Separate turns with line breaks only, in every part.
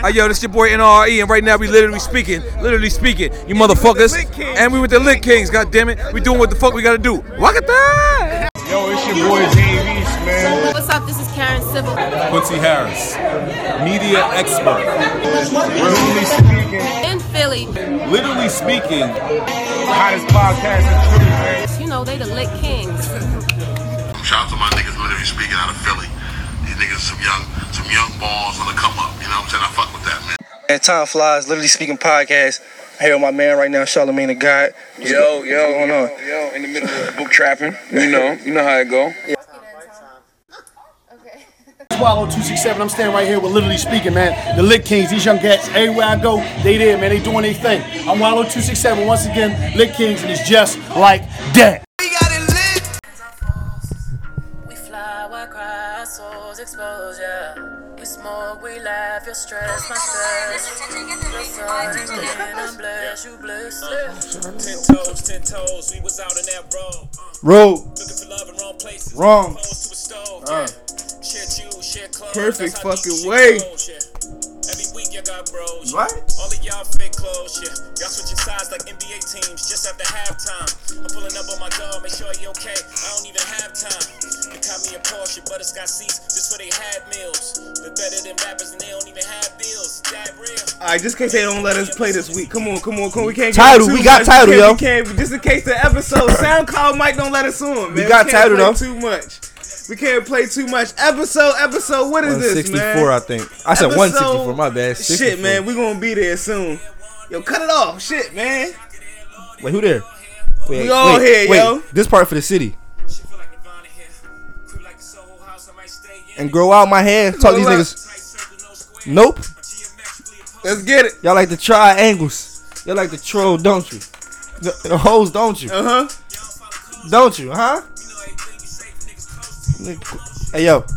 Hey, yo, this your boy NRE, and right now we literally speaking, literally speaking, you motherfuckers. And we with the Lit Kings, god damn it. We doing what the fuck we gotta do. Look at that!
Yo, it's your boy Dave East, man.
What's up? This is Karen Civil.
Quincy Harris, media expert.
Literally speaking,
In Philly,
Literally speaking,
hottest podcast in Philly, man.
you know, they the lit kings.
Shout out to my niggas literally speaking out of Philly. These niggas some young some young balls on the come up. You know what I'm saying? I fuck with that, man.
And Time Flies, literally speaking podcast. I'm here with my man right now, Charlemagne the God.
Yo, yo,
What's going
yo,
on?
yo, in the middle of book trapping. You know, you know how it go.
Swallow 267. I'm standing right here with Literally Speaking, man. The Lit Kings, these young cats, everywhere I go, they there, man. They doing their thing. I'm Wallow 267 once again, Lit Kings, and it's just like that.
We fly while cry, souls exposure. We smoke, we laugh, your stress, my stress. Your sun is getting, I'm blessed, you blessed.
Ten toes, ten toes, we was out in that road. Uh,
Road.
Looking for love in wrong places.
Wrong.
Close to a stove.
Uh.
yeah. Share juice, share clothes.
Perfect
that's how
fucking
deep shit
way.
goes, yeah. Every week you got bros. yeah.
What?
All of y'all fake clothes, yeah. Y'all switching sides like NBA teams just after halftime. I'm pulling up on my dog, make sure he okay. I don't even have time. They caught me a Porsche, but it's got seats just for they had meals. They're better than rappers and they don't even have bills. That real.
All right, just in case they don't let us play this week. Come on, come on, come on. We can't
Title,
get
we
too
got
much.
title,
we
yo.
can't, We can't, just in case the episode SoundCloud might don't let us on, man.
We got
can't
title,
play
though.
Too much. We can't play too much. Episode, episode. What is this, man?
164, I think. I said
Episode-
164, my bad. 64.
Shit, man. We gonna be there soon. Yo, cut it off, shit, man.
Wait, who there? Wait,
We all
wait,
here,
wait.
yo.
This part for the city.
Shit feel like Nirvana here. Creep like the Soho house, I might stay in.
And grow out my hair. Talk these
Hold up.
niggas.
Tight circle, no square.
Nope.
Geometrically impossible.
Let's get it.
Y'all like to try angles. Y'all like to troll, don't you? The, the hoes, don't you?
Uh huh.
Don't you, huh?
You know everything you say, the niggas close to you.
Hey, yo.
When I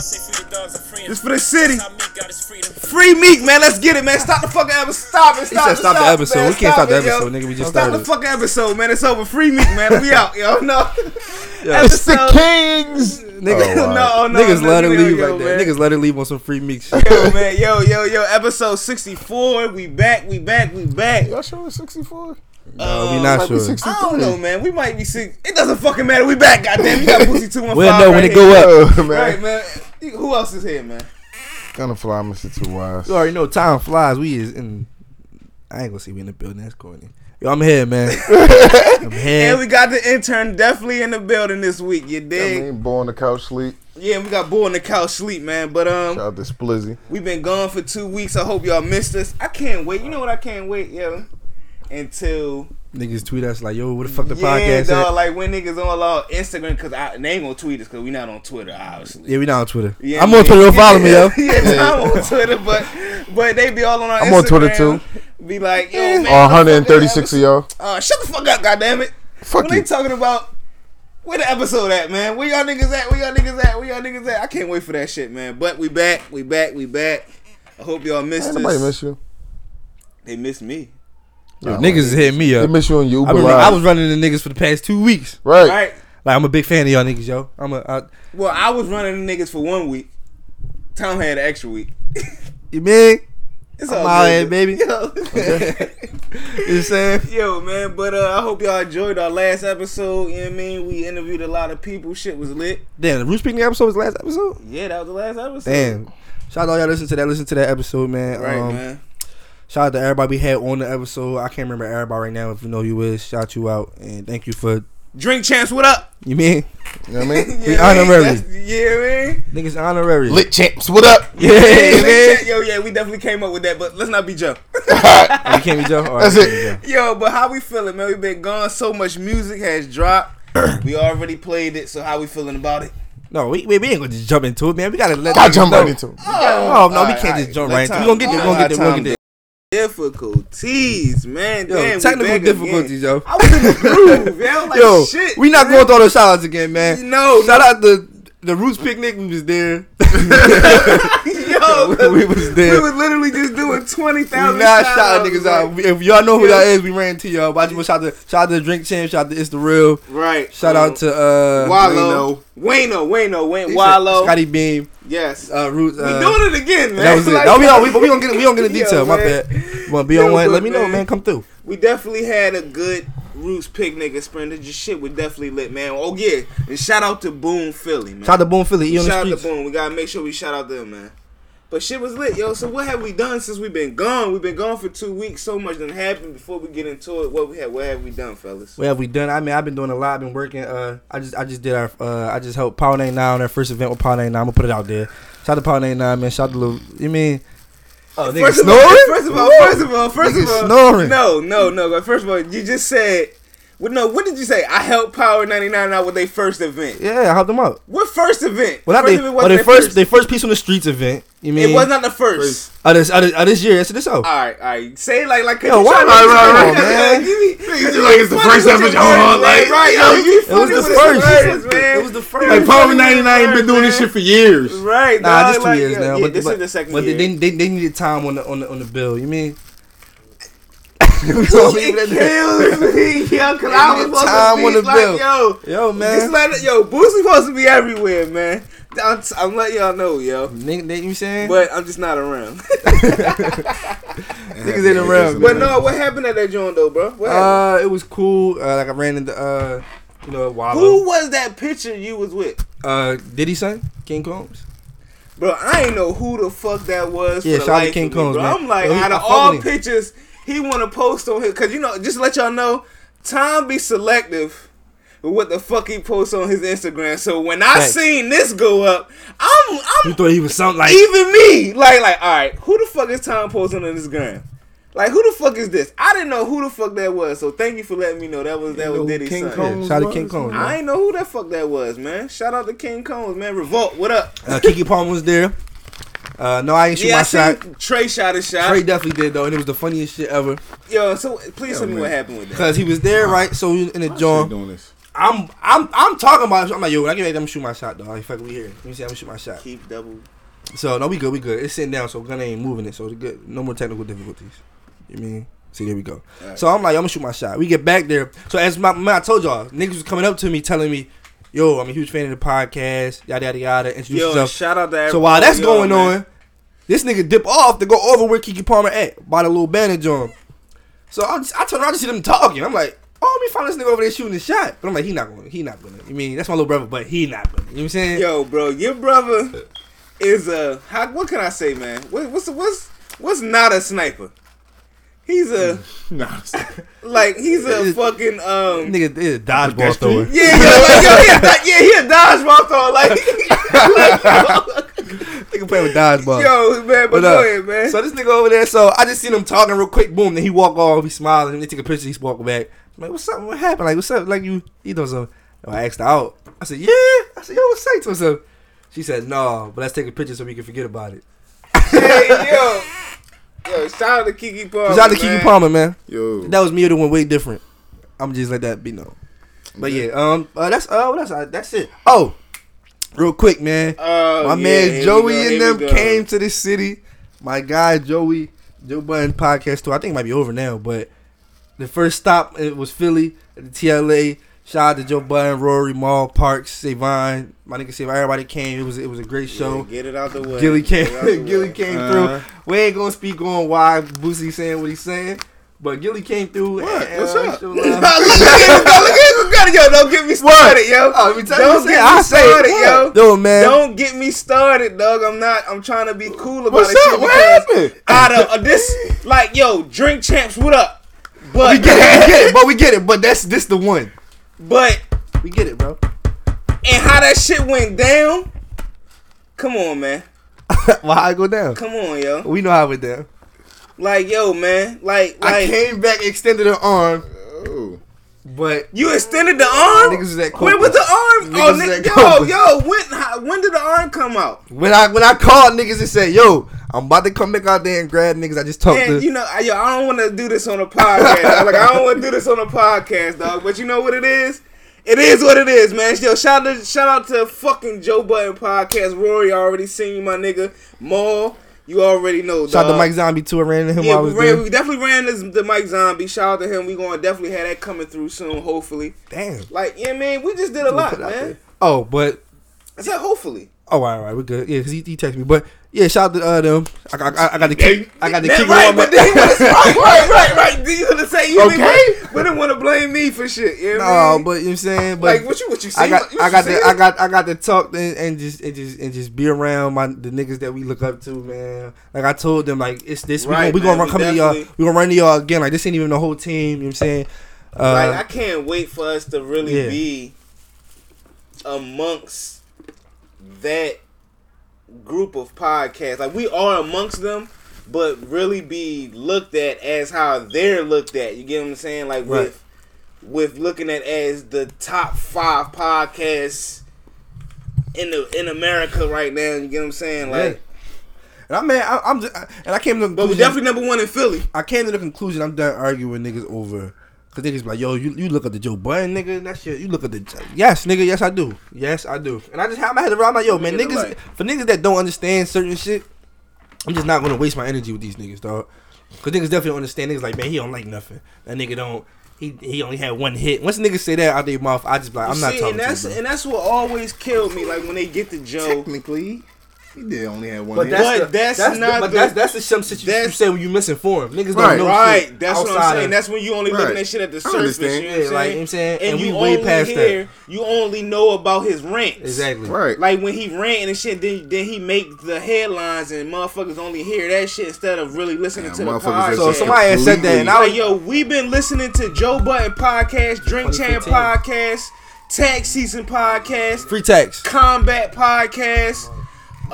say free the dogs, I'm free.
It's for the city.
I meet God is freedom.
Free Meek, man. Let's get it, man. Stop the fucking episode. Stop it. Stop
said
it,
stop the
it,
episode.
man.
We can't stop the
it, yo.
episode, nigga. We just
stop
started.
the fucking episode, man. It's over. Free Meek, man. We out, yo. No.
It's
Episode-
Kings. Nigga,
Oh, wow. No, no,
niggas
no,
let it
no,
leave
yo,
right there.
man.
Niggas let it leave on some free mix shit.
yo, man, yo, yo, yo, episode 64. We back, we back, we back. I
show is 64.
No, we not sure.
don't know, man. We might be sick. It doesn't fucking matter. We back, goddamn. You got Pussy 215.
We'll know when
right
it go up.
man.
Here. Right, man. Who else is here, man?
Gonna fly, Mr. Two Wise.
You already know time flies. We is in. I ain't gonna see we in the building. That's corny. Yo, I'm here, man. I'm
And we
here.
got the intern definitely in the building this week, you dig?
born to couch sleep.
Yeah, we got Bull on the couch sleep, man. But um,
out to Splizzy.
we've been gone for two weeks. I hope y'all missed us. I can't wait. You know what? I can't wait, yo. Until
Niggas tweet us like, yo, what the fuck the
yeah,
podcast
dog.
at?
Like when niggas on our Instagram, cause I, they ain't gonna tweet us, cause we not on Twitter, obviously.
Yeah, we not on Twitter.
Yeah,
I'm on
yeah.
Twitter. Don't follow me, yo.
yeah, I'm on Twitter, but but they be all on our
I'm
Instagram,
on Twitter, too.
Be like, yo, man,
Or
what the fuck they
136 of y'all.
uh, shut the fuck up, goddammit.
Fuck
when
you.
they talking about where the episode at, man? Where y'all niggas at? Where y'all niggas at? Where y'all niggas at? I can't wait for that shit, man. But we back, we back, we back. I hope y'all missed
Ain't
us.
nobody miss you.
They missed me.
Yo, niggas is hitting me
They
up.
miss you on your
I,
Uber
been, I
ride.
was running the niggas for the past two weeks.
right.
Right.
Like, I'm a big fan of y'all niggas, yo. I'm a. I,
Well, I was running the niggas for one week. Tom had an extra week.
you mean?
It's
I'm
all
out
good.
here, baby. You know
Yo.
what I'm saying?
Yo, man, but uh, I hope y'all enjoyed our last episode. You know what I mean? We interviewed a lot of people. Shit was lit.
Damn, the Roots Picnic episode was the last episode?
Yeah, that was the last episode.
Damn. Shout out to all y'all listen to that. Listen to that episode, man.
Right,
Um,
man.
Shout out to everybody we had on the episode. I can't remember everybody right now. If you know who you is, shout you out and thank you for
Drink chance, what up?
you mean
You know what I mean?
We
Yeah, man,
honorary.
that's- Yeah, man.
niggas honorary.
Lit champs, what up?
Yeah, man.
Yo, yeah, we definitely came up with that, but let's not be Joe.
You can't be Joe. Oh, All right,
That's
you
it.
can't be Joe.
Yo, but how we feeling, man? We've been gone. So much music has dropped. we already played it, so how we feeling about it?
No, we, we, we ain't gonna just jump into it, man. We gotta let.
I
niggas
jump
know.
right into it.
Oh no, we
Alright,
can't just
alright.
jump
Let
right into. it. We
time-
gonna get there. We gonna get there. We gonna get there.
Difficulties, man.
Yo,
Damn, we
technical
back again.
difficulties, yo.
I was in the groove, yo. Like,
Yo,
shit.
we not
man.
going through all those shout outs again, man.
No,
shout out the the Roots Picnic. We was there.
Yo,
we was dead.
We was literally just doing twenty
We
thousand.
not shouting niggas out. If y'all know who y'all is, we ran to y'all. But I just want to shout to shout out to Drink Champ, shout out to It's the Real,
Right.
Shout out to uh,
Wallow, Wayno, Wayno, Wayno,
Wayno,
Wallow.
Scotty Beam,
Yes.
uh, Roots. Uh,
we doing it again, man.
That was it.
Like-
oh, we, all, we, but we don't get we don't get in
Yo,
detail. my
man.
bad. Wanna be on
Yo,
one?
but
Let me know,
man.
man. Come through.
We definitely had a good Roots picnic experience. Your shit was definitely lit, man. Oh yeah, and shout out to Boone Philly, man.
Shout out to Boone Philly. E on the
shout out to
streets.
Boone. We gotta make sure we shout out them, man. But shit was lit, yo. So what have we done since we've been gone? We've been gone for two weeks. So much done happened. Before we get into it, what we have, what have we done, fellas?
What have we done? I mean, I've been doing a lot. I've been working. Uh, I just I just did our. Uh, I just helped Power 99 on our first event with Power 99. I'm gonna put it out there. Shout out to Power 99, man. Shout out to Lil. You mean? Oh, nigga
First of, all,
snoring.
first of all,
Woo!
first of all, first of
Nigga
all,
snoring.
no, no, no. But first of all, you just said, well, no. What did you say? I helped Power ninety nine out with their first event.
Yeah, I helped them out.
What first event?
Well, not
first
they,
event
well,
wasn't their
they first, they first piece on the streets event. You mean?
It was not the first.
Oh, this, oh, this, oh, this year. That's this out.
All right, all right. Say it like like.
Yo, why-
Right,
right, right, man.
Like it's the first episode. Like right, yo, you
It was
funny
the
with
first.
words, man.
It was the first.
Like, Power 99
ain't been doing this shit for years.
Right,
Nah,
dog,
just two
like,
years
yeah,
now.
Yeah,
but
this
but,
is the second
but
year.
They, they they needed time on the on the on the bill. You mean?
Ooh, it kills me, yo, cause I was
Every
supposed
time
to be
on the
like,
bill.
yo,
Yo,
this
man.
letter, yo, Boosie supposed to be everywhere, man. I'm, t- I'm letting y'all know, yo,
Nigga, they- you saying?
but I'm just not around.
Niggas ain't around.
but no, what happened at that joint though, bro? What happened?
Uh, it was cool. Uh, like I ran into uh, you know,
Who
Wallow.
was that picture you was with?
Uh, Diddy son, King Combs.
Bro, I ain't know who the fuck that was.
Yeah,
for the
shout out to
life of
King
me,
Combs,
bro.
man.
I'm like,
Yo, he-
out
I
of
fuck
all
with him.
pictures, he want to post on his. Cause you know, just to let y'all know, Tom be selective with what the fuck he posts on his Instagram. So when I
Thanks.
seen this go up, I'm,
You
I'm
thought he was something like?
even me, like, like, all right, who the fuck is Tom posting on Instagram? Like, who the fuck is this? I didn't know who the fuck that was. So thank you for letting me know that was that was Diddy's
King
son.
Combs
Yeah, shout out to King Combs.
I
Man.
ain't know who that fuck that was, man. Shout out to King Combs, man. Revolt, what up?
Uh, Kiki Palmer was there. Uh, no, I ain't shoot
Yeah,
my
I
shot.
seen Trey shot his shot.
Trey definitely did though, and it was the funniest shit ever.
Yo, so please tell me what happened with that.
Cause he was there, right? So we in the
Keep
joint.
doing this.
I'm, I'm, I'm talking about. I'm like, yo, when I get ready, I'm gonna shoot my shot, dog. Like, fuck, we here. Let me see, I'm gonna shoot my shot.
Keep double.
So no, we good, we good. It's sitting down, so gun ain't moving it, so it's good. No more technical difficulties. You mean? See, there we go. So I'm like, I'm gonna shoot my shot. We get back there. So as my man, I told y'all, niggas was coming up to me telling me, "Yo, I'm a huge fan of the podcast." Yada yada yada. Introduce
Yo,
yourself.
shout out to everybody.
So while that's
Yo,
going
man.
on, this nigga dip off to go over where Kiki Palmer at by the little bandage on. So I just, I turn around I just see them talking. I'm like, oh, let me find this nigga over there shooting his shot. But I'm like, he not going. to He not going. to You mean that's my little brother, but he not going. to You know what I'm saying?
Yo, bro, your brother is a. How, what can I say, man? What, what's what's what's not a sniper? He's a
Nah,
like he's a fucking um.
Nigga, this is a dodgeball thrower.
Yeah, yo, like, yo, he a, do- yeah, he a dodgeball thrower, like,
Nigga playing with dodgeball.
yo, man, but,
But, uh,
go ahead, man.
So this nigga over there, so I just seen him talking real quick, boom, then he walk off, he smiling, and they take a picture, he's walking back. I'm like, what's up? What happened? Like, what's up? Like you you know something. So I asked her out. I said, Yeah. I said, yo, what's up to myself? She said, No, but let's take a picture so we can forget about it.
hey, yo, yo, shout out to Kiki Palmer.
Shout out to Kiki
man.
Palmer, man.
Yo.
That was me the one way different. I'm just let that be known. But yeah, um uh, that's uh what else I, that's it. Oh, real quick, man.
Oh,
My
yeah, here
man
we
Joey
go, here we
and them
go.
came to this city. My guy Joey, Joe Button podcast tour. I think it might be over now, but the first stop it was Philly, the TLA. Shout out to Joe Button, Rory, Maul, Parks, Savine. My nigga Savine, everybody came. It was it was a great show.
Get it out the way.
Gilly
Get it out the
came Gilly
way.
came
Uh-huh.
through. We ain't gonna speak on why Boosie saying what he's saying. But Gilly came through.
What? What's up?
showed
Look
love.
at him, look at him, look at him. Yo, don't get me started, yo.
Oh, let me tell you
Don't
what I'm saying.
get me
I say
started,
it.
yo.
Yo, man.
Don't get me started, dog. I'm not. I'm trying to be cool about
What's
it.
up? What happened?
Out of uh, this, like, yo, drink champs, what up?
we
But
get it, we get it, but we get it. But that's this the one.
but
We get it, bro.
and how that shit went down. Come on, man.
Why I go down?
Come on, yo.
We know how it down.
Like, yo, man. Like,
I
like
came back, extended an arm,
Oh.
but
you extended the arm.
Niggas was at
Where was the arm?
Niggas
oh,
was
nigga,
at
yo,
Copa.
yo. When how, when did the arm come out?
when I when I called niggas and said, "Yo, I'm about to come back out there and grab niggas," I just talked
Man,
to.
you know, I, yo, I don't want to do this on a podcast. dog. like, I don't want to do this on a podcast, dog. But you know what it is?
It is what it is, man. Yo, shout out, shout out to fucking Joe Button podcast. Rory, I already seen you, my nigga. Maul, you already know.
Shout out to
uh,
dawg.
Mike Zombie too. I ran into him
Yeah,
while I
we,
was
ran,
there.
we definitely ran this the Mike Zombie. Shout out to him. We gonna definitely have that coming through soon, hopefully.
Damn.
Like, yeah, man, we just did a lot, man.
Oh, but
I said hopefully.
oh, all right, all right, we're good. Yeah, because he, he texted me. But yeah, shout out to uh, them. I, got- I, I got the kick. I got the
That
kick.
right,
one,
but
but-
then he was right, right, right, right. Then You gonna say you
Okay.
didn't, but didn't want to blame me for shit. You know what I
No,
mean?
but you know what I'm saying, but
Like, what you- what you
I
see?
got,
What you
I got,
see?
the, I got, I got to talk and, and just, and just, and just be around my the niggas that we look up to, man. Like I told them, like it's this.
Right,
we gonna,
man,
we gonna
we
run, come to y'all.
definitely-
We gonna run to y'all again. Like this ain't even the whole team. You know what I'm saying? Uh,
like I can't wait for us to really
Yeah.
be amongst that group of podcasts. Like we are amongst them, but really be looked at as how they're looked at. You get what I'm saying? Like
Right.
with with looking at as the top five podcasts in the in America right now. You get what I'm saying? Like,
and I man, I, I'm, just, I, and I came to the
but we
conclusion-
definitely number one in Philly.
I came to the conclusion I'm done arguing with niggas over. Cause niggas be like, yo, you, you look at the Joe Budden nigga, and that shit. You look at the yes, nigga, yes I do, yes I do. And I just have my head around. I'm like, yo, man,
Look at the
niggas
light.
for niggas that don't understand certain shit, I'm just not gonna waste my energy with these niggas, dog. Cause niggas definitely don't understand. Niggas like, man, he don't like nothing. That nigga don't. He he only had one hit. Once niggas say that out their mouth, I just be like, I'm
You
not
see, and
talking to you.
that's
bro.
and that's what always killed me. Like when they get to Joe.
Technically, he did only have one.
But
hit.
that's,
But
the,
that's
that's,
not
the, but
the-
that's that's the some shit you, you
that's-
say when you misinformed. Niggas
Right.
don't know
Right,
shit
that's what I'm
outside
saying.
of-
That's when you only
Right.
looking at shit at the
I
surface.
understand.
You know
Yeah,
what I'm
like,
saying?
I'm saying,
and,
and
you
we way
only
past that.
hear, you only know about his rants.
exactly
right.
Like when he rant and shit, then then he make the headlines and motherfuckers only hear that shit instead of really listening
Yeah,
to the
motherfuckers
podcast.
that
So
Yeah.
somebody had said that, and I
like,
was
yo, we've been listening to Joe Button podcast, Drink Champ
2015.
podcast, Tax Season podcast,
free tax.
Combat Podcast,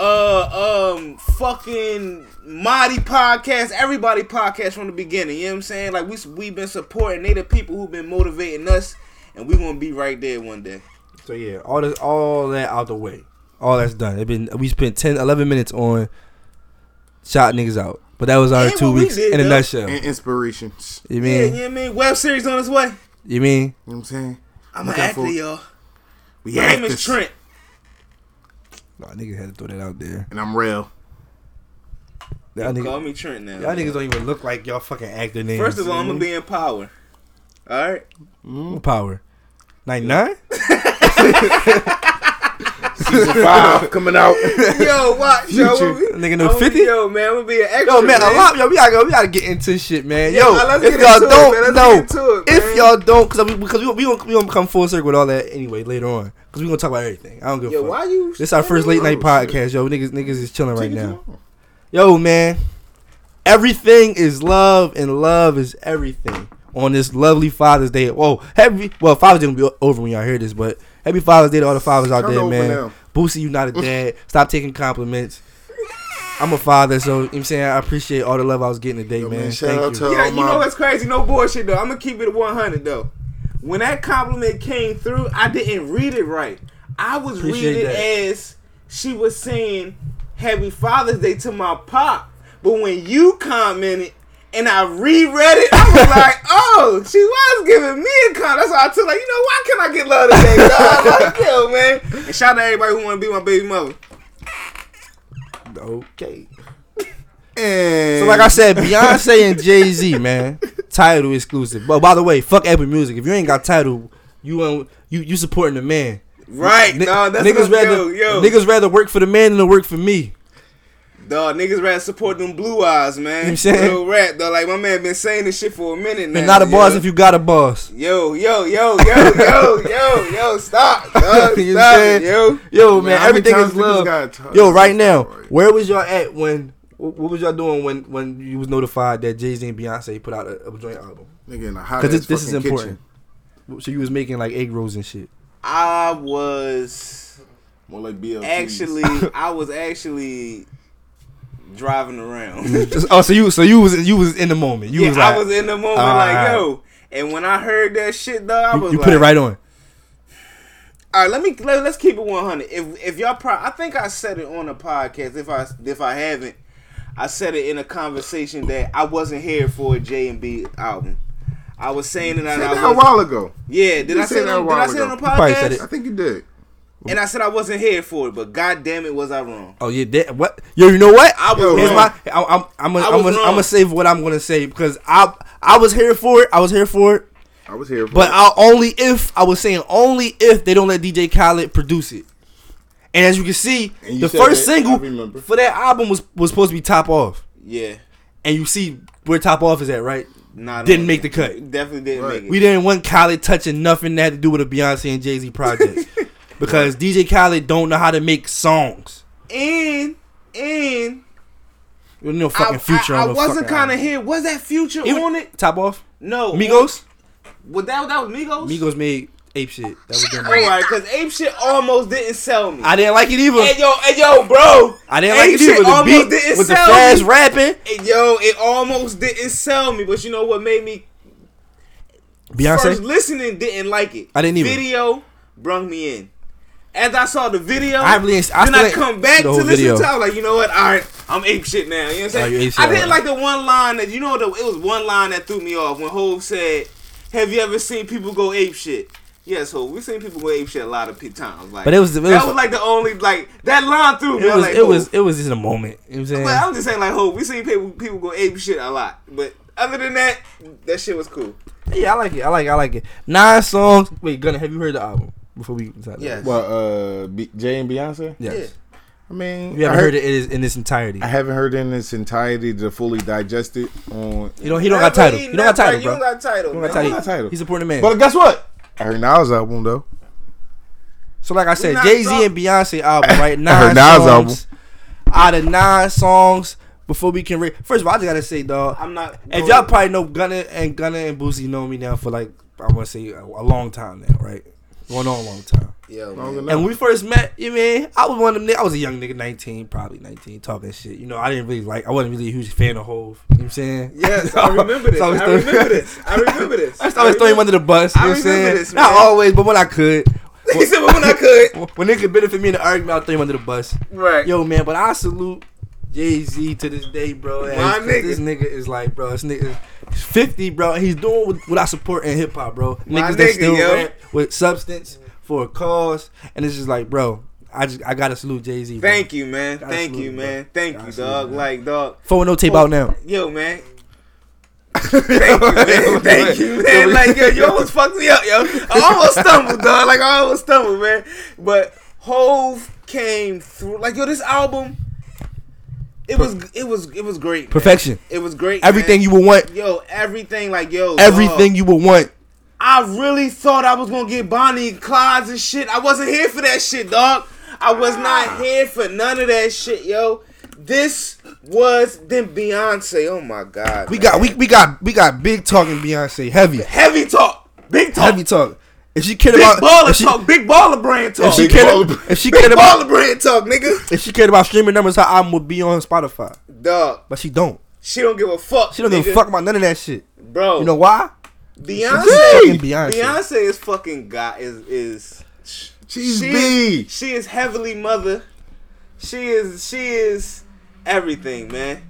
uh, um, fucking Mighty Podcast, everybody podcast from the beginning. You know what I'm saying? Like we we been supporting. They the people who've been motivating us, and we gonna be right there one day.
So yeah, all this, all that out the way, all that's done. It been we spent 10, 11 minutes on shot niggas out, but that was our
Ain't
two
what we
weeks
did,
in a
though.
nutshell.
And inspirations.
Yeah, you
You mean?
know what I mean? Web series on its way.
You mean?
You know what I'm saying?
I'm an
Looking
actor,
for-
y'all.
We
My name is
actors.
Trent.
Nah, niggas had to throw that out there.
And I'm real.
Call
Y'all niggas,
me Trent now.
y'all niggas don't even look like y'all fucking actor names.
First of all, I'm gonna be in power. All right.
What power. Ninety nine.
Five coming out.
Yo, watch, yo.
Future.
we-
Nigga know
I'ma be-
50?
Yo, man, I'm gonna be an extra.
Yo, man, a lot, yo, we gotta go, we gotta get into shit, man.
Yeah,
Yo,
nah, let's
if
get
y'all
into it, man.
don't
Let's
know,
get into it, man.
if y'all don't, cause we, because we, we, gonna, we gonna come full circle with all that anyway later on, cause we gonna talk about everything. I don't give a
Yo,
fuck.
why you?
This our first late night
Oh, shit.
podcast, yo. Niggas, niggas is chilling right
Take it
now.
down.
Yo, man, everything is love, and love is everything. On this lovely Father's Day, whoa, happy. Well, Father's Day gonna be o- over when y'all hear this, but happy Father's Day to all the fathers out
Turn
there,
over
man.
now.
Boosie, you not a dad. Stop taking compliments. I'm a father, so you know what I'm saying I appreciate all the love I was getting today,
Yo,
man.
man, shout
Thank
out
you.
to
Yeah,
all
you know
my
what's crazy? No bullshit though. I'm gonna keep it 100 though. When that compliment came through, I didn't read it right. I was
Appreciate
reading
that.
it as she was saying "Happy Father's Day" to my pop, but when you commented and I reread it, I was like, "Oh, she was giving me a compliment." That's why I took like, you know, why can I get love today? God? Like, yo, man. And shout out to everybody who want to be my baby mother.
okay.
and
So like I said, Beyonce and Jay Z, man, title exclusive. But by the way, fuck Apple Music. If you ain't got title, you ain't, you you supporting the man.
Right,
Ni-
dog. That's
niggas
niggas what I'm,
rather
yo, yo.
niggas rather work for the man than to work for me.
Dog, niggas rather support them blue eyes, man.
You know what I'm saying?
Real rap, dog. Like, my man been saying this shit for a minute now.
And not a boss
yo.
if you got a boss.
Yo, yo, yo, yo, yo, yo, yo, stop, dog. Stop,
You know what I'm
it,
saying?
yo.
Yo,
Man,
man,
how many
everything
times
is
niggas gotta
love.
talk
Yo,
to
right
you?
now,
Right.
where was y'all at when? wh- What was y'all doing when when you was notified that Jay Z and Beyonce put out a, a joint album?
nigga in a hot
Because
ass
this, this is
fucking kitchen.
important. So you was making like egg rolls and shit.
I was
More like BLT.
actually, I was actually driving around.
Just- oh, so you so you was you was in the moment. You
yeah,
was like,
I was in the moment,
all
like,
right.
yo. And when I heard that shit, dog, I
you,
was
you
like,
put it right on.
All right, let me let, let's keep it one hundred. If if y'all, pro- I think I said it on a podcast. If I if I haven't, I said it in a conversation that I wasn't here for a J and B album. I was saying that
said
I
that a
was,
while ago.
Yeah, did
You
I
said
say
that
that?
a
on- Did
while
I say it
ago.
on the
You
probably said
podcast?
it. I
think you did.
And I said I wasn't here for it, but god damn it, was I wrong?
Oh yeah, that, what? Yo, you know what?
I was
Here's
wrong.
my- I- I'm I'm gonna
I
I'm
was
gonna
wrong.
I'm gonna save what I'm gonna say because I I was here for it. I was here for it.
I was here for
But
it.
I'll only if I was saying only if they don't let DJ Khaled produce it. And as you can see,
And you
the
said
first
that, I
single
remember.
for that album was was supposed to be Top Off.
Yeah.
And you see where Top Off is at, right?
Not
didn't
on
make the
it.
cut.
Definitely didn't make it.
We didn't want Khaled touching nothing that had to do with a Beyonce and Jay Z project because DJ Khaled don't know how to make songs.
And and
You know, fucking
I,
future.
I,
on
I
the
wasn't
fucking
kind of
album.
here. Was that Future
Even-
on it?
Top off.
No.
Migos.
Was that that was Migos?
Migos made ape shit. That was them.
Alright, cause Ape shit almost didn't sell me.
I didn't like it either.
Hey yo, hey yo, bro.
I didn't
Ape
like it
shit
either. The
almost
beat
didn't
with the
sell
fast
me.
rapping.
Hey, yo, it almost didn't sell me, but you know what made me
Beyonce.
first listening didn't like it.
I didn't either.
Video brung me in. As I saw the video,
I really ain't- I
then
still
I
ain't
come back to
seen the whole
listen
video.
to. it, I was like, you know what? All right, I'm ape shit now. You know what
Oh,
I'm
you
saying?
ape shit,
I didn't
all
like the one line that you know the it was one line that threw me off when Hove said, "Have you ever seen people go ape shit?" Yes, Hove. We've seen people go ape shit a lot of pe- times. Like,
But it was- it was-
that was like the only like that line threw me.
It
I
was
like,
it
Hov.
was it was just a moment. You know what I'm saying?
But I'm just saying like Hove. We seen people people go ape shit a lot, but other than that, that shit was cool.
yeah, I like it. I like it. I like it. Nine songs. Wait, Gunna, have you heard the album before we decide?
Yes.
What, uh, B- Jay and Beyonce?
Yes.
I mean,
You haven't
I
heard it in its, in its entirety.
I haven't heard it in its entirety to fully digest it. On
You don't. He don't got
Never
title.
eat
He don't got
never-
title,
you
bro.
don't got title,
You
man.
don't got
I got
title.
title.
He's a important man.
But guess what? I heard Nas album though.
So like I said,
not
Jay Z
drunk.
and Beyonce album, right? Nine
heard Nas
songs. Out of nine songs, before we can rate. First of all, I just gotta say, dog.
I'm not.
If y'all probably know Gunna and Gunna and Boosie know me now for like I want to say a, a long time now, right? Going on a long time.
Yo,
Long
man.
enough.
And when we first met, you mean I was one of them. ni- I was a young nigga, nineteen, probably nineteen, talking shit. You know, I didn't really like. I wasn't really a huge fan of Hove. You know what I'm saying?
Yes, I remember this. I
always throwing-
remember this. I remember this.
I always throwing him under the bus. You
I
know what I'm
remember
saying?
this,
Not
man.
always, but when I could.
He said, "But when I could."
When it could benefit me in the argument, I'll throw him under the bus.
Right.
Yo, man, but I salute Jay Z to this day, bro. And
My
this-
nigga.
This nigga is like, bro, this nigga is 50, bro. And he's doing what, what I support in hip hop, bro.
My
Niggas that
nigga,
still
yo.
rap with substance for a cause. And it's just like, bro, I just I gotta salute Jay Z.
Thank you, man.
Gotta
Thank
salute
you,
him, bro.
man. Thank you,
Gotta salute
dog.
him, man.
Like, dog.
Phone no oh tape out now.
Yo, man. Thank you, man. Thank you, man. Like, yo, you almost fucked me up, yo. I almost stumbled, dog. Like, I almost stumbled, man. But Hove came through. Like, yo, this album. It was, it was, it was great. man.
Perfection.
It was great.
Everything
man.
you would want.
Yo, everything like yo.
Everything
dog.
you would want.
I really thought I was gonna get Bonnie and Clyde's and shit. I wasn't here for that shit, dog. I was
Ah.
not here for none of that shit, yo. This was then Beyonce. Oh my god.
We
man.
got we, we got we got big talking Beyonce. Heavy.
heavy talk, big talk,
Heavy talk. If she cared
big
about
baller
if she,
talk, big baller brand talk,
if she
big,
cared, if she cared about
baller brand talk, nigga.
if she cared about streaming numbers, her album would be on Spotify.
Dog,
But she don't.
she don't give a fuck.
She don't give a
nigga.
fuck about none of that shit.
bro.
You know why?
Beyonce,
Fucking
Beyonce,
Beyonce.
Beyonce is fucking god is is
She's
she
B.
Is, she is heavily mother. She is she is everything, man.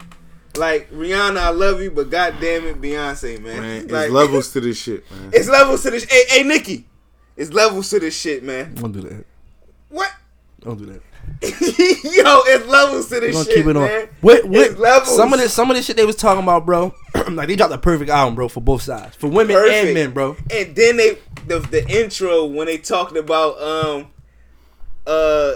Like Rihanna, I love you, but goddamn it, Beyonce, man.
Man, it's
like,
levels to this shit, man.
It's levels to this. Hey, hey, Nikki, it's levels to this shit, man.
Don't do that.
What?
Don't do that.
Yo, it's levels to
We're
this
gonna
shit,
keep it on.
man.
What, what,
It's levels.
some of this some of this shit they was talking about, bro. like they dropped a perfect album, bro, for both sides. For women and
Perfect.
men, bro.
And then they the the intro when they talked about um uh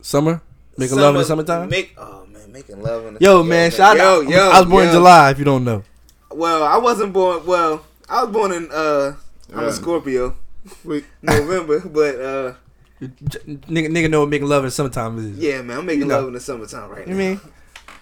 Summer. Making
summer-
love in the summertime.
Make oh man, making love in the
yo, man, shout out. I was born in July, if you don't know.
Well, I wasn't born. Well, I was born in. uh I'm
Yeah.
a Scorpio,
Wait,
November. but uh
J- Nigga, nigga know what making love in the summertime is.
yeah, man, I'm making
You know.
love in the summertime right
You
now.
mean?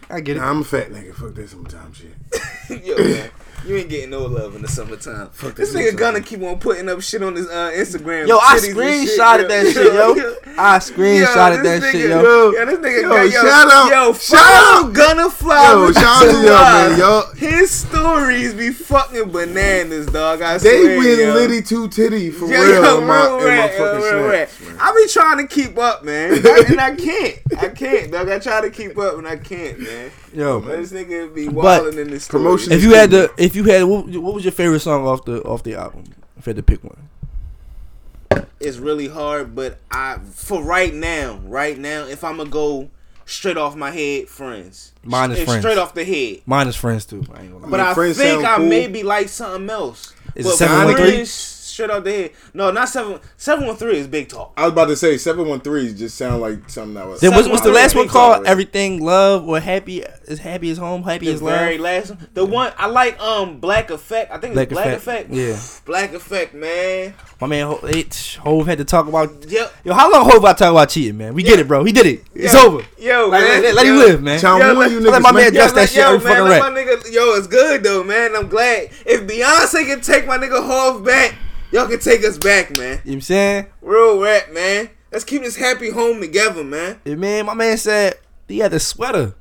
I get it.
nah, I'm a fat nigga. Fuck this sometime shit.
Yo, man. You ain't getting no love in the summertime. this
this
nigga gonna
summertime.
keep on putting up shit on his uh, Instagram.
Yo, I
titties and
screenshotted that shit, yo. I screenshotted
this
that shit,
nigga-
yo.
Yeah, this nigga
Yo,
got yo,
shout out-
Yo,
shout
shout out Gunna Fly.
Yo,
with
shout out to
two
y'all,
eyes.
man, y'all.
His stories be fucking bananas, dog. I
They
swear,
went
yo.
litty too titty for
Yo,
real
yo,
in my,
real
in my
rap,
fucking
yo, real
snaps,
rap.
man.
I be trying to keep up, man, I- and I can't. I can't, dog. I try to keep up, and I can't, man.
Yo.
But this nigga be
But-
wilding in this
If you had to, if you had, what, what was your favorite song off the off the album? If you had to pick one,
it's really hard, but I for right now, right now, if I'm gonna go straight off my head, friends.
mine is
It's
Friends.
Straight off the head.
Mine is Friends too. I ain't gonna lie.
But I,
Friends
think
sound
I
cool.
maybe like something else.
Is it
but
713?
Friends, straight off the head. No, not seven. Seven one three is big talk.
I was about to say seven one three just sound like something that was.
Then what's, what's the last one called?
Every
Everything love or happy is happy is home, happy
The
is love.
very last one. The one I like um Black Effect. I think
Black
it's Black Effect.
Effect, yeah.
Black Effect, man.
My man, Ho- it, Hove had to talk about.
Yep.
Yo, how long Hove I talk about cheating, man? We get it, bro. He did it. It's over.
Yo,
Like,
man.
let- let him
Yo.
live, man. John Woo, you niggas, man. Yo, let- yo,
man,
man,
let
let
my nigga, yo, it's good though, man. I'm glad. If Beyonce can take my nigga Hov back, y'all can take us back, man.
You know what I'm saying?
Real rap, man. Let's keep this happy home together, man.
Yeah, man, my man said he had the sweater.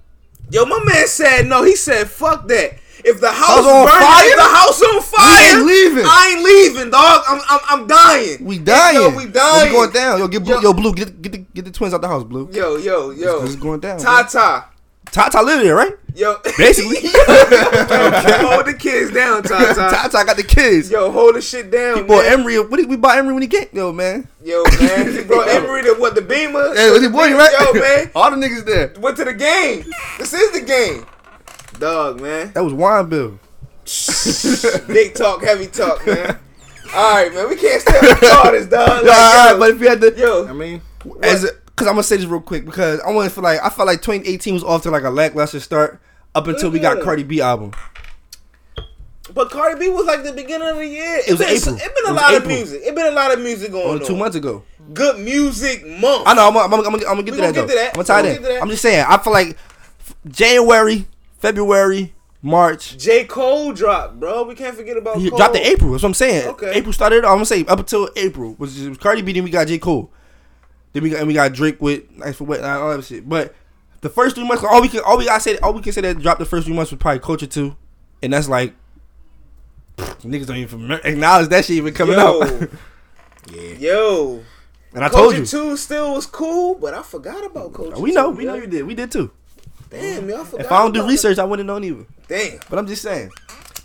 Yo, my man said no. He said fuck that. If the house
House on
burns,
fire?
if the house on fire,
ain't leaving.
I ain't leaving, dog. I'm, I'm, I'm dying.
We dying.
Yo, we dying.
It's going down. Yo, get blue. Yo, blue. Get get the, get the twins out the house, blue.
Yo, yo, yo.
It's going down.
Tata.
Tata live there, right?
Yo.
Basically.
Hold the kids down, Tata.
Tata got the kids.
Yo, hold the shit down,
He bought
man.
Emery. What did we buy Emery when he came? Yo, man.
Yo, man. He brought Emery to what the Beamer.
Hey, what he bought, right?
Yo, man.
All the niggas there.
Went to the game. This is the game. Dog, man.
That was wine bill.
Big talk, heavy talk, man. All right, man. We can't stay on this, dog. Like,
Yo, all right,
yo,
but if you had to,
yo.
I mean,
as because I'm gonna say this real quick because I want to feel like I felt like 2018 was off to like a lackluster start up until we got
Mhm.
Cardi B album.
But Cardi B was like the beginning of the year.
It was
been,
April.
It's
It
been a
was
lot of
April.
music. It's been a lot of music going
Only
on.
two months ago.
Good music month.
I know. I'm gonna I'm, I'm, I'm, I'm get
We
to that
gonna
though.
get to that.
I'm gonna
We gonna
tie that.
get to that.
I'm just saying. I feel like f- January, February, March.
J Cole dropped, bro. We can't forget about
He
Cole.
dropped in April. That's what I'm saying.
Okay.
April started. I'm gonna say up until April was, was Cardi B. Then we got J Cole. Then we got and we got Drake with Nice for Wet and all that shit. But the first three months, all we can all we gotta say all we can say that dropped the first three months was probably Culture Two, and that's like niggas don't even remember- acknowledge that shit even coming
Yo.
out.
Yo.
and I told
Culture
you,
Two still was cool, but I forgot about Culture.
we know,
Two,
we
yo.
know you did, we did too.
Damn, yo, I forgot.
If I don't do
about
research, I wouldn't have known either.
it. damn.
But I'm just saying.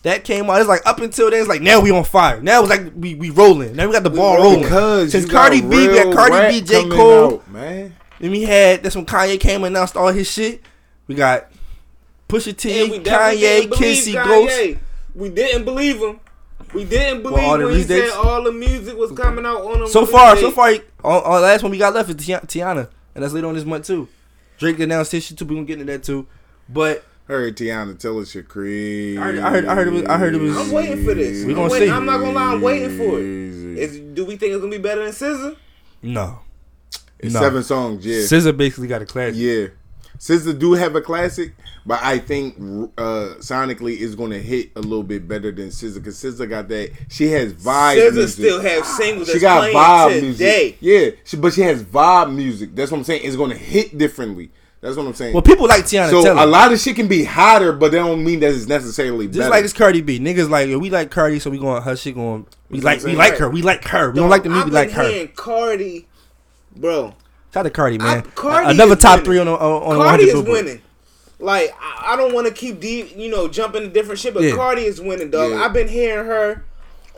That came out. It's like up until then, it's like now we on fire. Now it's like we, we rolling. Now we got the ball rolling.
because
Since
you got
Cardi B, we got
real rap
Cardi B, J
coming
Cole,
out, man.
Then we had that's when Kanye came and announced all his shit. We got Pusha T,
And we definitely
Kanye,
didn't believe
Kissy, Ghost.
Kanye. We didn't believe him. We didn't believe
all the
when he said
release dates?
all the music was coming out on him.
So far, so far, all, all last one we got left is Ti- Tiana, and that's later on this month too. Drake announced his shit too. We gonna get into that too. But
Heard Tiana tell us your creed.
I heard, I heard, I heard it was, I heard it was.
I'm waiting for this.
We
I'm,
gonna
waiting-
see.
I'm not gonna lie, I'm waiting for it.
Easy.
Is, do we think it's gonna be better than Scissor?
No,
It's
No.
seven songs. Yeah,
Scissor basically got a class.
yeah. SZA do have a classic, but I think uh, sonically it's gonna hit a little bit better than SZA because SZA got that. She has vibe.
Scissor
music.
still have singles.
she got vibe
today.
music. Yeah, she, but she has vibe music. That's what I'm saying. It's gonna hit differently. That's what I'm saying.
Well, people like Tiana
so
Taylor.
a lot of shit can be hotter, but that don't mean that it's necessarily
Just
better.
like this Cardi B, niggas like yo, we like Cardi, so we going her shit going. We like we
saying?
like her, we like her. We don't like the movie,
I've
we
been
like her.
hearing Cardi, bro.
Shout out to Cardi, man.
Cardi
Another
is
top
winning.
three on the- on, on
Cardi
100
is
Billboard.
winning. Like I, I don't want to keep deep, you know, jumping to different shit, but
Yeah.
Cardi is winning, dog.
Yeah.
I've been hearing her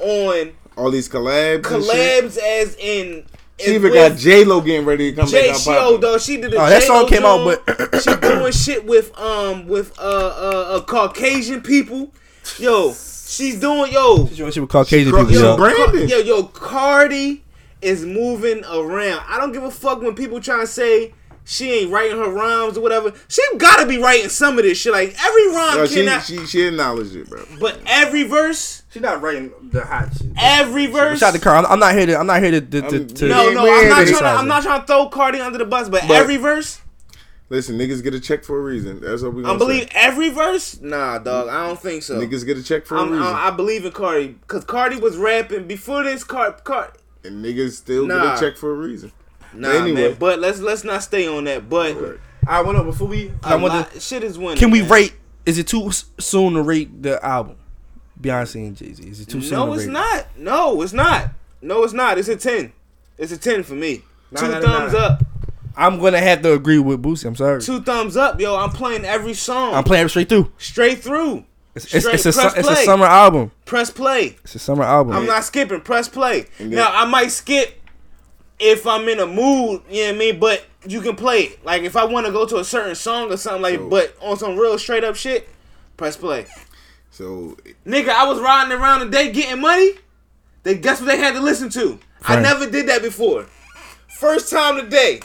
on
all these collabs. and shit.
collabs as in.
She
as
even
with
got J Lo getting ready to come
J
back out.
she oh,
popping.
dog. She did. A
Oh, that
J-Lo
song came out,
joint. she doing shit with um with uh, uh uh Caucasian people. Yo, she's doing yo
She with Caucasian
Cro-
people.
yo,
yo.
bro. Brandon.
Yo, yo, Cardi is moving around. I don't give a fuck when people try to say she ain't writing her rhymes or whatever. She gotta be writing some of this shit. Like every rhyme
Yo,
cannot,
she, she she acknowledged it, bro.
but every verse,
She's not writing the hot shit.
every verse.
Shout out to Cardi. I'm, I'm not here to. I'm not here to. to, to, to
no, no,
Weird
I'm not
is-
trying. To, I'm not trying to throw Cardi under the bus, but,
But-
every verse,
Listen, niggas get a check for a reason. That's what we.
I
Gonna
believe
say.
every verse. Nah, dog, I don't think so.
niggas get a check for a
I'm,
reason,
I, I believe in Cardi because Cardi was rapping before this. Card, Card,
and niggas still
Nah.
get a check for a reason.
nah,
Anyway.
man. But let's let's not stay on that. But
I want to before we.
a
I want
lot-
to.
shit is winning.
Can we
man.
rate? Is it too s- soon to rate the album? Beyonce and Jay Z. Is it too soon?
No,
to
it's
rate?
not. No, it's not. No, it's not. It's a ten. It's a ten for me.
Nine
Two
outta
thumbs
nine.
up.
I'm gonna have to agree with Boosie. I'm sorry.
Two thumbs up, yo. I'm playing every song.
I'm playing it straight through.
straight through.
It's, it's, it's a su- it's a summer album.
Press play.
It's a summer album.
I'm not skipping. Press play.
And then-
now I might skip if I'm in a mood. You know what I mean? But you can play it. Like if I want to go to a certain song or something like. But on some real straight up shit, press play.
So
Nigga, I was riding around today getting money. They guess what they had to listen to. I
Frank.
never did that before. First time today,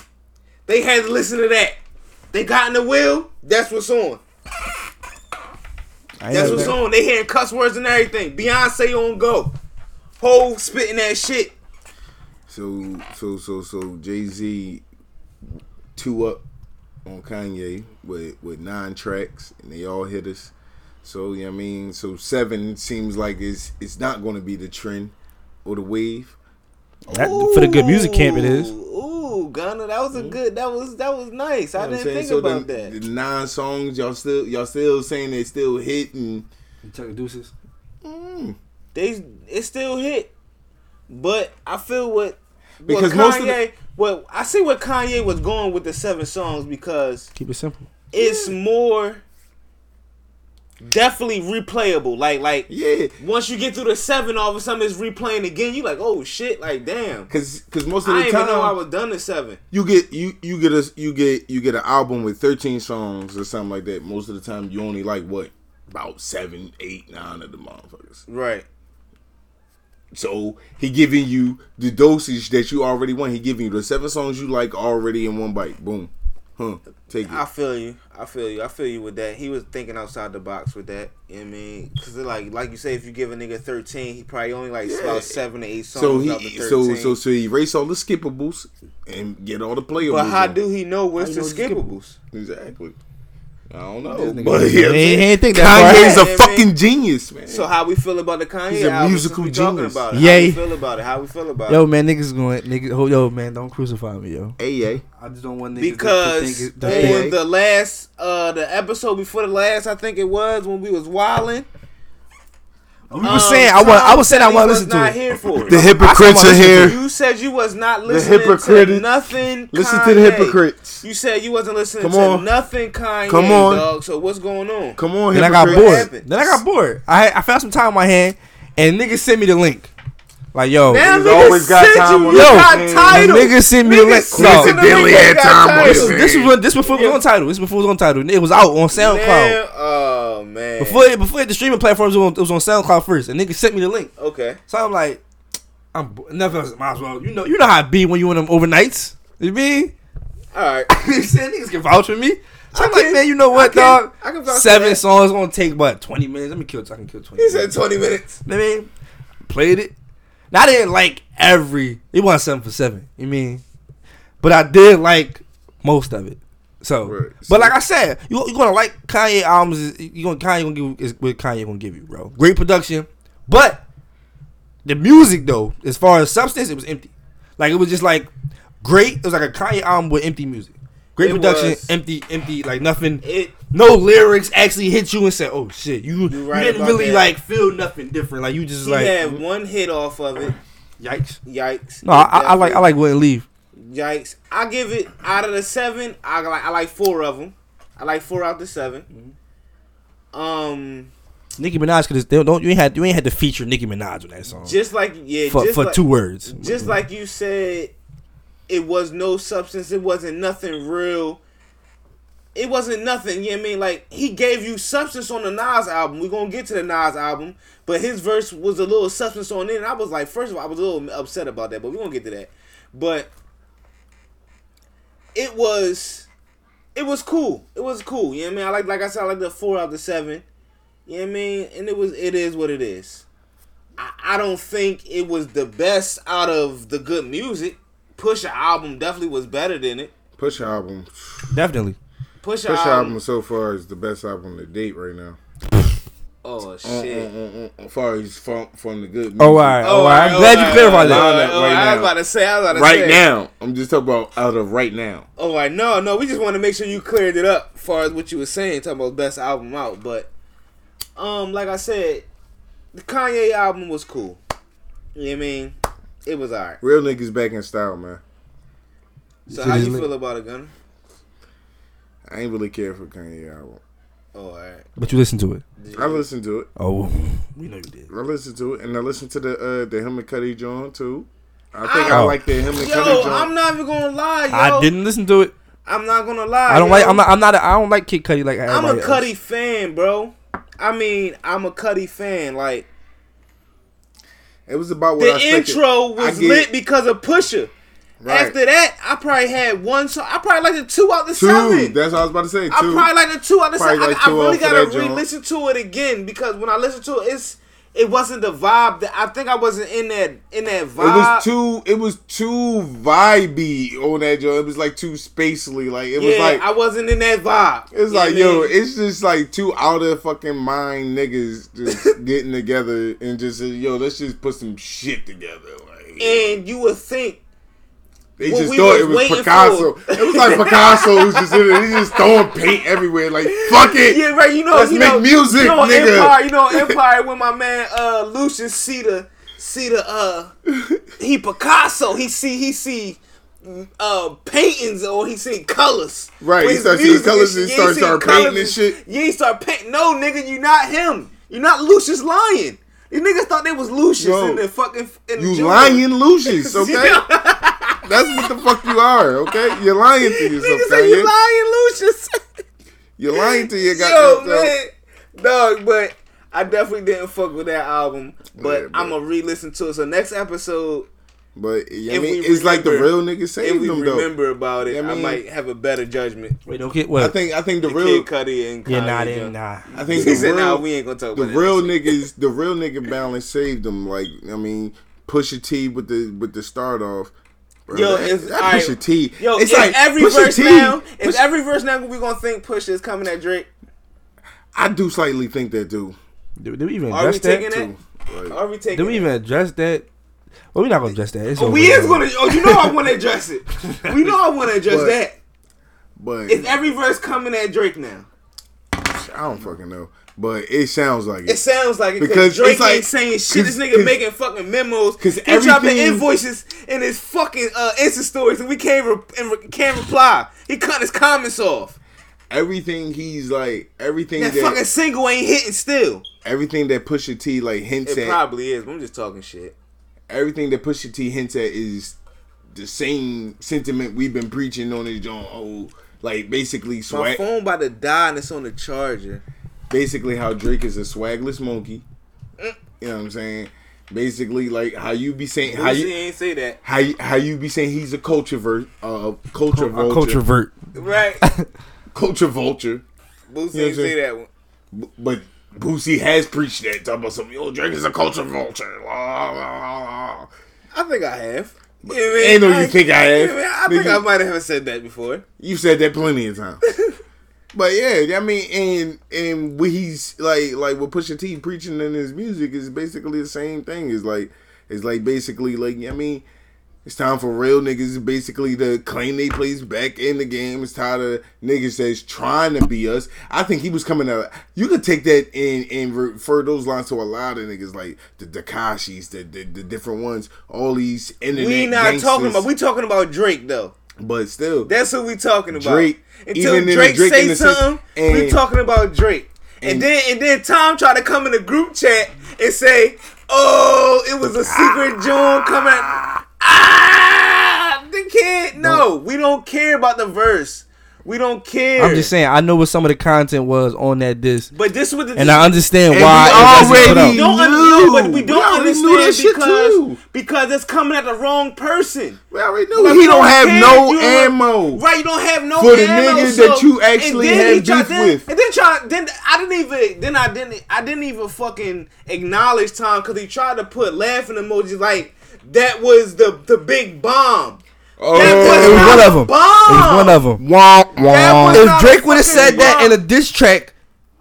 they had to listen to that. They got in the wheel. That's what's on.
I ain't
That's
never-
what's on. They hearing cuss words and everything. Beyonce on go. Whole spitting that shit.
So so so so Jay Z two up on Kanye with with nine tracks and they all hit us. So you know what I mean, so seven seems like it's it's not going to be the trend or the wave.
That- for the good music camp, it is.
Ooh, Gunna, that was a good. That was that was nice. I
Mm-hmm. You know what I'm
didn't
saying?
think
So the-
about that.
The nine songs y'all still y'all still saying they still hitting.
Chuck Deuces.
They it still hit, but I feel what because
Because
Kanye.
most of the-
well, I see where Kanye was going with the seven songs because
Keep it simple.
it's more definitely replayable. Like like
yeah.
Once you get through the seven, all of a sudden it's replaying again. You like oh shit, like damn.
Cause, Cause most of
I
the
didn't
time
even know I was done to seven.
you get you you get a you get you get an album with 13 songs or something like that most of the time you only like what about seven eight nine of the motherfuckers
right
so he giving you the dosage that you already want he giving you the seven songs you like already in one bite boom huh take it
I feel you. I feel you. I feel you with that. He was thinking outside the box with that. You know what I mean, because like like you say, if you give a nigga thirteen, he probably only like about seven to eight songs.
so
out the
he
13.
so so so he erase all the skippables and get all the playables
But how
in.
do he know where's
How
the
you know
skippables?
exactly I don't
This
know,
nigga-
but
He ain't think that far.
Kanye's
Yeah,
a
man.
fucking genius, man.
So how we feel about the Kanye?
He's a
album?
musical
Since we talking
genius.
About it.
Yay.
How we feel about it? How we feel about it?
Yo, man, niggas going. Nigga, oh, yo, man, don't crucify me, yo.
AA.
I just don't want niggas
because
to think it- to
on
think-
the last uh the episode before the last I think it was when we was wilding.
We were saying I want. I was saying I want to listen to
um, not
it.
here for it.
I said I wanna listen to it.
You said you was not listening
hypocrite.
to nothing.
Listen
Kanye.
to the hypocrites.
You said you wasn't listening
Come
to
on.
nothing, Kanye.
Come on.
dog. So what's going on?
Come on,
Then I got
hypocrites. What
bored.
happened?
Then I got bored. I I found some time on my hand, and niggas sent me the link. Like yo,
Now
niggas
niggas always got send time you- on you their got hands. title.
Niggas sent me the link.
send you the Coincidentally link, had they got time on
This,
title. their
this was when this before it was on title. This before it was on title. It was out on SoundCloud.
Man, oh man.
Before it, before it, the streaming platforms it was, on, it was on SoundCloud first, and niggas sent me the link.
Okay.
So I'm like, I'm bo- nothing else. Might as well. You know, you know how it be when you in them overnights. You mean?
All right.
niggas can vouch for me. So I'm like, man, you know what, dog?
I can vouch for
Seven
that.
songs gonna take what twenty minutes. Let me kill. I can kill twenty.
He said 20 minutes.
I mean, played it. Now, I didn't like every. It wasn't seven for seven. You mean? But I did like most of it. So, but like I said, you you gonna like Kanye albums. You gonna Kanye gonna give is what Kanye gonna give you, bro. Great production, but the music though, as far as substance, it was empty. Like it was just like great. It was like a Kanye album with empty music. Great
It
production,
was.
empty, empty, like nothing.
It-
no lyrics actually hit you and said, "Oh shit, you, you,
right
didn't
about
really
that.
like feel nothing different." Like you just
He
like
had one hit off of it.
Yikes.
Yikes.
No, I, I, I like I like wouldn't leave.
Yikes! I give it out of the seven. I like I like four of them. I like four out of the 7 Um,
Nicki Minaj could still don't you ain't had you ain't had to feature Nicki Minaj on that song.
just like yeah,
For-
just
for
like-
two words.
Just like you said, it was no substance. It wasn't nothing real. It wasn't nothing. You know what I mean? Like he gave you substance on the Nas album. We're gonna get to the Nas album, but his verse was a little substance on it. And I was like, first of all, I was a little upset about that, but we're gonna get to that. But it was it was cool. It was cool. You know what I mean? I like like I said, I like the four out of the seven. You know what I mean? And it was it is what it is. I, I don't think it was the best out of the good music. Pusha album definitely was better than it.
Push album.
Definitely.
Push
Pusha, album.
album so far is the best album to date right now.
Oh shit.
As far as from, from the good. Music.
Oh, all right, Oh, all right. I'm all glad you right, clarified
oh,
that. all right,
Lineup
all right.
right
I was
now.
about to say, I was about to
right
say.
now. I'm just talking about out of right now.
Oh, I know, no. We just want to make sure you cleared it up, as far as what you were saying, talking about best album out. But, um, like I said, the Kanye album was cool. You know what I mean? It was alright.
Real niggas back in style, man.
So how you feel about it, Gunner?
I ain't really care for Kanye album.
Oh, all right.
But you listen to it.
I listened to it.
Oh, we know you did.
I listened to it, and I listened to the uh, the him and Cuddy John too. I think
Oh.
I, like the him and
Yo,
Cuddy John.
I'm not even gonna lie, yo.
I didn't listen to it.
I'm not gonna lie.
I don't like.
yo.
I'm not. I'm not. A, I don't like Kid Cudi like
I'm
everybody
a Cuddy
Else.
fan, bro. I mean, I'm a Cuddy fan. Like
it was about
the
what I expected.
intro
I
was
get-
lit because of Pusha.
Right.
After that, I probably had one song. I probably like the two out the
two.
seven.
That's what I was about to say. Two.
I probably like the two out the
Probably
seven.
like
I, I
two
really
off of
gotta
that joint.
re-listen to it again because when I listen to it, it's it wasn't the vibe that I think I wasn't in that in that
It
vibe.
was too. It was too vibey on that joint. It was like too spacely. Like it was
yeah,
like
I wasn't in that vibe.
It's
You
like,
know what I mean?
yo, it's just like two out of fucking mind niggas just getting together and just say, yo, let's just put some shit together. Like
and you would think
they
What
just
we
thought
was
it was
waiting
Picasso.
for.
It was like Picasso was just in it. He just throwing paint everywhere. Like fuck it.
Yeah, right. You know,
let's
you
make
know,
music,
You know, on
nigga.
Empire, you know, on Empire when my man uh, Lucius see the see the uh, he Picasso. He see he see uh, paintings or he see colors.
Right, he
With his
starts seeing
music
colors and
shit.
starts-
he seeing
start painting
colors
and shit.
Yeah, he start painting. No, nigga, you not him. You not Lucius Lion. These niggas thought they was Lucius
Yo,
in the fucking. In the
You
jungle.
lying Lucius, okay? That's what the fuck you are, okay? You're lying to yourself,
Niggas say you
Kanye.
lying, Lucius.
You're lying to your
Yo,
goddamn self.
man. Dog, but I definitely didn't fuck with that album. But I'm going to re listen to it. So next episode.
But yeah, I
if
mean,
we
it's like the
remember-
real niggas
If
saved
we
them though.
remember about it,
Yeah, I
I
mean-
might have a better judgment.
Wait, don't get what?
I think I think the
The
real
Kid Cudi and
Yeah,
Kanye
nah, I didn't-
joint.
nah.
I think
he
the
said,
real,
"Nah, we ain't gonna talk
the
about that."
real niggas. The real nigga balance saved them. Like I mean, Pusha T with the with the start off. Bro,
Yo,
that-
it's
that
all right.
Pusha T.
Yo,
it's
if
like
every
Pusha
verse
T.
now, if
Push-
every verse now, we gonna think Push is coming at Drake.
I do slightly think that do.
Did, did we even
Are we
address
taking
that?
that? Are we taking?
Did we even address that? Well, we're not gonna address that. It's
Oh,
over
we is
with.
gonna. Oh, you know I want to address it. We know I want to address
But-
that.
But
Is every verse coming at Drake now?
I don't fucking know. But it sounds like it.
It sounds like it because
Because
Drake
it's like-
ain't saying shit. This
'cause-
nigga
'cause-
making fucking memos.
'cause
He dropping
everything-
invoices in his fucking uh, Insta stories, and we can't re- and re- can't reply. He cut his comments off.
everything he's like, everything
That
that,
fucking single ain't hitting still.
everything that Pusha T like hints
It
at,
probably is. But I'm just talking shit.
everything that Pusha T hints at is the same sentiment we've been preaching on this joint. Oh, like basically
My
swag.
phone about to die, and it's on the charger.
basically how Drake is a swagless monkey. You know what I'm saying? Basically, like how you be saying how
Lucy
you
ain't say that.
how you, how you be saying he's a culture vert, uh, culture
A
vulture,
culture vert.
Right.
culture vulture.
Boosie
You know what
ain't say
I'm saying?
that one.
B- But Boosie has preached that talking about something. Yo, Drake is a culture vulture. La, la, la, la.
I think I have. Yeah,
ain't no you think I have.
Yeah, man, I think
Nigga.
I might have said that before.
You said that plenty of times. But yeah, I mean, and and what he's like, like what Pusha T preaching in his music is basically the same thing. It's like, it's like basically like I mean, it's time for real niggas basically to claim they place back in the game. It's tired of niggas that's trying to be us. I think he was coming out. You could take that and and refer those lines to a lot of niggas like the Dakashis, the, the the different ones, all these internet.
We not
gangsters.
talking about. We talking about Drake though.
but still,
That's who we talking about.
Drake,
Until
even in
Drake,
Drake in
say
the
something,
sense-
we
and-
talking about Drake. And,
and-
then and then Tom tried to come in the group chat and say, "Oh, it was a secret joint coming." out." Ah, the kid. No, we don't care about the verse. We don't care.
I'm just saying. I know what some of the content was on that disc,
But this was the
and I understand
And
why.
we
it wasn't put
We
out.
don't un- no, but we
We
don't
already
understand
knew that shit
because
too.
because it's coming at the wrong person.
we already knew
Like,
he
you
don't have
care,
no
you don't-
ammo.
Right, you don't have no
For the
ammo,
niggas
so-
that you actually
and then he
had
tried-
beef
then-
with.
And then try then I didn't even then I didn't I didn't even fucking acknowledge Tom because he tried to put laughing emojis like that was the the big bomb.
Oh,
that
It was
not
one
a
of them. It was
bomb.
one of them.
Um,
was not
If
a
Drake would have said
fucking
that
bomb.
in a diss track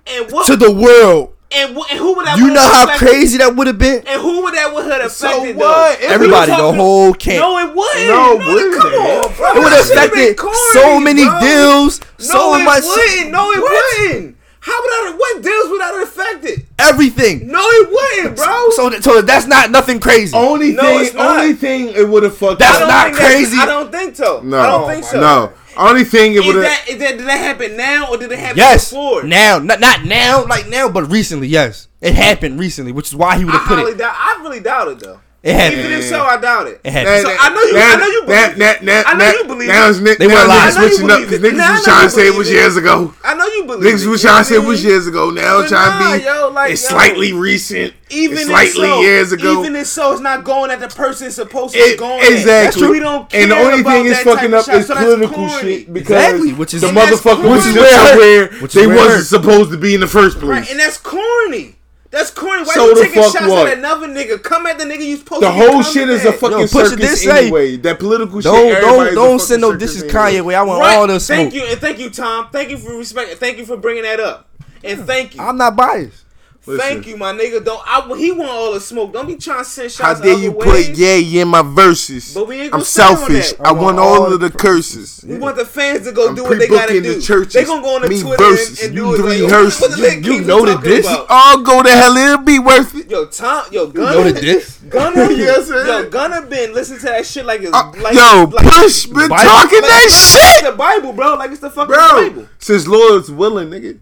And what?
to the world,
and, wh- and who would that?
you
would've
know how
affected?
crazy that would have been.
And who would that would have affected? though?
what? If
Everybody,
We
the
talking-
whole camp.
No, it wouldn't.
No,
No,
it wouldn't.
Come on, bro.
It would have
That shit been
affected
corny,
so many
bro.
deals,
No,
so
it
much.
wouldn't. No, it wouldn't. How would I? What deals would that have affected?
everything.
No, it wouldn't, bro.
So, so that's not nothing crazy.
Only
No, it's
thing,
not.
only thing it would have fucked.
That's
up.
not crazy.
I don't think so.
No,
I don't think so.
No, only thing it
Is
would
that,
have.
is that did that happen now or did it happen
Yes.
before?
Now, not not now, like now, but recently, yes, it happened recently, which is why he would
I
have put
highly
it.
doubt. I really doubt it though.
It happened.
Even if so, I doubt it.
It happened.
So I know you. I know you believe.
Now,
it. I know you believe.
Now,
it.
it's ni-
They
now
were lying.
I
niggas
know you
switching up
believe it.
because niggas
Nah, I
was
know
trying
you
to say it was
believe it.
years ago.
I know you believe. it,
Niggas was
you know
trying to
what
say it
I
was
mean?
years ago. Now
But
trying to be
nah, yo, like,
it's
yo.
slightly recent.
Even
it's
if
slightly
so,
years ago.
Even if so, it's not going at the person it's supposed to
It-
be going at.
exactly.
We don't care
and the only
about
thing
that
it's fucking
type of
up
shot,
is
so that's
political
corny.
shit because
Exactly, which is-
the
And that's
motherfucker
corny. Which
was
is
where-
where
which is
they
where it
wasn't
hurts.
supposed to be in the first
Right,
place.
and that's corny. That's corny. Why
So
you
the
taking
fuck
shots
what?
at another nigga? Come at the nigga you supposed
The
to. be
whole
coming
shit is a
at.
fucking
Yo, Pusha
circus
did say-
anyway. That political
Don't
shit.
don't
everybody's a
don't
fucking
send no
circus
this is
anyway.
Kanye. Way I want
Right.
all the smoke.
Thank you and thank you, Tom. Thank you for respect. and Thank you for bringing that up. And thank you.
I'm not biased.
Thank
Listen.
you, my nigga. Don't I, he want all the smoke? Don't be trying to send
How
shots.
dare
other
you
ways.
put yeah yeah in my verses?
But we ain't
I'm
gonna stand on
selfish.
that.
I want all of the curses.
We want the fans to go
I'm
do what they gotta
pre-booking the
do.
churches.
They gonna go on the
Me
Twitter and,
verses.
and do
You
it. Like,
three
yo,
verses.
what the
You-
Lil'
you
Kim
know
was
that
talking
this
about?
all go to hell. It'll be worth it.
Yo, Tom, yo, Gunna,
Know that this?
Gunna,
Yes, sir.
yo, Gunna been listening to that shit like it's
Uh,
like,
Yo,
like,
Push been
Bible-
talking
like
that
it's
shit,
the Bible, bro. Like it's the fucking
bro.
Bible.
Since Lord's willing, nigga.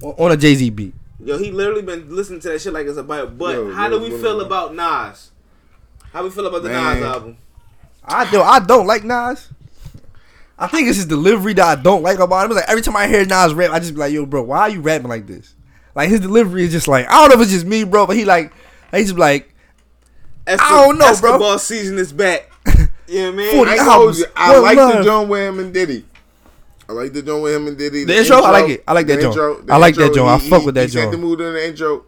On a Jay Z beat.
Yo, he literally been listening to that shit like it's a Bible. But
Yo,
how do
yo,
we
yo,
feel
yo.
about Nas? How we feel about the
Man.
Nas album?
I do. I don't like Nas. I think it's his delivery that I don't like about him. It's like every time I hear Nas rap, I just be like, "Yo, bro, why are you rapping like this?" Like his delivery is just like I don't know if it's just me, bro, but he like he just be like
Esco-
I don't know, bro.
Escobar season is back. You know what I mean?
40
I,
I-
albums.
told you, I
One
like the
love.
joint with him and Diddy. I like the joint with him and Diddy.
The intro? I like it. I like that
the
joint.
the
I like that joint. I
he-
fuck
he-
with that
he set
joint.
the mood in the intro,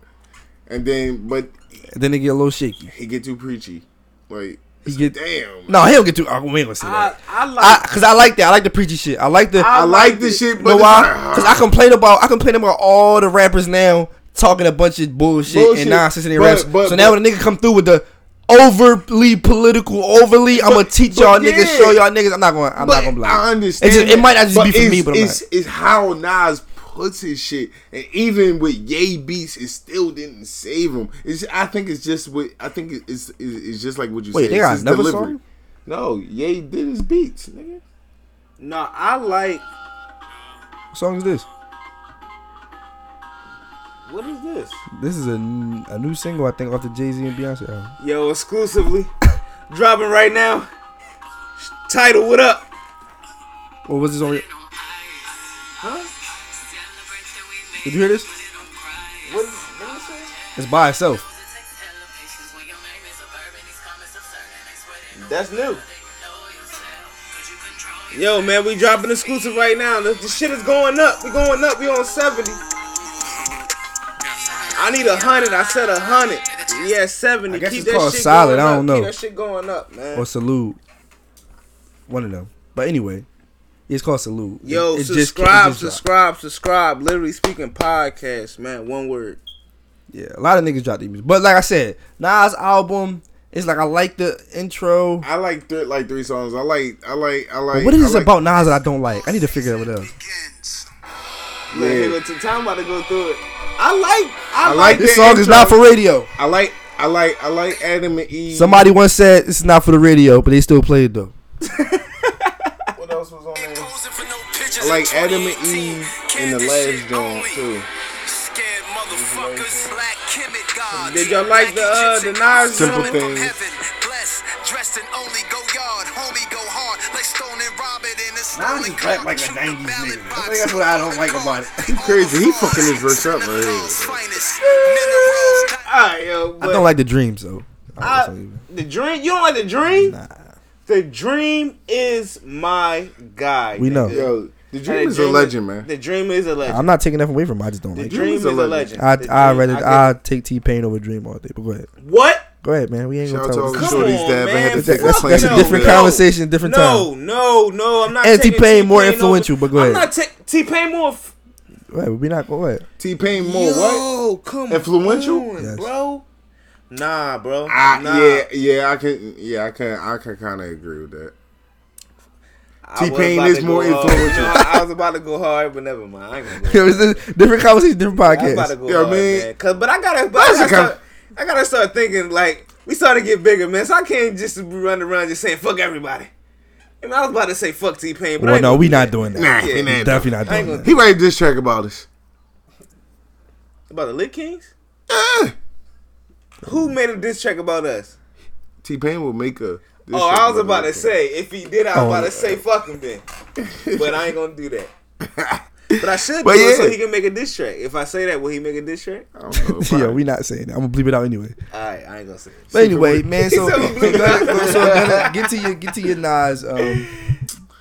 and then but
then they get a little shaky.
he get too preachy. Like
He
it's
get-
like, damn.
No, he don't get too. I, we ain't gonna say
I,
that.
like.
I, Cause I like that. I like the preachy shit. I like the.
I like
it.
this shit,
You know
but
why? Because I
it's-
complain about I complain about all the rappers now talking a bunch of bullshit,
Bullshit.
and nonsense in their
But-
raps.
but-
so now
but-
when a nigga come through with the overly political, overly I'm gonna teach
but
y'all
yeah.
niggas, show y'all niggas. I'm not gonna. I'm not
but
gonna lie.
I understand.
It, just, it might not just
that,
be for
it's-
me, but I'm
it's,
not.
it's how Nas puts his shit, and even with Yay beats, it still didn't save him. It's I think it's just what I think it- it's it's, it's just like what you said.
Wait, they
It's
got
his
another
delivery.
song?
No, Ye did his beats, nigga.
no, I like.
What song is this?
What is this?
This is a, n- a new single I think off the Jay Z and Beyonce album.
Yo, exclusively dropping right now. Title, what up?
What was this on? Huh? Did you hear this?
What is, what is it?
It's by itself.
That's new. Yo, man, we dropping exclusive right now. The, the shit is going up. We going up. We on seventy. I need a hundred. I said a hundred. Yeah, seventy.
I guess
Keep
it's
that
called
shit
solid.
going
I
up.
don't know.
Keep that shit going up, man.
or salute. One of them. But anyway, it's called salute.
Yo,
It- it just- it
subscribe,
just dropped.
subscribe, subscribe. Literally speaking podcast, man. One word.
Yeah, a lot of niggas dropped their music. But like I said, Nas album is like I like the intro.
I like th- like three songs. I like I like I like.
what
I
is this
like-
about Nas that I don't like? I need to figure out what else.
Yeah. Man, nigga, t- time about to go through it. I like, I,
I
like,
like
This
the
song is
intro.
not for radio.
I like I like I like Adam and Eve.
Somebody once said it's not for the radio, but they still play it though.
What else was on there? I like Adam and Eve in the last joint too.
Did y'all like the uh, the Nas
Simple
joint?
things.
Nas is rap like a 90s nigga. I think that's what I don't like about it.
He crazy. He fucking his verse up right here.
Alright, yo,
I
but
don't like the dreams though. I don't
I-
even-
the dream. You don't like the dream? Nah. The dream is my guy.
We know.
nigga.
Yo, the
And
dream is a legend, man.
The dream is a legend.
I'm not taking nothing away from. Him. I just don't
the
like.
dream is a legend.
I
The
I
dream-
rather
I
I take T Pain over Dream all day. But go ahead,
think- what?
go ahead, man. We ain't
Shout
gonna
out to all the
talk. about
Come
this.
on,
shorties that
man.
had to
That's, that's,
Fuck
that's
no.
a different
No.
conversation, different
No, no, no. I'm not.
And
taking
T-Pain more
T-Pain
influential,
over-
but go
I'm
ahead.
not ta- T-Pain more. F-
time. Go ahead, we not go ahead.
T Pain more what?
Yo, come
Influential?
on,
Yes.
bro. Nah, bro.
I,
nah.
Yeah, yeah, I can, yeah, I can, I can kind of agree with that.
I
T
was
Pain
about
is
to
more
go hard.
influential.
No, I was about to go hard, but never mind. I ain't gonna go
It was just different conversation, different
I was about to
podcast.
go hard, man. 'Cause- but I gotta, but I
That's
gotta,
a com-
start, I gotta start thinking like we started to get bigger, man. So I can't just run around just saying fuck everybody. I, mean, I was about to say fuck T Pain, but I
Well,
ain't
no,
gonna
we
do
not
that.
doing that.
Nah,
Yeah.
he not
Definitely not
I ain't
doing that.
He made this track about us.
About the Lit Kings? Who made a diss track about us?
T Pain will make a. this
oh,
shit
I was
better.
about to say if he did, I was
Oh,
about
yeah.
to say fuck him then, but I ain't gonna do that. But I should
But
do it so
yeah.
he can make a diss track. If I say that, will he make a diss track? All
yeah, we not saying that. I'm gonna bleep it out anyway.
right, I ain't gonna say. it.
But anyway, man. So,
So bleep it out.
so Gunna, get to your get to your Nas. Um,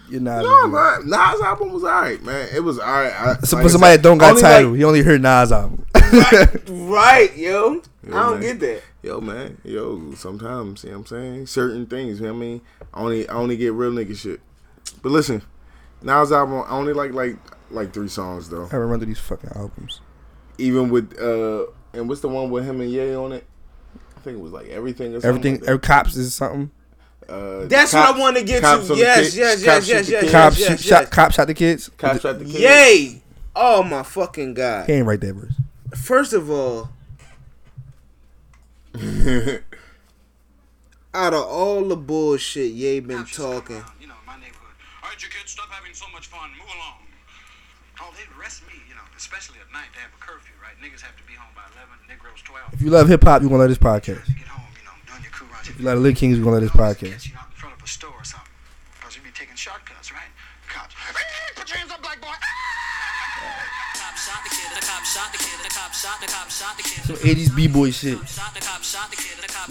your Nas.
No,
review.
nah, Nas album was alright, man. It was alright. I-
So,
like I
for somebody
said,
that don't got
only
title,
like-
he only heard Nas album.
Right, yo.
Yo,
I don't
man.
get that.
Yo, man. Yo, sometimes, you know what I'm saying? Certain things, you know what I mean? I only I only get real nigga shit. But listen, Nas album I only like like like three songs though.
I remember these fucking albums.
Oh Even with uh and what's the one with him and Ye on it? I think it was like everything or something.
Everything,
like that.
every cops is something.
Uh,
That's what I wanted to get to.
Cops on the
Yes,
Kids-
yes, yes,
Cops
yes,
Shoot the
yes,
Kids.
Cops
yes,
shoot,
yes.
shot, cop shot the kids.
Cops shot the kids.
Yay! Oh my fucking god!
He ain't right that verse.
First of all, out of all the bullshit Ye been talking,
All right, you kids, stop having so much fun. Move along. Oh, they'd arrest me, you know, especially at night. They have a curfew, right? Niggas have to be home by 11, Negroes 12.
If you love hip hop, you gonna love this podcast. If you love the Lit Kings, you gonna love this podcast.
Because you'd be taking shortcuts, right? Cops. Put your hands up, black boy. Cop shot the kid, the cop shot the kid, the cop shot the cop shot the kid.
Some 80s b-boy shit.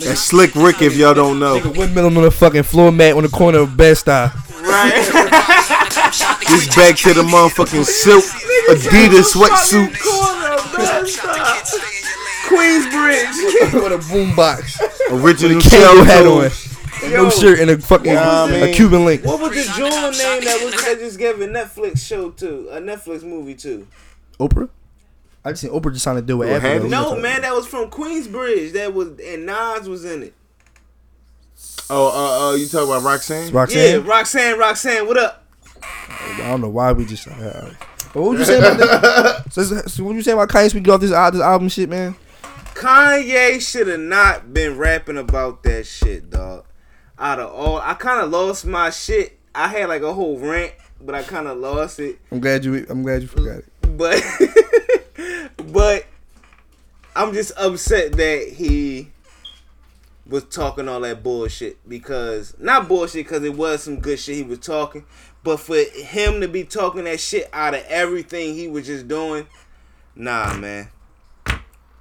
That's Slick Rick if y'all don't know.
Nigga windmill him on the fucking floor mat on the corner of Best Eye.
This back to the motherfucking silk Adidas sweatsuit.
Queensbridge with a boombox,
Original
with a KO hat
Kelso.
on, and no shirt and a fucking
Nah,
a
man.
Cuban link.
what was the Jewel name that was that just gave a Netflix show to a Netflix movie to?
Oprah. I just seen Oprah just signed a deal with
Who,
Apple.
Hattie?
No man, that was from Queensbridge. That was and Nas was in it.
Oh, uh, uh, you talking about Roxanne?
Roxanne.
Yeah, Roxanne, Roxanne, what up?
I don't know why we just. Uh, but what would you say about that? So, so what you say about Kanye? We get off this, al- this album shit, man.
Kanye should have not been rapping about that shit, dog. Out of all, I kind of lost my shit. I had like a whole rant, but I kind of lost it.
I'm glad you. I'm glad you forgot it.
But, but I'm just upset that he was talking all that bullshit because not bullshit because it was some good shit he was talking, but for him to be talking that shit out of everything he was just doing, nah, man.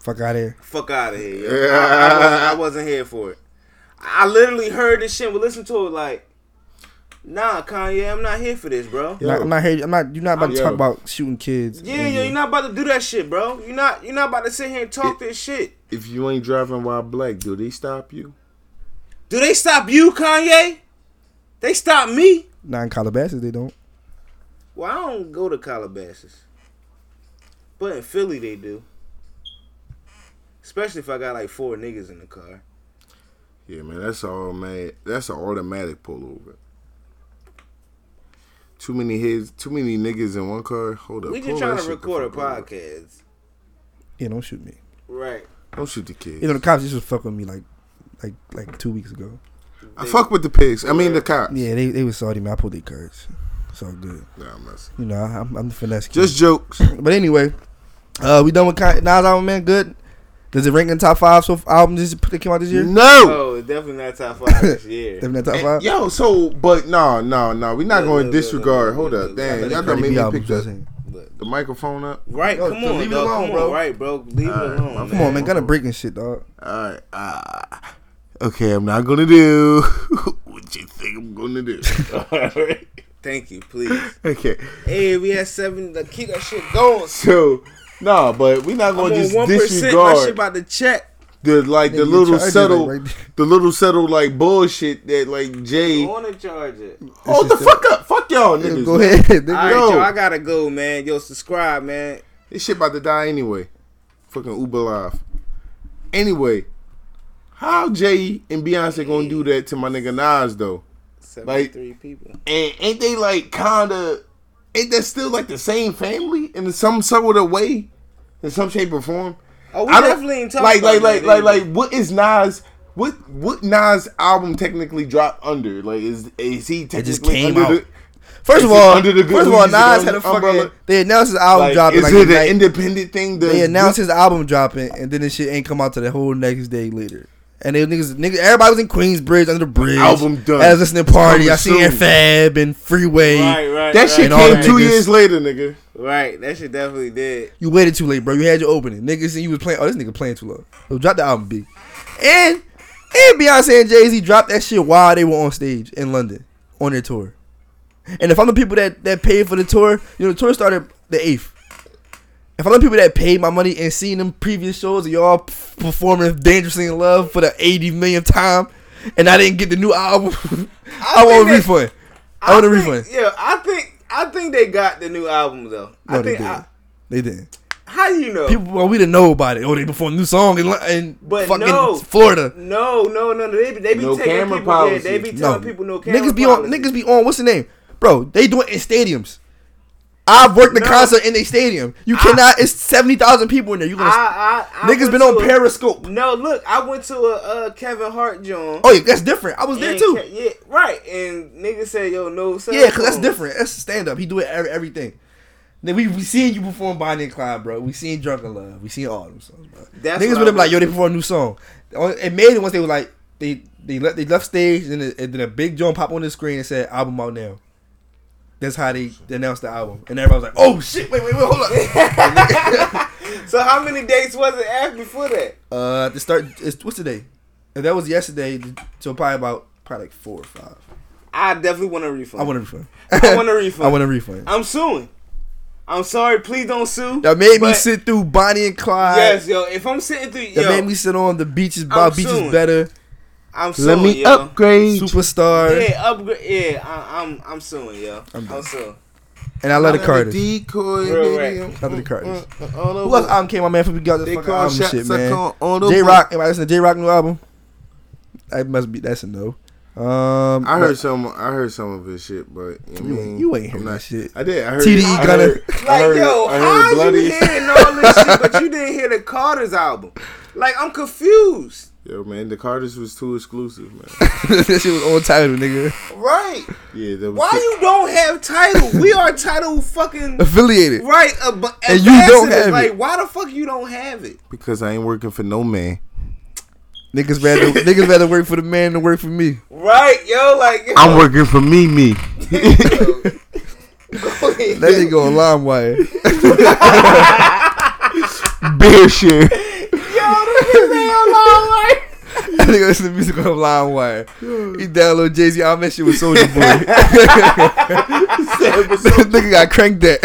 Fuck out here.
Fuck out of here. yo. I, I wasn't, I wasn't here for it. I literally heard this shit, but listened to it like, nah, Kanye, I'm not here for this, bro.
I'm not, I'm not here. I'm not. You're not about to
Yo.
talk about shooting kids.
Yeah, yo, you're not about to do that shit, bro. You're not, you're not about to sit here and talk this shit.
If you ain't driving while black, do they stop you?
Do they stop you, Kanye? They stop me.
Not in Calabasas, they don't.
Well, I don't go to Calabasas, but in Philly they do. Especially if I got like four niggas in the car.
Yeah, man, that's all man. That's an automatic pullover. Too many heads, too many niggas in one car. Hold up.
we just
pull
trying
that
to
shit the
record a
fuck over.
podcast,
Yeah, don't shoot me.
right?
Don't shoot the kids.
You know the cops used to fuck with me like, like, like two weeks ago.
I fuck with the pigs. I mean the cops.
Yeah, they they was salty man. I pulled their cards. It's all good.
Nah, I'm messing.
You know, I- I'm, I'm the finesse. Kid.
Just jokes.
But anyway, uh, we done with Kanye, Nas album, man. Good. Does it rank in top five so albums that came out this year?
No.
Oh, definitely not top five this year.
Definitely not top five.
Yo, so but no, no, no. We're not going to disregard. Hold up,
I
damn.
thought
Y'all
the
done
Cardi
made
B
me
album
pick
was
the,
in.
the microphone up.
Right,
Yo,
come
so
on,
leave it
dog,
alone,
come
bro.
On, right, bro, leave it alone.
Come on, man. Gotta break and shit, dog.
All right. Uh, okay, I'm not gonna do what you think I'm gonna do. All right.
Thank you, please.
Okay.
hey, we had seven. Like, keep that shit going.
So no, but we're not
I'm on
gonna just
one percent. My shit
disregard
about to check.
the like the
Nigga, you
little
charging
subtle,
it right there.
the little subtle like bullshit that like Jay.
I want to charge it. All
Hold the fuck up, fuck y'all niggas.
Go ahead.
right,
nigga.
Yo.
yo, I gotta go, man. Yo, subscribe, man.
This shit about to die anyway. Fucking Uber Live. Anyway, how Jay and Beyonce gonna do that to my nigga Nas though? like
three people.
And ain't they like kind of? Ain't that still like the same family in some sort of way, in some shape or form?
Oh, we
I don't-
definitely ain't talking
like
about
like
that,
like
either.
like like what is Nas? What what Nas album technically dropped under? Like is is he technically
came
under
out.
The,
First
is
of
he
all,
under the good
first of all,
leases
Nas
of
had a
the umbrella?
fucking. They announced his album
Like,
dropping.
is
like
it an
the night-
independent thing?
They
Does-
announced his album dropping, and then this shit ain't come out to the whole next day later. And they niggas, niggas, everybody was in Queensbridge under the bridge.
Album done.
I was listening to party.
Coming
I seen
soon.
Fab and Freeway.
Right, right,
That
right.
shit
And all
came
them
two
niggas.
years later, nigga.
Right, that shit definitely did.
You waited too late, bro. You had your opening, niggas, and you was playing. Oh, this nigga playing too low. So drop the album, B. And and Beyonce and Jay Z dropped that shit while they were on stage in London on their tour. And if I'm the people that that paid for the tour, you know, the tour started the eighth. If I'm the people that paid my money and seen them previous shows and y'all p- performing "Dangerously in Love" for the 80 millionth time, and I didn't get the new album, I,
think
want a
that-
refund. I, want a
think-
refund.
Yeah, I think I think they got the new album though.
No,
I
they
think
didn't.
I,
They didn't.
how you know?
People, well, we didn't know about it. Oh, they performed a new song in, Lo- in
but
fucking
no,
Florida.
No, no, no, no. They be, they be
No
taking
camera
people.
policy.
Yeah, they be
No.
telling people no camera.
niggas be on.
policy.
Niggas be on. What's the name, bro? They do it in stadiums. I've worked the concert in a stadium. You cannot. It's seventy thousand people in there. You gonna?
I, I, I
niggas
went
been on
to a-
Periscope.
No, look, I went to a uh, Kevin Hart joint.
Oh yeah, that's different. I was there
And
too.
Ke- yeah, right. And niggas said, "Yo, no." cell
Yeah, cause that's
phones.
different. That's stand up. He do it every, everything. Then we we seen you perform Bonnie and Clyde, bro. We seen Drunken Love. We seen all them songs, bro.
That's
Niggas
what
would
I
have like, yo,
want.
they performed a new song. It made it once they were like, they they left they left stage and, then- and then a big John pop on the screen and said album out now. That's how they announced the album, and everybody was like, oh shit, wait, wait, wait, hold up.
So how many dates was it after before that?
uh, to start, it's, what's today? If that was yesterday, so probably about probably like four or five.
I definitely want a refund.
I want a refund.
I want a refund.
I want a refund.
I'm suing. I'm sorry. Please don't sue.
That made me
But-
sit through Bonnie and Clyde.
Yes, yo. If I'm sitting through,
That
yo,
made me sit on the beaches.
I'm
Bob Beach
suing.
is better.
I'm suing, yo.
Superstar.
Yeah, upgrade. Yeah, I, I'm I'm suing, yo. I'm, suing.
And I love the Carters.
Decoy,
Real
nigga.
rap.
I love the Carters.
Uh,
all
Who else
over.
album came out, man? For we got
Uh,
this
They
fucking
call
album
shots,
shit,
I
man.
call all the
J
boys.
Rock. Anybody listen to J Rock new album? That must be. That's a no. Um,
I heard
but-
some. I heard some of his shit, but you,
You,
mean,
ain't- you ain't
I'm
hearing
not-
that shit.
I did. I heard.
TDE
I
Gunna.
heard- I heard-
Like, yo,
I heard
how's
Bloody.
you hearing all this shit, but you didn't hear the Carter's album? Like, I'm confused.
Yo, man, the Carters was too exclusive, man.
that shit was on title, nigga.
Right?
Yeah, that was
Why
too-
you don't have title? We are title fucking
Affiliated.
right? Ab-
And you don't
ambassadors.
have it.
Like, why the fuck you don't have it?
Because I ain't working for no man.
Niggas rather niggas rather work for the man than work for me.
Right, yo. Like, yo.
I'm working for me, me.
That nigga on LimeWire.
Beer shit.
that nigga listen to music on LimeWire. He download Jay Z. I that shit with Soldier Boy. nigga got cranked that.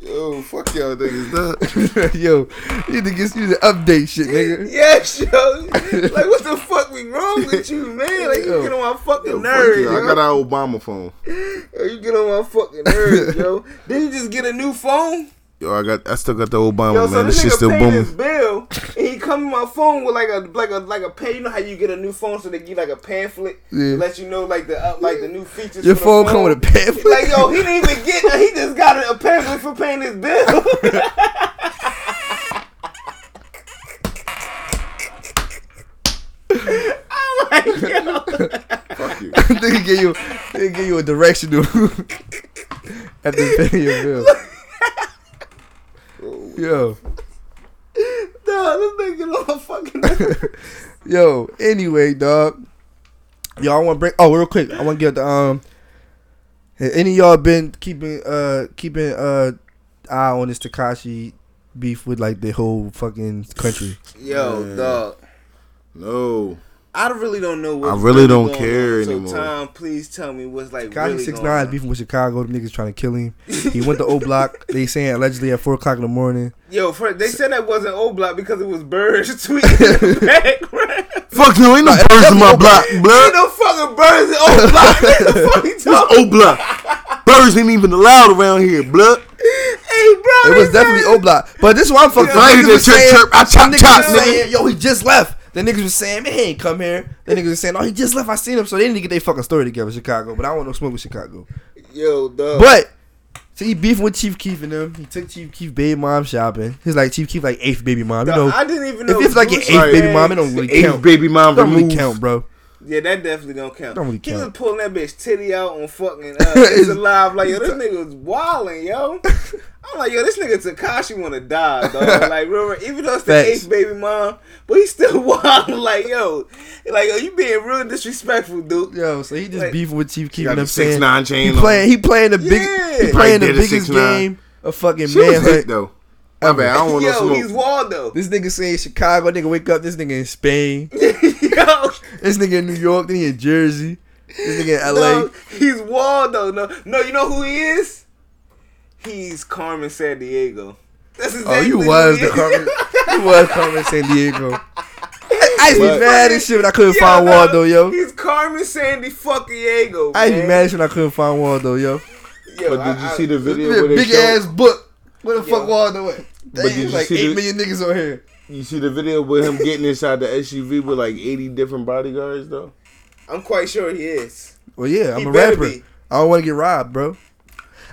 Yo, fuck y'all niggas. Nah.
Yo, you need to get you to update shit, nigga.
Yes, yo. Like, what the fuck we wrong with you, man? Like, you
Yo.
get on my
Yo,
fucking
fuck
nerves.
you. I
yo.
got our Obama phone.
Yo, you get on my fucking nerves, yo. Didn't you just get a new phone?
Yo, I got. I still got the Obama
Yo,
man.
so this
this shit's
nigga
still
paid
booming.
his bill, and he come to my phone with like a like a like a pay. You know how you get a new phone, so they give you like a pamphlet,
Yeah.
to let you know like the up like the new features.
Your
for the
phone come with a pamphlet?
Like yo, he didn't even get. He just got a pamphlet for paying his bill. I'm like, yo.
Fuck you.
nigga give you, nigga give you a directional after paying your bill.
Oh,
Yo,
No, this nigga on my fucking nerves.
yo. Anyway, dog. Yo, I want to break. Oh, real quick, I want to get the um. has Any of y'all been keeping uh keeping uh eye on this Takashi beef with like the whole fucking country?
Yo, dog.
No.
I really don't know what.
I really don't care anymore.
So Tom, please tell me what's like
Takashi
really
six
going
nine
on.
beefing with Chicago. The niggas trying to kill him. He went to O Block. They saying allegedly at four o'clock in the morning.
Yo, for, they said that wasn't O Block because it was Birds tweeting in the background.
Fuck you. Ain't no birds in my block, blood.
Ain't no fucking Birds in O Block. What the fuck you talking?
It's O block. Birds ain't even allowed around here, blood.
Hey, bro.
It was definitely O Block. But this is why I'm fucking
Right,
niggas
the
was
chirp,
saying-
chirp, I chop,
niggas
chop,
was
nigga.
saying, Yo, he just left. The niggas was saying, man, he ain't come here. The niggas was saying, oh, he just left. I seen him. So they need to get their fucking story together, Chicago. But I don't want no smoke with Chicago.
Yo, dog.
But so he beefing with Chief Keef and them. He took Chief Keef baby mom shopping. He's like Chief Keef like eighth baby mom. You
Dog,
know,
I didn't even know
if it's like your
Bruce
eighth baby
had
mom. It don't really
eighth
count.
baby mom
It don't really
removed.
count, bro.
Yeah, that definitely don't count.
Don't really
he
count.
was pulling that bitch titty out on fucking uh, it's alive. Like yo, this nigga was wilding, yo. I'm like yo, this nigga Takashi want to die, dog. Like remember, even though it's the
Facts.
eighth baby mom, but he still wild. Like yo, like yo, you being real disrespectful, dude.
Yo, so he just beefing with Chief Keef
got
and
the
them saying
6ix9ine chain
he
on.
playing. He playing the big. He
Yeah.
playing the
Like, did a
biggest
6ix9ine.
game of fucking
She was hit
manhood.
though. My bad. I don't want no
Yo, he's
smoke.
Waldo.
This nigga say Chicago, nigga wake up. This nigga in Spain.
Yo,
This nigga in New York. Then he in Jersey. This nigga in LA.
no, he's Waldo. No, no, you know who he is? He's Carmen San Diego. That's
Oh,
exactly
you
who
was
he
the
is.
Carmen. you was Carmen San Diego. I, I used to be
But-
mad and shit when I couldn't
Yo,
find
no,
Waldo, yo.
He's Carmen Sandy fucking Diego.
I used to
man.
be mad as shit when I couldn't find Waldo, yo.
Yo,
But did you
I-
see the video
This
where
a
they
big
show-
ass book. Where the fuck
Yo.
Waldo at? Damn,
did you
it's like
see
eight
the-
million niggas on here.
You see the video with him getting inside the SUV with like 80 different bodyguards though.
I'm quite sure he is.
Well, yeah, I'm
He
a
better
rapper.
be.
I don't want to get robbed, bro.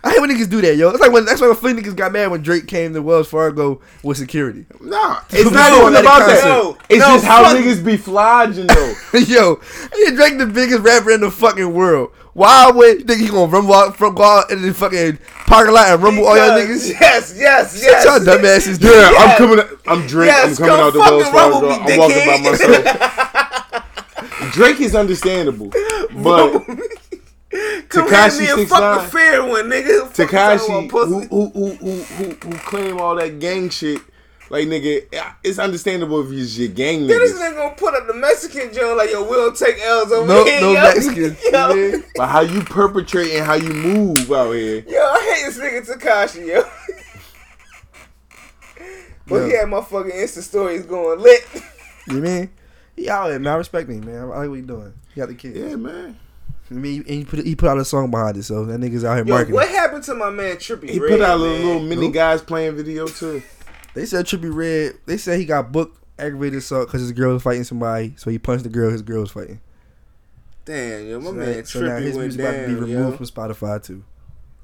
I hate when niggas do that, yo. That's like when that's why the Flint niggas got mad when Drake came to Wells Fargo with security.
Nah, it's
not even about that.
No,
it's
no,
just how
fuck-
niggas be flogging though.
Yo, he Drake the biggest rapper in the fucking world. Why would you think he gonna rumble out, from go out in the fucking parking lot and rumble all y'all
Because-
niggas?
Yes, yes,
Shut
yes.
y'all dumbasses down.
Yeah,
Yes.
I'm coming. Out, I'm Drake.
Yes,
I'm coming
come
out the Wells
fucking rumble
Fargo.
me,
I'm walking by
dickhead.
myself. Drake is understandable,
Come
but
hand me
Tekashi
a
6ix9ine.
fucking fair one, nigga. Fuck
Takashi,
talking about pussy.
who, who who who who who claim all that gang shit, like nigga, it's understandable if he's your gang
Then this
niggas.
nigga gonna put up the Mexican joint like, yo, we'll take L's over
No,
here.
no
yo.
Mexicans.
Yo,
Yeah.
But how you perpetrate and how you move out here?
yo, I hate this nigga Takashi, yo. but he
Yeah.
had my fucking Insta stories going lit.
You mean? Y'all, man, I respect him, man. I like what he doing. He got the kid.
Yeah, man.
I mean, and he put he put out a song behind it, so that nigga's out here
Yo,
marketing.
what happened to my man Trippy
He
Red,
put out a
man?
little mini guys playing video too.
They said Trippy Red. They said he got booked aggravated assault because his girl was fighting somebody, so he punched the girl. His girl was fighting.
Damn, yo, my
So,
man
that-
Trippy
so now his
went
music's
down,
about to be removed
yo.
from Spotify too.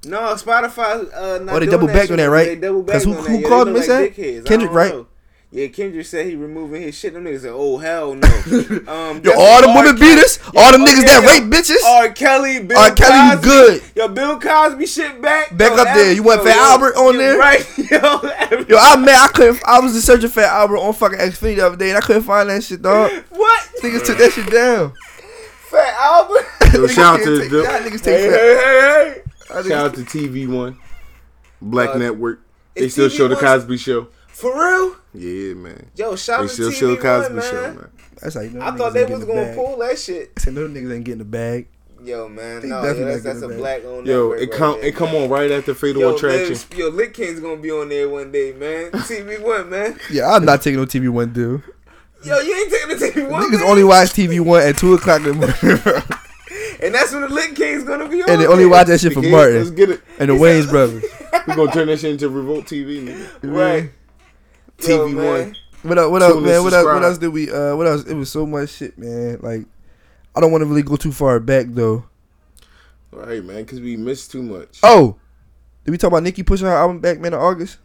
No, Spotify. Uh, not
Oh, they
doing
double
that
backed
shit.
on that, right?
They double
'Cause
backed
who-
on
who
that. Yeah,
called
they
him
look like
that?
dickheads. I don't
Kendrick, right?
know. Yeah, Kendrick said he removing his shit. Them niggas said, "Oh hell no." Um,
Yo,
that's
all
what
them
R.
women
Kelly-
beaters,
Yeah,
all them
oh,
niggas
yeah,
that
yo.
rape bitches.
R. Kelly, Bill
R. Kelly, you
Cosby.
good.
Yo, Bill Cosby shit back.
Back
yo,
up there. You want
yo,
Fat
yo,
Albert on
you
there?
Right. Yo, every-
Yo, I man, I couldn't. I was just searching for Albert on fucking Xfinity the other day, and I couldn't find that shit, dog.
what?
niggas took that shit down.
Fat Albert.
Yo, shout out to
Take-
the-
y'all niggas
hey, hey,
take that.
hey, hey.
Shout out to TV One, Black
Uh,
Network. They
is
still
TV
show the
One-
Cosby Show.
For real?
Yeah, man.
Yo, shout
They
out to
still show the
TV One,
Cosby
man.
Show, man.
That's how you know.
I
niggas
thought
ain't
they
getting
was
the
gonna
bag.
pull that shit.
I said no niggas ain't getting the bag.
Yo, man,
They
no,
definitely
yo, that's,
not gonna
that's a
back.
black owned.
Yo, it come it come on right after Fatal
Yo,
Attraction.
Liz, yo, Lit King's gonna be on there one day, man. TV One, man.
Yeah, I'm not taking no TV One deal.
Yo, you ain't taking the TV One.
Niggas
man?
only watch TV One at two o'clock in the morning,
and that's when the Lit King's gonna be on.
and they only
there.
watch that shit for
Yeah, Let's
Martin
get it.
and the Wayne's brothers.
We're gonna turn that shit into Revolt TV, nigga.
right. Yo,
TV
man.
One.
What up? What up,
Tune
man?
and
What up? What
subscribe.
else did we? Uh, what else? It was so much shit, man. Like, I don't want to really go too far back though.
All right, man, because we missed too much.
Oh, did we talk about Nicki pushing her album back, man? In August,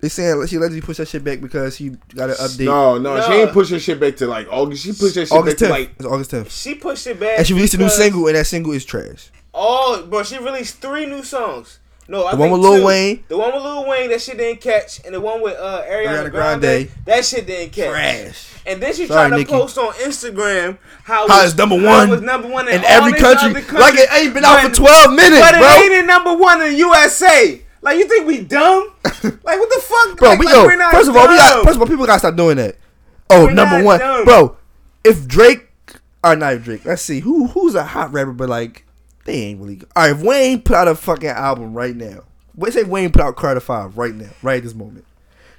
they saying she allegedly pushed that shit back because she got an update.
No, no,
No.
she ain't push her shit back to like August. She pushed that shit
August
back
10th.
to like
it's August 10th,
She pushed it back.
and she released a new
because-
single, and that single is trash.
Oh, bro, she released three new songs. No, I
The one
think
with Lil
two.
Wayne.
The one with Lil Wayne that shit didn't catch, and the one with uh, Ariana,
Ariana
Grande,
Grande.
that shit didn't catch.
Trash.
And then she
Sorry,
tried to
Nicki.
post on Instagram how,
How it's number
how it
one
was number one in,
in
all
every
these
country.
other
Like it
countries,
ain't been out
but-
for 12 minutes,
but
bro.
it ain't in number one in USA. Like you think we dumb? like what the fuck,
bro.
Like,
we
like,
yo,
we're not
first of all, we got
dumb.
first of all, people gotta stop doing that. Oh,
We're
number
not
one,
dumb.
bro. If Drake, or not if Drake. Let's see who who's a hot rapper, but like they ain't really. All right, if Wayne put out a fucking album right now. Let's say Wayne put out Carter Five right now, right at this moment.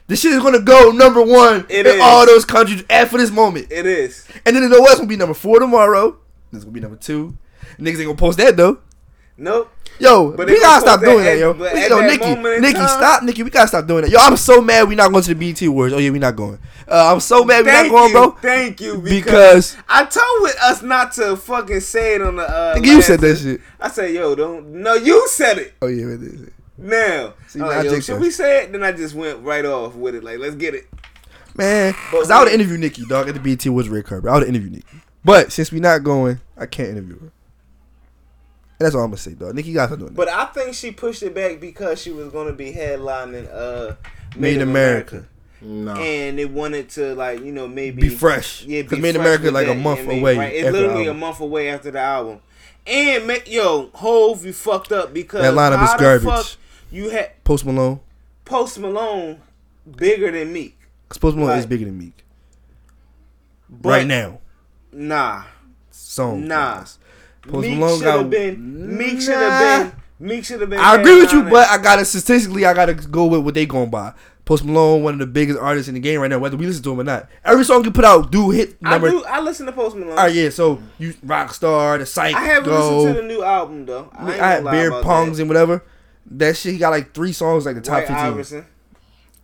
This shit is gonna go number one
It
in
is.
all those countries at for this moment,
It is.
and then the OS gonna be number four tomorrow. This gonna be number two. Niggas ain't gonna post that though.
Nope.
Yo,
But
we
it
gotta
was
stop
at
doing
that-
that, yo.
but at
Yo,
that moment
Nikki,
in
Nikki,
time-
stop, Nikki. We gotta stop doing that. Yo, I'm so mad we not going to the BT Awards. Oh yeah, we not going. Uh, I'm so mad we not
Thank
going,
you,
bro.
Thank you,
Because-
because, I told with us not to fucking say it on the. Uh,
Nigga, you
last-
said that shit.
I said, yo, don't. No, you said it.
Oh yeah, it is.
Now,
See,
I'm
now I
like, yo,
jinxed
should
us.
we say it? Then I just went right off with it. Like, let's get it.
man. Because I would have interviewed Nikki, dog, at the BT Awards red carpet. I would have interviewed Nikki. But since we not going, I can't interview her. And that's all I'm gonna say, dog. Nikki, you gotta stop doing that.
But I think she pushed it back because she was gonna be headlining uh
Made in America.
No.
And they wanted to like you know maybe
Uh-huh. Be fresh.
Yeah,
'Cause
be
Made in
fresh
America
with
like a
that, you know
month
what I mean?
away
Right,
after
it's
the
literally a
album.
month away after the album. And ma- yo, Hove, you fucked up because
That lineup
how
is
the
garbage.
fuck you had
Post Malone.
Post Malone bigger than Meek.
'Cause Post Malone
Like-
is bigger than Meek. right now.
Nah,
Song.
nah.
Oh, Post
Meek
Malone
should
got-
have been. Meek should have been. Meek should have been.
I agree with you,
headlining.
but I gotta statistically I gotta go with what they going by. Post Malone, one of the biggest artists in the game right now, whether we listen to him or not. Every song you put out do hit number.
I do. I listen to Post Malone.
All right, yeah. So you Rockstar, the Psych,
I haven't
Go,
listened to the new album though. I,
I,
ain't
had
gonna lie
beer
about
pongs and whatever. That shit, he got like three songs like the
that.
top
White
fifteen.
Iverson.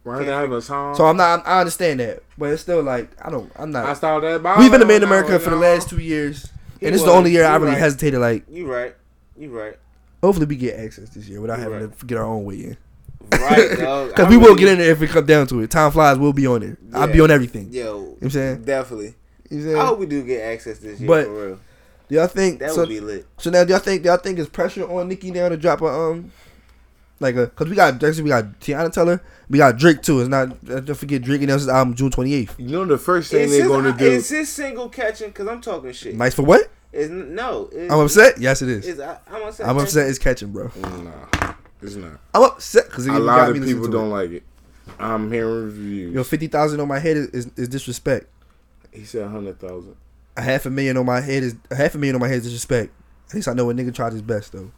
Right now, a song.
So I'm not. I understand that, but it's still like I don't. I'm not.
I saw that.
We've been
bottle
to Made in
now,
America for the
y'all.
last two years,
He
and this is the
was.
only year I
You
really
right.
hesitated. Like,
You right. You right.
hopefully, we get access this year without having to get our own way in.
Right, dog.
Because
I
we will
really-
get in there if it comes down to it. Time flies. We'll be on there. I'll be
Yeah.
on everything.
Yo,
you know what I'm saying.
definitely.
You saying?
I hope we do get access this year
But-
for real.
Do y'all think
That
so,
would be lit.
So now, do y'all think do y'all think it's pressure on Nicki now to drop a um, like a because we got actually we got Tiana Teller, we got Drake too. It's not uh, don't forget Drake announced his album June twenty eighth.
You know the first thing
Is
they're
his-
gonna do.
Is this single catching? Because I'm talking shit.
Nice for what?
Is no. It's,
I'm upset? Yes, it is.
It's, Mm. I, I'm upset.
I'm upset it's catching, bro.
Nah, it's not.
I'm upset because
a lot of people don't like it. I'm hearing reviews.
Yo, fifty thousand on my head is, is, is disrespect.
he said hundred thousand.
A half a million on my head is a half a million on my head is disrespect. At least I know a nigga tried his best though.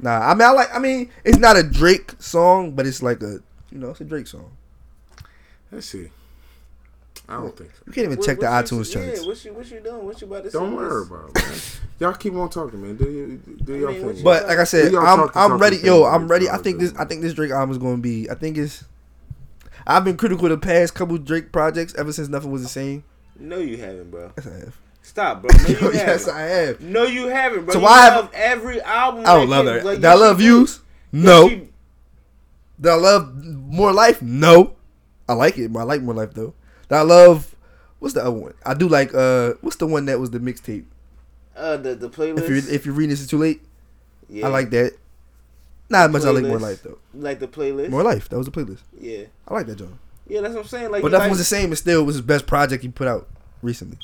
Nah, I mean I like I mean it's not a Drake song, but it's like a you know it's a Drake song.
Let's see. I don't think so.
You can't even
What-
check the
what you-
iTunes charts.
Yeah, what you what you doing? What you about to?
Don't
say?
worry
This-
about it, man. Y'all keep on talking, man. Do you do your
mean, what
thing.
you
But like I said,
Do y'all
I'm
talk to
I'm
talk
ready.
to
Yo,
things,
I'm
man.
ready. I think this I think this Drake album is going to be. I think it's. I've been critical of the past couple Drake projects ever since nothing was the same.
No, you haven't, bro.
Yes, I have.
Stop, bro. No, you
Yo, yes,
haven't.
I have.
No, you haven't, bro.
So
So
why
why
have-
love every album?
I would
that
love
came-
that.
like,
Did I
yes,
love
you do.
views?
Yes,
No.
you-
Did I love more life? No. I like it. but I like more life though. Did I love? What's the other one? I do like. Uh, what's the one that was the mixtape?
Uh, the the playlist.
If you if you're reading this, it's too late.
Yeah.
I like that. Not as much. I like more
Playlist.
life though.
Like the playlist.
More life. That was the playlist.
Yeah.
I like that John.
Yeah, that's what I'm saying. Like,
but
you
nothing
like,
was the same. It still was his best project he put out recently.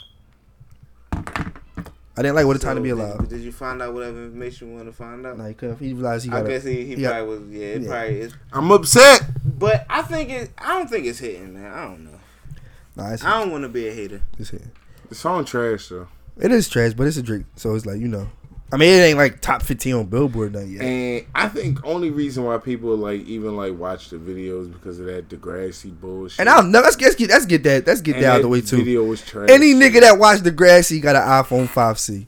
I didn't like what a time to
So,
be
did-
alive.
Did you find out whatever information you want to find out?
Nah, he couldn't. He realized he
I
got.
guess he, he
got-
probably was. Yeah, it
yeah.
probably is.
I'm upset.
But I think it. I don't think it's hitting, man. I don't know.
Nah, it's,
I don't want to be a hater.
it's hitting.
The song trash though.
It is trash, but it's a drink, so it's like you know. I mean, it ain't like top fifteen on Billboard nothing yet.
And I think only reason why people like even like watch the videos because of that Degrassi bullshit.
And I'll never. Let's, let's get let's get that let's get
And
that out of
that
the way too.
Video was trash.
Any nigga that watched Degrassi got an iPhone 5C.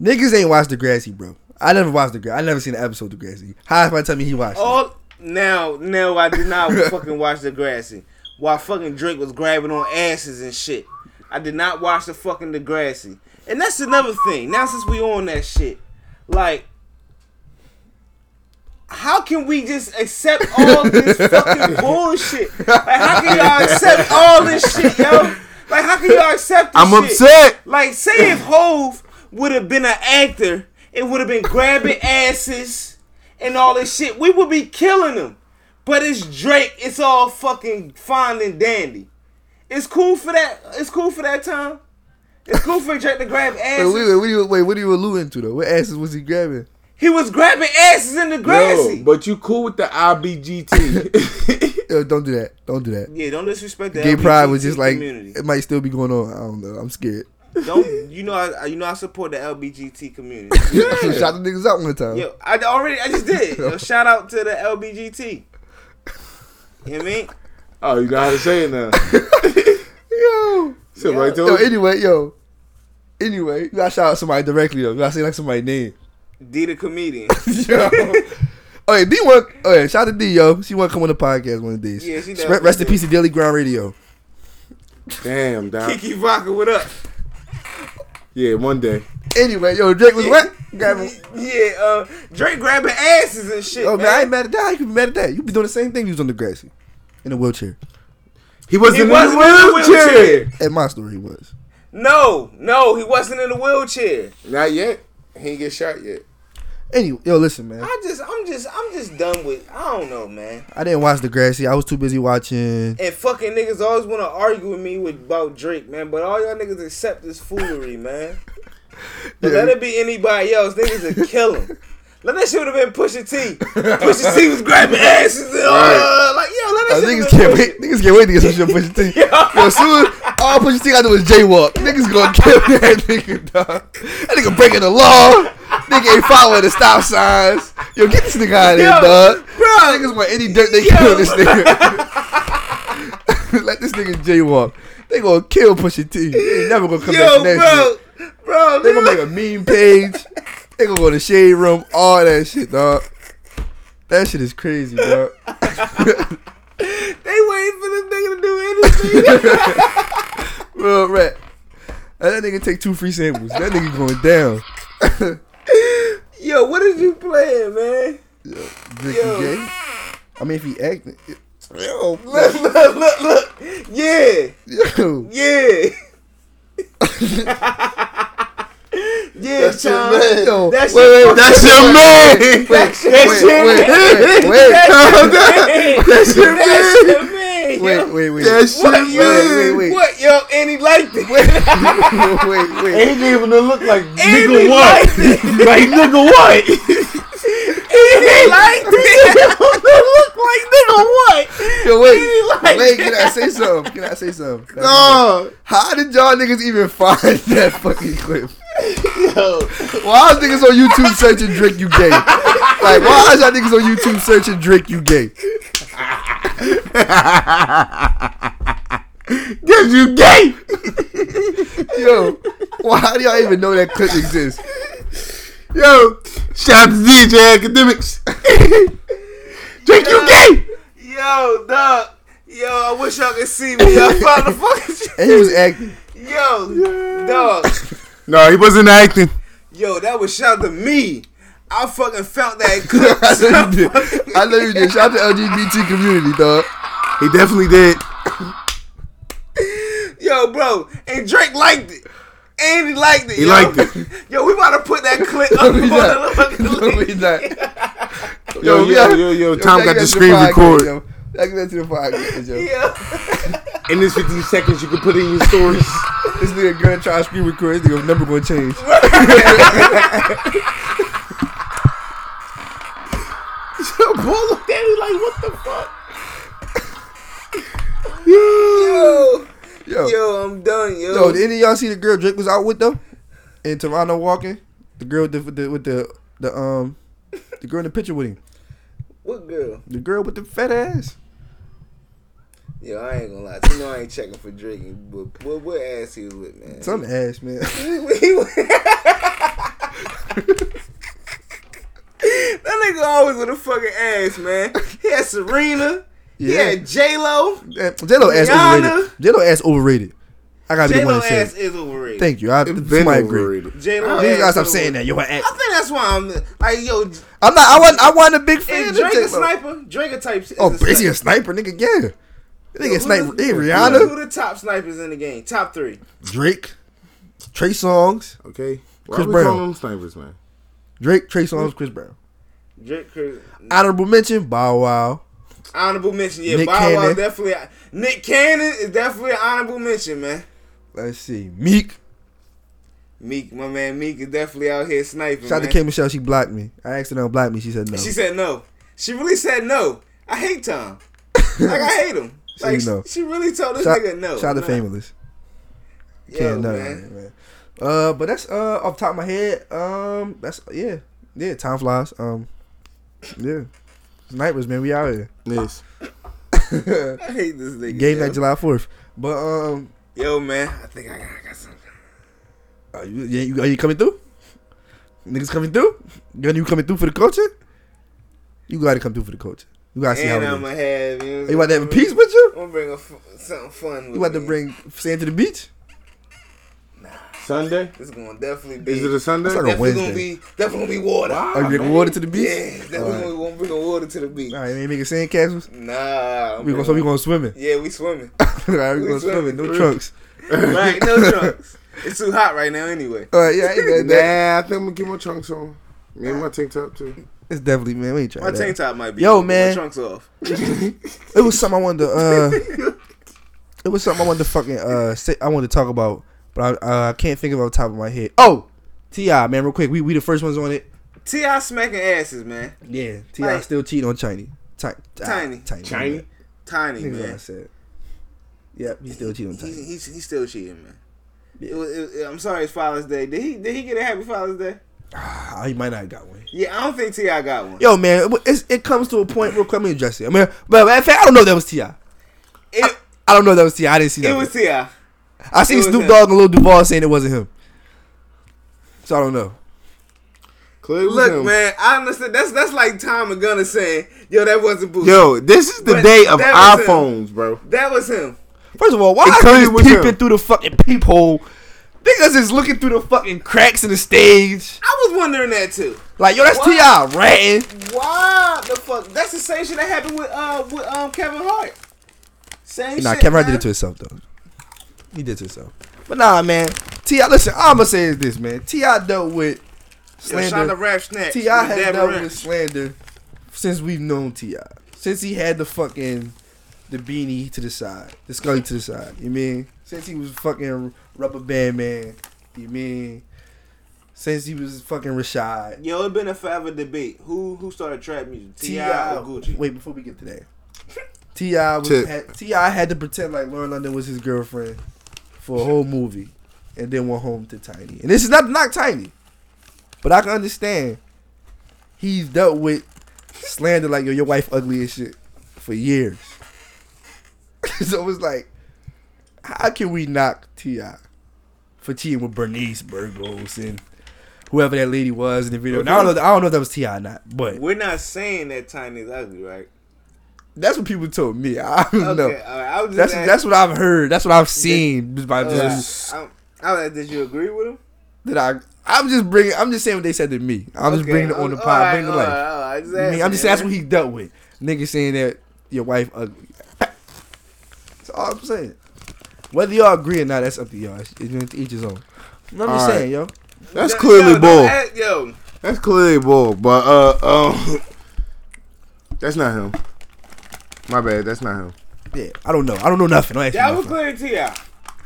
Niggas ain't watched Degrassi, bro. I never watched Degrassi. I never seen an episode of Degrassi. How if I tell me he watched? it?
Oh,
All now, now I did not fucking watch the Degrassi while fucking Drake was grabbing on asses and shit. I did not watch the fucking Degrassi, and that's another thing. Now since we on that shit, like, how can we just accept all this fucking bullshit? Like, how can y'all accept all this shit, yo? Like, how can y'all accept? This
I'm
shit?
upset.
Like, say if Hove would have been an actor and would have been grabbing asses and all this shit, we would be killing him. But it's Drake. It's all fucking fine and dandy. It's cool for that. It's cool for that time. It's cool for Drake to grab
Wait,
asses.
wait, wait, what are you, wait, what are you alluding to though? What asses was he grabbing?
He was grabbing asses in the grassy.
Yo, but you cool with the IBGT?
Yo, don't do that. Don't do that.
Yeah, don't disrespect that.
Gay pride was just like
community.
it might still be going on. I don't know. I'm scared.
Don't you know? I you know I support the LBGT community.
Shot the niggas out one time.
Yo, I already, I just did. Yo, shout out to the LBGT. You know what I mean?
oh, you know how to say it now.
Yo.
So right
Yo,
there.
anyway, yo. Anyway, you gotta shout out somebody directly though. You gotta say like somebody's name.
D the comedian.
Oh yeah, D one. Oh yeah, shout out to D yo. She want to come on the podcast one of these.
Yeah, she
Sp-
definitely
Rest in peace to Daily Ground Radio.
Damn, dog.
Kiki Vodka, what up?
Yeah, one day.
Anyway, yo, Drake was what? Grabbing.
Yeah, uh, Drake grabbing asses and shit.
Oh man,
man.
I ain't mad at that. I could be mad at that. You be doing the same thing. You was on the grassy, in a wheelchair.
He
wasn't He in the wasn't in the wheelchair. wheelchair.
At my story, he was.
No, no, he wasn't in a wheelchair.
Not yet. He ain't get shot yet.
Anyway, yo, listen, man.
I just, I'm just, I'm just done with. I don't know, man.
I didn't watch the grassy. I was too busy watching.
And fucking niggas always want to argue with me with about Drake, man. But all y'all niggas accept this foolery, man. But Let it be anybody else. Niggas would kill him. Let that shit would have been Pusha T. Pusha T was grabbing asses and all.
Right.
Like, yo, let
Oh,
that
niggas
shit.
can't wait. Niggas can't wait to get some shit on Pusha T. Yo, as soon as all Pusha T got to do is jaywalk, niggas gonna kill that nigga, dog. That nigga breaking the law. Nigga ain't following the stop signs. Yo, get this nigga out of here,
Yo,
dog. niggas want any dirt they can on this nigga. Let this nigga jaywalk. They gonna kill Pusha T. They ain't never gonna come back
Yo,
to that
bro,
shit.
bro,
They gonna make a meme page. They gonna go to shade room. All that shit, dog. That shit is crazy, dog.
They waiting for this nigga to do anything.
Real rat. Let that nigga take two free samples. That nigga going down.
yo, what is you playing, man?
Vicky
Yo.
J. I mean, if he acting, yo,
Look, look, look, look. Yeah,
yo,
yeah. yeah,
That's your
Tom.
man. Yo,
That's
wait, wait,
your
that's your man.
Wait, that's your
Wait, wait,
man.
wait, wait. Calm
That's your man. That's your man. yo.
wait, wait, wait,
That's
What,
your
yo?
man.
wait.
What, yo? And he liked it.
wait, wait.
He gave him the look like
And
nigga
he
what?
liked it.
like nigga what?
And he liked it. Look like nigga what?
Yo,
He
wait,
liked
wait.
it.
Can I say something? Can I say something?
Oh,
How did y'all niggas even find that fucking clip?
Yo.
Why is niggas on YouTube searching Drake you gay? Like, why is y'all niggas on YouTube searching Drake you gay?
Cause you gay.
Yo, why do y'all even know that clip exists?
Yo, shout out to DJ Academics. Drake, you gay.
Yo, dog. Yo, I wish y'all could see me. I found the fucking shit.
And he was acting.
Yo, dog.
No, he wasn't acting.
Yo, that was shout to me. I fucking felt that
I know you
clip.
did. I know you did. Shout out to LGBT community, dog.
He definitely did.
Yo, bro. And Drake liked it. And he liked it.
He
yo.
liked it.
Yo, we about to put that clip up
No,
on
we
the
not. No,
fucking
we
link.
not.
Yo, yo, yo, yo, Tom
take
got
that
the
to
screen
podcast,
record.
Yo. Take that to the podcast, yo.
Yeah.
In this 15 seconds, you can put in your stories.
This nigga gonna try to screen record. This nigga never gonna change.
Yo, boy looked at me like, what the fuck? yo.
Yo, yo,
Yo, I'm done, yo.
did any of y'all see the girl Drake was out with though? In Toronto walking, the girl with the, with the with the the um the girl in the picture with him,
what girl?
the girl with the fat ass.
Yo, I ain't gonna lie. You know I ain't checking for Drake. and What, what, what ass he was with, man?
Some ass man.
He- he- that nigga always with a fucking ass, man. He had Serena. He
Yeah.
had J Lo.
J Lo ass
Rihanna.
overrated. J Lo ass overrated. I gotta be
J
the
Lo
one to say.
ass
it.
is overrated.
Thank you. I,
Been
somebody agree.
overrated.
J Lo.
These guys stop saying that. Yo, her
I
ass.
think that's why I'm like, yo,
I'm not. I wasn't. I wasn't a big fan
and
of
Drake a
J-Lo.
sniper. Drake a type. is
Oh, is he a
sniper.
sniper, nigga? Yeah. That
Yo,
Nigga,
who
sniper.
the-
Hey,
Who
Rihanna,
the top snipers in the game? Top three.
Drake, Trey Songs,
Okay. Why
Chris
we
Brown.
calling them snipers, man?
Drake, Trey Songs, Chris Brown.
Drake, Chris.
Honorable mention, Bow Wow.
honorable mention. Yeah,
Nick
Bow Wow
Cannon.
definitely. Nick Cannon is definitely an honorable mention, man.
Let's see, Meek.
Meek, my man Meek is definitely out here sniping.
Shout out to
man.
K Michelle. She blocked me. I asked her to unblock me. She said no.
She said no. She really said no. I hate Tom. Like I hate him.
She
Like
no.
she really told this
shout,
nigga no.
Shout out
nah.
to Famous.
Yo,
Can't know,
man.
man. Uh, but that's uh off the top of my head. Um, that's yeah, yeah. Time flies. Um, yeah. Snipers, man. We out here.
Yes.
I hate this nigga.
Game
yo.
night July fourth. But um,
Yo, man, I think I got, I got something.
are you, yeah, you, are you coming through? Niggas coming through? Gunna, you coming through for the culture? You gotta come through for the culture. You gotta see
and Oh,
how it
I'ma
is.
have you. know,
You about to have a piece with you?
I'm gonna bring a f- something fun. With
You about to
me.
bring sand to the beach?
Sunday?
It's gonna definitely be.
Is it a Sunday? Ah, It's like a
definitely Gonna
Wednesday.
be, definitely gonna be water.
Wow, Are you bringing man. water to the beach?
Yeah, definitely
Alright.
gonna- gonna bring water to the beach.
Alright, ain't making sand castles?
Nah, I'm
We gonna- so we
bringing-
gonna swimming?
Yeah, we swimming.
Alright, we gonna swimming. No
for real.
trunks.
right, no trunks. It's too hot right now, anyway.
Alright, yeah, I ain't got that.
Nah, I think I'm gonna get my trunks on. Me and my tank top too.
It's definitely man. We ain't trying
My
that.
tank top might be.
Yo,
open,
man.
My trunks off.
It was something I wanted to. uh It was something I wanted to fucking. uh say, I wanted to talk about, but I uh, I can't think of it off the top of my head. Oh, Ti man, real quick. We we the first ones on it.
Ti smacking asses, man.
Yeah, Ti
Like,
still cheating on Chinese. Ti- Ti-
tiny,
Tiny.
tiny, tiny,
Niggas what I
man.
said. Yep, he still cheating on
He's,
Tiny.
he's, he's still cheating, man. It was, it was- I'm sorry, it's Father's Day. Did he did he get a happy Father's Day?
Ah, he might not have got one.
Yeah, I don't think Ti got one.
Yo, man, it- it's, it comes to a point real quick. Let me address it. I mean, but in fact, I don't know if that was Ti.
It,
I don't know if that was Ti. I didn't see that.
it was Ti.
I seen
it was
Snoop
him.
Dogg and Lil Duval saying it wasn't him. So I don't know.
Clay was
Look,
him.
man, I understand. That's that's like Tom and Gunner saying, "Yo, that wasn't Boosie."
Yo, this is the
But
day of
that was him.
iPhones, bro.
That was him.
First of all, why
It
are
clearly
niggas
was
peeping
him.
through the fucking peephole? Niggas is looking through the fucking cracks in the stage.
I was wondering that too.
Like, yo, that's
What?
T.I. ratting.
Why the fuck? That's the same shit that happened with uh with um Kevin Hart. Same
Nah,
shit.
Kevin Hart did
man.
it to himself, though. He did it to himself. But nah, man. T.I. Listen, all I'm going to say is this, man. T.I. dealt with
Yo, Shonda
slander.
Rap Snatch.
T.I.
with
has
Deborah
dealt
Rex.
with slander since we've known T.I. Since he had the fucking, the beanie to the side. The scully to the side. You mean? Since he was fucking Rubber Band Man. You mean? Since he was fucking Rashad.
Yo, it been a forever debate. Who who started trap music? Ti
T.I.
or Gucci?
Oh. Wait, before we get to that, Ti was
Tip.
had, Ti had to pretend like Lauren London was his girlfriend for a whole movie, and then went home to Tiny. And this is not to knock Tiny, but I can understand he's dealt with slander like yo, your wife ugly and shit for years. so it's like, how can we knock Ti for cheating with Bernice Burgos and? Whoever that lady was in the video, And I don't know. I don't know if that was Ti or not, but
We're not saying that Tiny's ugly, right?
that's what people told me. I don't
Okay,
know.
alright, I was just
That's
asking-
that's what I've heard. That's what I've seen. just by
Uh,
just,
I, I, I, did you agree with him?
that I I'm just bringing. I'm just saying what they said to me. I'm just
Okay,
bringing it on the
all
pod.
right,
bringing it
all
to life.
right, all right,
You mean, I'm
exactly,
just saying that's what
man.
he dealt with. Nigga saying that your wife ugly. that's all I'm saying. Whether y'all agree or not, that's up to y'all. It's, it's each his own. No, I'm just
All right.
saying, yo.
That's
Yo,
clearly
yo,
bull.
that- Yo,
That's clearly bull. But uh, um, that's not him. My bad. That's not him.
Yeah, I don't know. I don't know nothing. Don't ask me
that was
nothing.
clear Ti.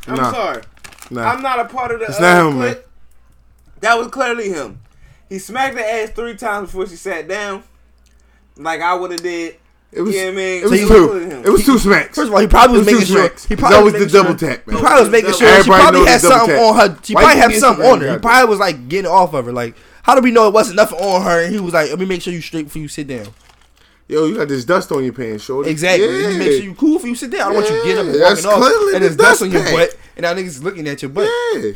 I'm
Nah.
sorry.
Nah.
I'm not a part of the.
It's not him,
clip.
man.
That was clearly him. He smacked her ass three times before she sat down, like I would have did.
It was.
you know what I mean?
It was
It
two.
clearly him.
It was two smacks.
First of all, he probably was
It was
making
two
sure.
smacks.
He
That
probably
was the
making sure-
double tap, man.
He probably was making sure she
Everybody
probably
knows
had
the double
something
tap.
on her. She
Why
probably
you
had
being
something
so
on her. He
goddamn-
probably was like getting off of her. Like, how do we know it wasn't nothing on her? And he was like, let me make sure you straight before you sit down.
Yo, you got this dust on your pants, shorty.
Exactly. Let me make sure
Yeah.
you cool before you sit down. I don't want you getting up and
Yeah, that's
walking off
clearly
and
the
there's dust
dust
on your
pack.
butt. And now niggas looking at your butt.
Yeah.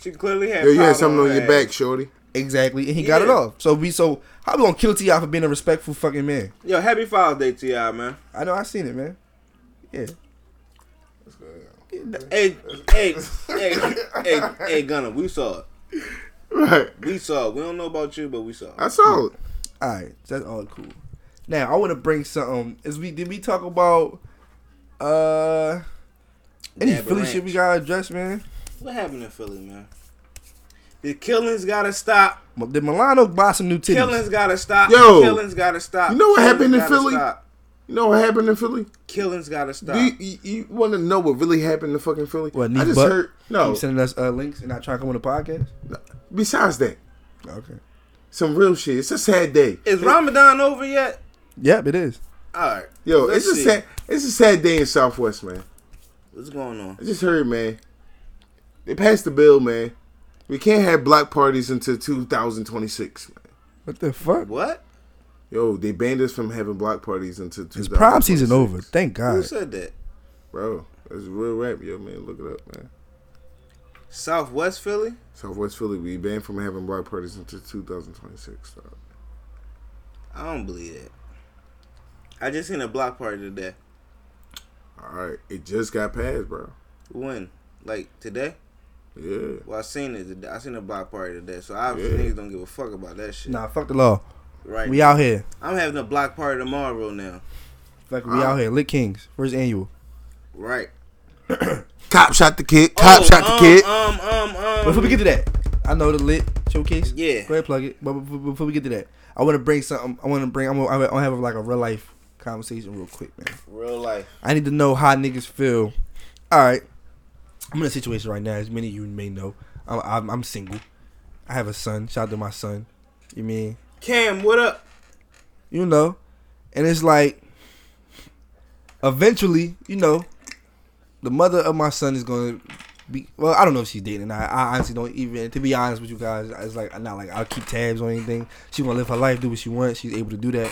She clearly had.
Yo, you
powder
had something on
her
your
ass.
back, shorty.
Exactly. And he got it
Yeah.
off. So we so how we gonna kill T.I. for being a respectful fucking man?
Yo, happy Father's Day, Ti, man.
I know I seen it, man. Yeah.
Hey, hey, hey, hey, hey, Gunner, we saw it.
Right.
We saw it. We don't know about you, but we saw it.
I saw it.
Alright, so that's all cool. Now I wanna bring something. Is we did we talk about uh any
Dabba
Philly shit we gotta address, man?
What happened in Philly, man? The killings gotta stop.
M- Did Milano buy some new titties?
Killings gotta stop.
Yo.
killings gotta stop.
You know what
Killings
happened in
gotta
Philly?
Stop.
You know what happened in Philly?
Killings gotta stop.
Do you, you, you want to know what really happened in fucking Philly?
What,
I
Neef
just
Buck?
heard. No.
Keep sending us uh, links and I try to come on the podcast.
Besides that,
Okay.
some real shit. It's a sad day.
Is Ramadan over yet?
Yep, it is.
All right.
Yo,
Let's
it's a
see.
sad. It's a sad day in Southwest, man.
What's going on?
I just heard, man. They passed the bill, man. We can't have block parties until 2026, man.
What the fuck?
What?
Yo, they banned us from having block parties until 2026.
It's prom season over. Thank
Who
God.
said that?
bro. That's real rap, yo, man. Look it up, man.
Southwest Philly.
Southwest Philly be banned from having block parties until 2026. Stop.
I don't believe it. I just seen a block party today.
All right, it just got passed, bro.
When? Like today?
Yeah.
Well, I seen it. Today. I seen a block party today, so obviously
Yeah.
niggas don't give a fuck about that shit.
Nah,
fuck
the law.
Right.
We out here.
I'm having a block party tomorrow now.
Fuck,
we out
here. Lit Kings, first annual.
Right.
Cop shot the kid. Cop shot the kid.
Um, um, um.
But before we get to that, I know the lit showcase.
Yeah.
Go ahead, plug it. But before, before we get to that, I want to bring something. I want to bring. I'm gonna, I'm gonna have like a real life conversation real quick, man.
um, Real life.
I need to know how niggas feel. All right, I'm in a situation right now. As many of you may know, I'm, I'm, I'm single. I have a son. Shout out to my son. You mean
Cam, what up?
you know, and it's like, eventually, you know, the mother of my son is gonna be. Well, I don't know if she's dating. I, I honestly don't even. To be honest with you guys, it's like I'm not like I'll keep tabs on anything. She wanna live her life, do what she wants. She's able to do that.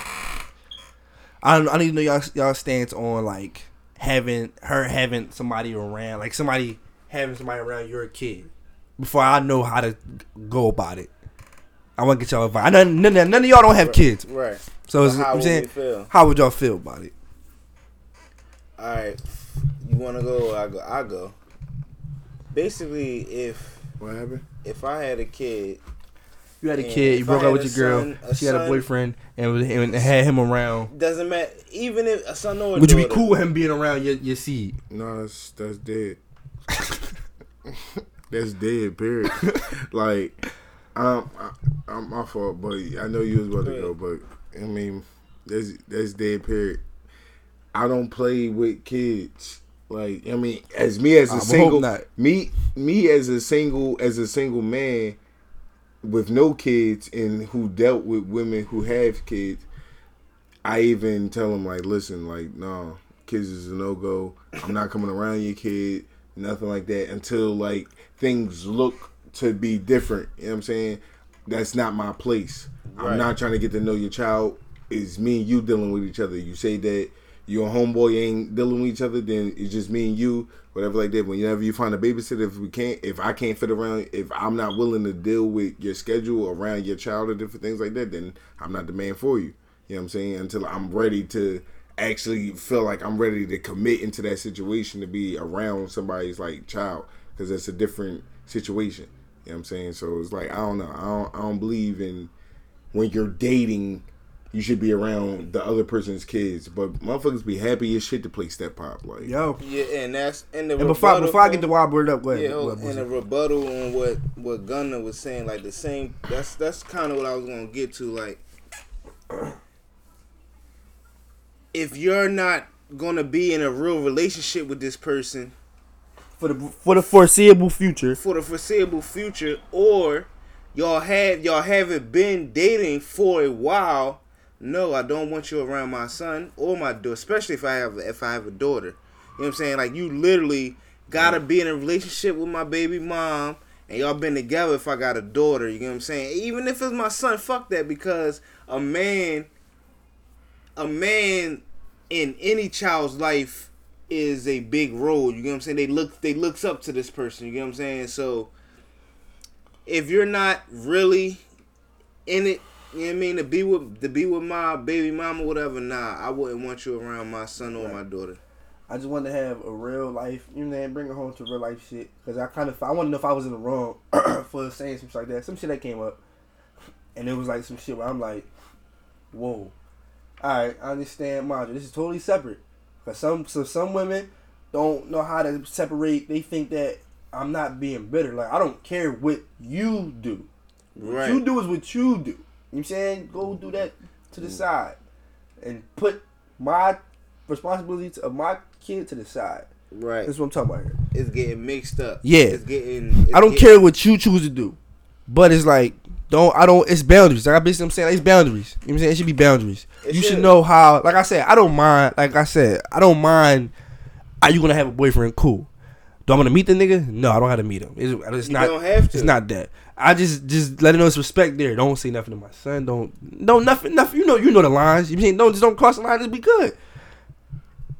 I don't, I need to know y'all y'all stance on like having her having somebody around, like somebody having somebody around your kid. Before I know how to go about it, I want to get y'all advice. I know none, none, none of y'all don't have kids,
Right.
So
But
it's,
how
I'm
would
saying,
we feel?
how would y'all feel about it?
All right, you want to go? I go. I go. Basically, if
what happened?
If I had a kid,
You had a
and
kid, you
if
broke
I
up
had
with your
a
girl,
son- a
she had a
son,
boyfriend, and, was- and had him around.
Doesn't matter. Even if a son or a
Would you be
daughter-
cool with him being around your, your seed?
No, that's that's dead. that's dead. Period. like, um, I, I'm my fault, but I know you was about to go, but I mean, that's that's dead. Period. I don't play with kids. Like, I mean, as me as
I
a
would hope
single,
not.
me me as a single as a single man with no kids and who dealt with women who have kids. I even tell them like, listen, like, no, kids is a no go. I'm not coming around your kid, nothing like that until like things look to be different. You know what I'm saying? That's not my place.
Right.
I'm not trying to get to know your child. It's me and you dealing with each other. You say that your homeboy ain't dealing with each other, then it's just me and you, whatever like that. Whenever you find a babysitter, if we can't, if I can't fit around, if I'm not willing to deal with your schedule around your child or different things like that, then I'm not the man for you. You know what I'm saying? Until I'm ready to actually feel like I'm ready to commit into that situation to be around somebody's like child because that's a different situation. You know what I'm saying? So it's like I don't know. I don't, I don't believe in when you're dating, you should be around the other person's kids. But motherfuckers be happy as shit to play step pop. Like
yo,
Yeah, and that's and the
And before,
rebuttal
before I
for-
get the wild word up, go ahead.
Yeah, oh,
go ahead,
and a
Boosie.
rebuttal on what what Gunner was saying, like the same. That's that's kind of what I was gonna get to. Like, if you're not gonna be in a real relationship with this person
for the for the foreseeable future,
for the foreseeable future, or y'all have y'all haven't been dating for a while, no, I don't want you around my son or my daughter, especially if I have if I have a daughter. You know what I'm saying? Like you literally gotta be in a relationship with my baby mom and y'all been together if I got a daughter, you know what I'm saying? Even if it's my son, fuck that because a man a man in any child's life is a big role. You know what I'm saying? They look they looks up to this person, you know what I'm saying? So if you're not really in it, you know what I mean, to be with to be with my baby mama, whatever, nah, I wouldn't want you around my son or my daughter.
I just wanted to have a real life, you know, what I'm saying? bring it home to real life shit. Cause I kind of, I want to know if I was in the wrong for saying some shit like that. Some shit that came up, and it was like some shit where I'm like, whoa, all right, I understand, mind you, this is totally separate. Cause some, so some women don't know how to separate. They think that I'm not being bitter. Like I don't care what you do. What
Right.
you do is what you do. You know what I'm saying? Go do that to
Mm.
the side and put my responsibilities of my kid to the side.
Right.
That's what I'm talking about here.
It's getting mixed up.
Yeah.
It's getting it's
I don't
getting-
care what you choose to do. But it's like don't I don't it's boundaries. Like I basically I'm saying like, it's boundaries. You know what I'm saying? It should be boundaries.
It
you should.
should.
know how like I said, I don't mind like I said, I don't mind are you gonna have a boyfriend? Cool. Do I want to meet the nigga? No, I don't have to meet him. It's, it's
You
not.
don't have to.
It's not that. I just just let him know it's respect there. Don't say nothing to my son. Don't no nothing nothing. You know you know the lines. You mean don't just don't cross the line. Just be good.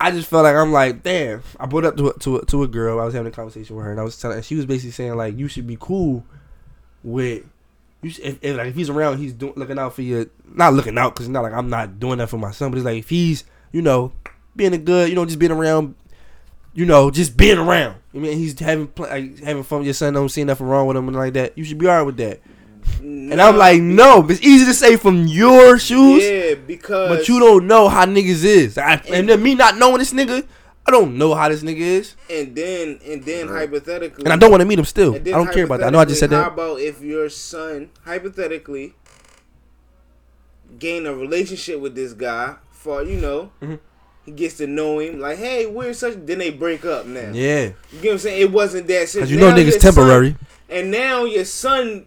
I just felt like I'm like, damn. I brought up to a, to a, to a girl. I was having a conversation with her, and I was telling, and she was basically saying like, you should be cool with. You should, if, if, like if he's around, he's doing looking out for you. Not looking out because not like I'm not doing that for my son, but it's like if he's you know being a good, you know, just being around, you know, just being around. I mean, he's having pl- like, having fun with your son. Don't see nothing wrong with him and like that. You should be alright with that. And I'm like, no, it's easy to say from your shoes.
Yeah, because
But you don't know how niggas is. I, and then me not knowing this nigga, I don't know how this nigga is.
And then and then hypothetically
And I don't want to meet him still. Oh, I don't care about that. I know I just said
how
that.
about if your son hypothetically gain a relationship with this guy for you know
Mhm.
he gets to know him like hey we're such then they break up now
Yeah.
you get what I'm saying it wasn't that shit
'Cause you know
Now
niggas
your
temporary.
son- and now your son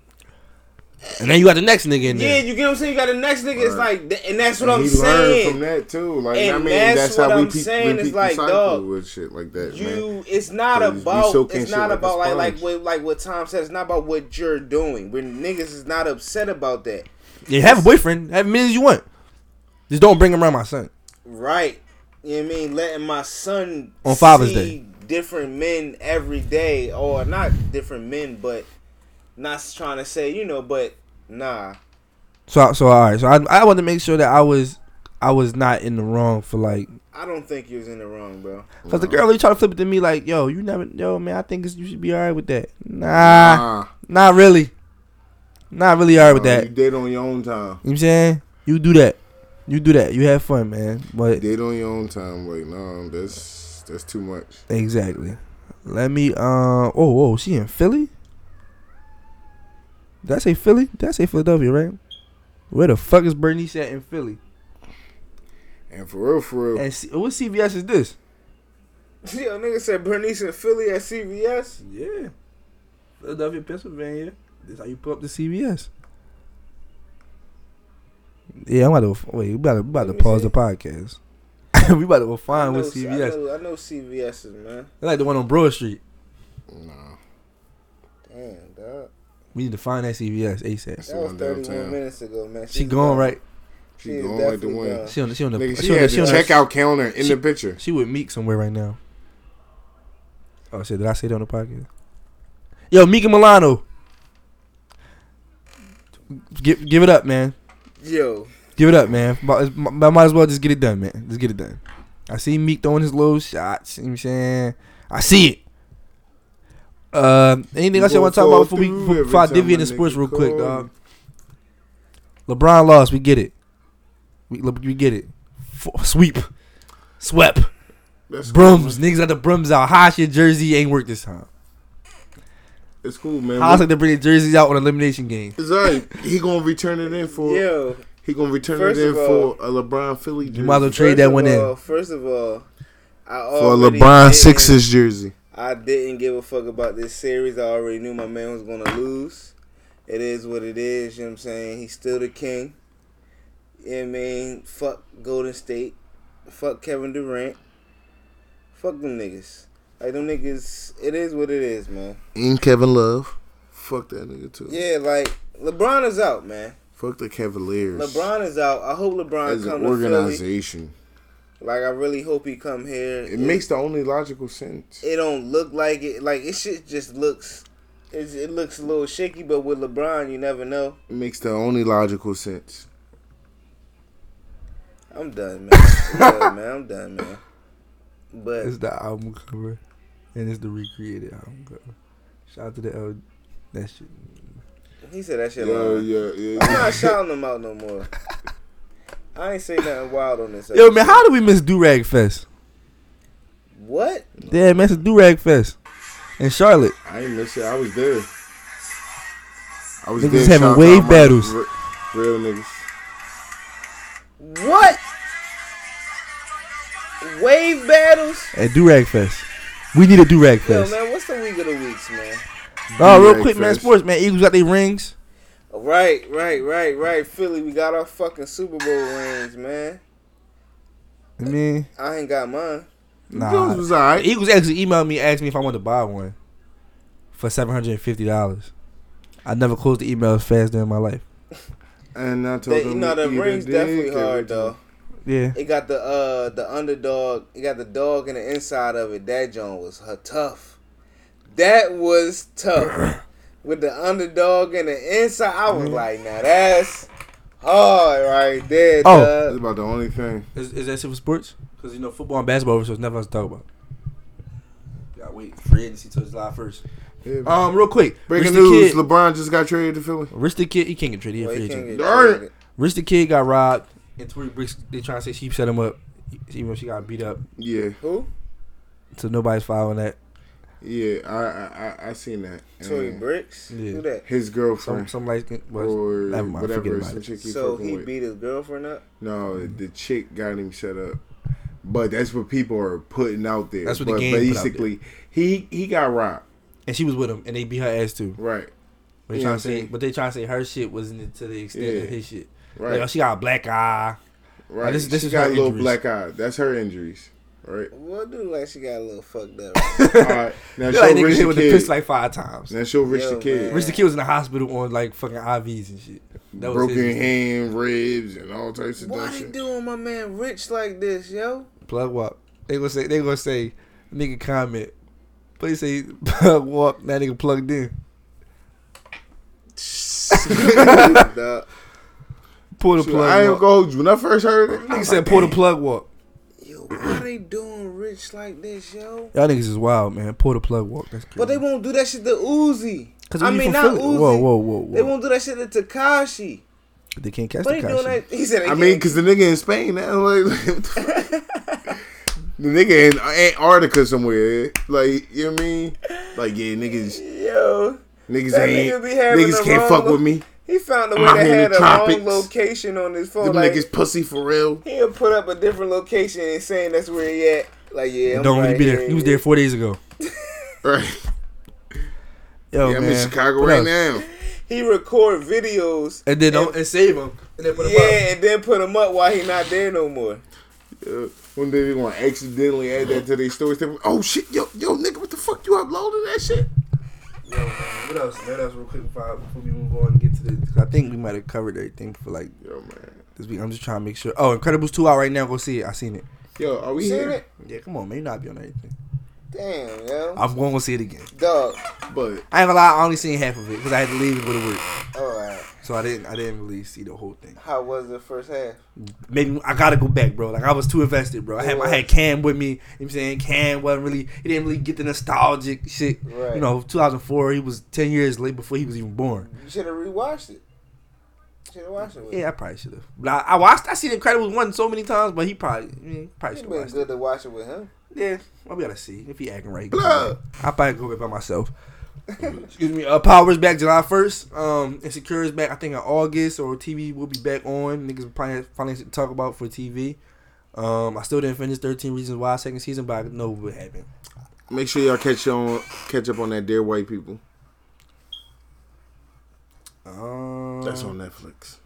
And then you got the next nigga in
yeah
there.
you get what I'm saying you got the next nigga it's
Right.
like th- and that's what
And
I'm
he learned
saying
from that too. Like
And
I mean,
that's
that's,
what
how we
I'm
peop-
saying,
repeat
it's like,
the cycle
dog,
with shit like that, man.
you it's not
Cause we
about
soaking
it's
shit
not
like a
about like like
sponge.
what like what Tom said. It's not about what you're doing. When niggas is not upset about that,
Yeah, have a boyfriend. Have as many as you want. Just don't bring him around my son.
right? You know what I mean? Letting my son
On Father's
see different men every day, or not different men, but not trying to say you know, but nah,
So I- so all right. So I I wanted to make sure that I was I was not in the wrong for like
I don't think you was in the wrong, bro.
Cause the girl really tried to flip it to me like, yo, you never, yo, man, I think it's, you should be alright with that. Nah,
Nah.
not really, not really alright Ah, with
Nah,
that.
You
You know
did on your own time.
what I'm saying you do that, you do that, you have fun, man. But
Did on your own time. Like no, that's that's too much.
exactly, let me. Uh, oh, whoa, she in Philly? Did I say Philly? Did I say Philadelphia? Right? Where the fuck is Bernice at in Philly?
And for real, for real,
And C- what CVS is this?
Yo, nigga said Bernice in Philly at CVS.
Yeah, Philadelphia, Pennsylvania. This how you pull up the CVS. Yeah, I'm about to wait. We about to, we about to
Let me
pause
see.
the podcast. we about to go
I
find
know,
what CVS.
I know, I know CVS's man.
They like the one on Broad Street.
Damn, dog.
We need to find that CVS ASAP.
That was
one
31
downtown.
minutes ago, man.
She gone right.
she
She is
going like the
definitely
wind.
gone.
She on the she on the
Nigga,
she,
she
on the,
had
she
the
on the
checkout counter in
she-
the picture.
She with Meek somewhere right now. Oh shit! Did I say that on the podcast? Yo, Meek and Milano. Give give it up, man.
Yo,
Give it up, man. But it's- but I might as well just get it done, man. Just get it done. I see Meek throwing his low shots. You know what I'm saying? I see it. Uh, anything
You
else you want to talk
gon'
about
fall
before we
through
before-
every
before I
time
divvy
a
into sports
nigga
real
call
quick, dog? LeBron lost. We get it. We Le- we get it. F- sweep, swept.
That's
brooms. Niggas got the brooms out. How's your jersey ain't work this time?
It's cool, man.
How's like they bring their jerseys out on elimination game?
It's alright. He gonna return it in for.
yo.
He gonna return
First
it in
of all-
for a LeBron Philly jersey.
You might as well trade that
of
one
all-
in.
First of all, I
for a
already
LeBron
didn't-
Sixers jersey.
I didn't give a fuck about this series. I already knew my man was gonna lose. It is what it is. You know what I'm saying? He's still the king. You know what I mean? Fuck Golden State. Fuck Kevin Durant. Fuck them niggas. Like them niggas. It is what it is, man.
And Kevin Love. Fuck that nigga too.
Yeah, like LeBron is out, man.
Fuck the Cavaliers.
LeBron is out. I hope LeBron
as
comes
an
to Philly.
organization.
Like I really hope he come here.
It makes the only logical sense.
it don't look like it. Like it shit just looks. It's, it looks a little shaky, but with LeBron, you never know.
It makes the only logical sense.
I'm done, man. I'm done, man. I'm done, man. But
It's the album cover, and it's the recreated album cover. Shout out to the L. That shit.
he said that shit.
Yeah,
live.
yeah, yeah.
I'm not shouting him out no more. I ain't say nothing wild on this.
Yo, man, how do we miss Durag Fest?
What?
Yeah, man, it's a Durag Fest in Charlotte.
I ain't miss it. I was there. I was
Niggas
there.
having
Shout out
wave
my
battles.
re- Real niggas.
What? Wave battles.
At Durag Fest, we need a Durag
Yo,
Fest.
man, what's the week of the weeks, man?
Oh, real
Durag
quick, man,
Fest.
sports, man. Eagles got their rings.
Right, right, right, right. Philly, we got our fucking Super Bowl rings, man.
I mean,
I ain't got mine.
nah.
Eagles was alright.
The Eagles actually emailed me, asked me if I wanted to buy one for seven hundred and fifty dollars. I never closed the email as fast in my life.
And I told
They,
them
you know,
to
the
eat a
rings
dick
definitely
every
hard
time.
though.
Yeah.
It got the uh the underdog. It got the dog in the inside of it. That John was her tough. That was tough. With the underdog in the inside, I was like, now that's hard right there.
Oh.
dog.
That's about the only thing.
Is, is that shit for sports? Because you know football and basketball, so it's never us to talk about. Yeah, wait, free agency till July first. Um, real quick,
Oh, Breaking
Rich the
news:
Kid-
LeBron just got traded to Philly.
Rich the kid, he can't get traded. He a
Well,
free
he
agent.
can't get Darn.
traded.
Rich the kid got robbed, and Tori Bricks. They trying to say she set him up, even though she got beat up.
Yeah.
Who?
So nobody's following that.
Yeah, I I I, I seen that.
Tory
And
Bricks? Yeah. Who that?
His
Some,
girlfriend.
some light skin. Well,
or
never mind. forget
whatever.
about
Some
it.
chick he
So
fucking
he
with.
beat his girlfriend up.
No, the chick got him set up. But that's what people are putting out there.
That's what the
But
game put out there.
basically he he got robbed.
And she was with him, and they beat her ass too.
Right.
But
You know what
they trying to
I'm
say,
saying?
but they trying to say her shit wasn't it to the extent
Yeah.
of his shit. Right.
Right.
she got a black eye.
Right.
Like, this, this
she
is
got
her
a little
injuries.
black eye. That's her injuries. Right.
What dude like she got a little fucked up?
All right. Now
Feel like
show
nigga
Rich
hit
the
with the piss
kid.
like five times.
Now show Rich the kid.
Rich the kid was in the hospital on like fucking IVs and shit. That was
Broken
his
hand, ribs, and all types of
Why
dumb
they
shit.
doing my man Rich like this, yo?
plug walk. They gonna say they gonna say nigga comment. Please say plug walk. That nigga plugged in.
Dog.
Pull the
Shit,
plug.
I ain't
walk.
gonna hold you. When I first heard it,
Nigga said pull the plug walk.
Why they doing Rich like this, yo?
Y'all niggas is wild, man. Pull the plug walk. That's crazy.
But they won't do that shit to Uzi.
'Cause
I
we
mean,
from
not
Philly.
Uzi.
Whoa, whoa, whoa, whoa.
They won't do that shit to Takashi.
They can't catch
But
the
he doing
Kashi.
that. He said,
I mean, because the nigga in Spain now, like, what the, fuck? the nigga in Antarctica somewhere, like, you know what I mean? Like, yeah, niggas,
yo,
niggas
that
ain't,
nigga be having
niggas
the
can't
wrong
fuck
lo-
with me.
He found a way
I'm
to
in the
have the
tropics.
wrong location on his phone.
Them
Oh, Like,
niggas pussy for real.
he'll put up a different location and saying that's where he at. Like, yeah, I'm
Don't
right
really be there.
here.
He was there four days ago.
Right.
Yo,
yeah,
Oh, man.
I'm in Chicago
What
right
else?
now.
He record videos
And then don't and save him. And then put him
yeah,
up.
and then put him up while he not there no more.
Uh, one day they gonna accidentally add that to their stories. They oh shit, yo, yo, nigga, what the fuck? You uploaded that shit?
What else? What else? Real quick before, I- before we move on and get to the. 'cause I think we might have covered everything for like
Yo, man.
this week. I'm just trying to make sure. Oh, Incredibles two out right now. Go see it. I seen it.
Yo, are we
Seen
here?
it?
Yeah, come on, man. You not be on everything.
Damn, yo,
I'm going to see it again.
dog.
But
I ain't gonna lie. I only seen half of it because I had to leave and go to work,
All right,
so I didn't. I didn't really see the whole thing.
how was the first half?
Maybe I gotta go back, bro. Like I was too invested, bro. I had I had Cam with me. You know what I'm saying Cam wasn't really. He didn't really get the nostalgic shit.
Right.
You know, 2004. He was 10 years late before he was even born.
You should have rewatched it. Should have watched it. With
Yeah, I probably should have. But I, I watched. I seen Incredibles one so many times, but he probably I mean, probably
It'd have
should have
been
watched. It.
good to watch it with him.
Yeah, well, we gotta see if he acting right.
Blah.
I probably go back by myself. Excuse me. Uh, Powers back July first. Um, Insecure is back. I think in August or TV will be back on. Niggas probably finally should talk about for TV. Um, I still didn't finish Thirteen Reasons Why second season, but I know what happened.
make sure y'all catch on, catch up on that Dear White People.
Um,
That's on Netflix.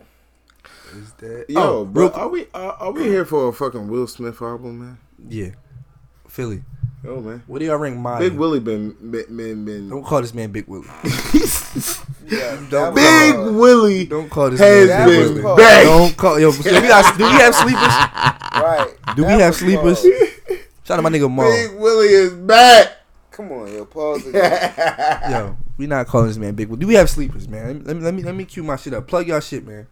Is that
Yo,
Oh,
bro,
real-
are we are, are we here for a fucking Will Smith album, man?
yeah, Philly.
Yo, man.
What do y'all rank my?
Big Willie been been been. been
Don't call this man Big Willie.
Yeah,
Don't
Big
call-
Willie
Don't call this
has
man
been
Big Willie.
back.
Don't call yo. so we got- do we have sleepers?
right.
Do we
That
have
was
sleepers?
hard.
Shout out my nigga Mo.
Big Willie is back.
Come on, yo, pause again.
Yo, we not calling this man Big Willie. Do we have sleepers, man? Let me let me let me cue my shit up. Plug y'all shit, man.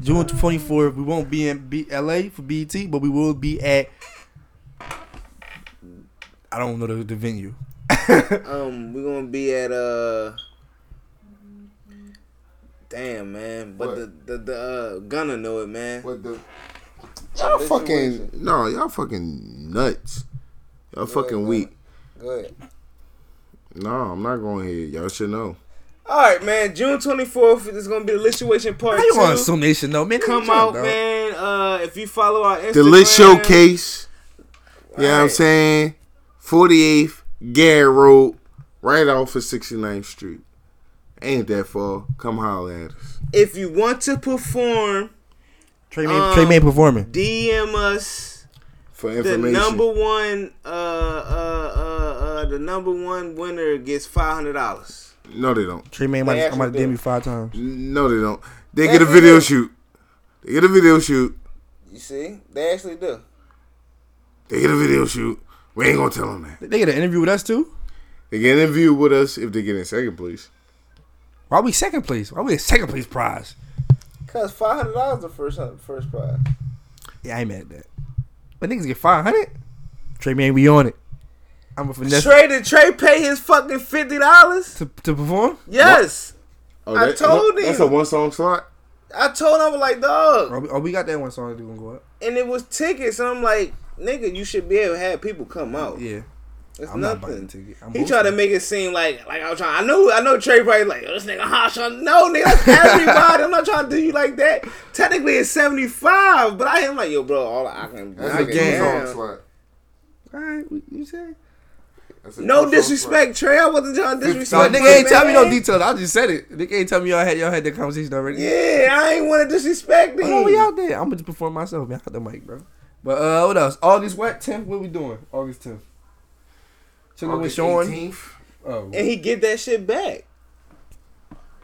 June twenty fourth, we won't be in B- LA for BET, but we will be at I don't know the, the venue.
um, we're gonna be at uh. Damn man, but
What?
the the, the uh, gonna know it man.
What the? Y'all fucking no, y'all fucking nuts. Y'all fucking weak.
Go ahead.
No, I'm not going here. Y'all should know.
All right, man. June twenty fourth is gonna be the lituation part
How you
two.
want Assume Nation though, man?
Come
Shut up,
out,
dog.
man. Uh, if you follow our Instagram,
The lit showcase. You know what I'm saying? 48th Gare Road, right off of 69th Street. Ain't that far? Come holler at us.
If you want to perform,
Trey May,
Um,
Trey May performing.
DM us
For
the
information.
number one. Uh, uh, uh, uh, the number one winner gets five hundred dollars.
No, they don't.
Trey May
They
might I'm
actually
about to
do.
DM you five times.
No, they don't. They
Yes,
get a
they
video
do.
shoot. They get a video shoot.
You see, they actually do.
They get a video shoot. We ain't gonna tell them that.
They get an interview with us too.
They get an interview with us if they get in second place.
Why we second place? Why we a second place prize?
Cause five hundred dollars the first hun- first prize.
Yeah, I ain't mad at that. But niggas get five hundred. Trey man, we on it. I'm a finesse
Trey did Trey pay his fucking fifty dollars?
to, to perform.
Yes. I told
Oh, That's
him.
a one song slot.
I told him I was like, dog.
Oh, we- oh, we got that one song that's gonna go up.
and it was tickets, and I'm like, nigga, you should be able to have people come out.
Yeah.
It's
I'm not buying
nothing.
a ticket. I'm
he
hosting.
tried to make it seem like like I was trying. I know I know Trey probably like oh, this nigga harsh on no nigga that's everybody. I'm not trying to do you like that. Technically it's 75, but I am like yo bro, all I can.
That's
I
a
can
game
have-
song slot.
All right, what you say?
That's a
No
two-song
disrespect, Trey. I wasn't trying to
No,
disrespect.
nigga
you,
ain't tell me no
man.
details. I just said it. Nigga ain't tell me y'all had y'all had that conversation already.
Yeah, I ain't want to disrespect him.
Hold on, we out there. I'm gonna just perform myself, man. Out the mic, bro. But uh, what else? August what? 10th? What we doing? August 10th. Chilling
August
with Sean.
18th.
Oh,
and he get that shit back.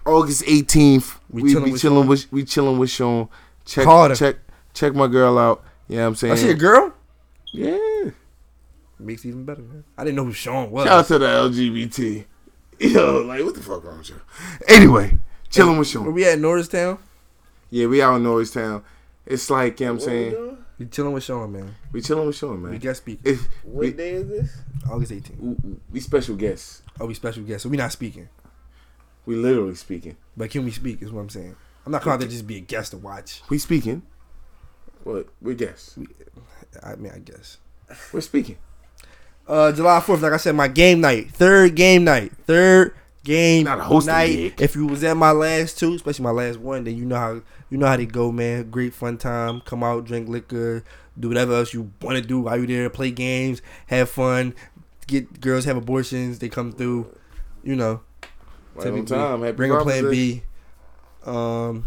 August 18th.
We
We,
chilling
be
with
chilling with we chilling with Sean. Check
Carter.
check check my girl out. You know what I'm saying?
oh, she a girl?
Yeah.
Makes it even better, man. I didn't know who Sean was.
Shout out to the LGBT. Yo, like what the fuck wrong with you? Anyway, chilling with
Where
Sean.
we at? Norristown.
Yeah, we out in Norristown. It's like you know what I'm saying.
We chilling with Sean, man.
We chilling with Sean, man.
We guest speaker.
It's-
What
we,
day is this?
August 18th.
we special guests.
Oh, we special guest, so we not speaking.
We literally speaking.
But can we speak? Is what I'm saying. I'm not coming out there just be a guest to watch.
We speaking. But we guests.
I mean, I guess.
We're speaking.
Uh, July 4th, like I said, my game night. Third game night. Third game
Not a hosting
night.
gig.
If you was at my last two, especially my last one, then you know how you know how they go, man. Great fun time. Come out, drink liquor, do whatever else you want to do while you there. Play games, have fun. Get girls have abortions. They come through. You know,
Right on time. Happy
bring a plan
Father's
B. Um,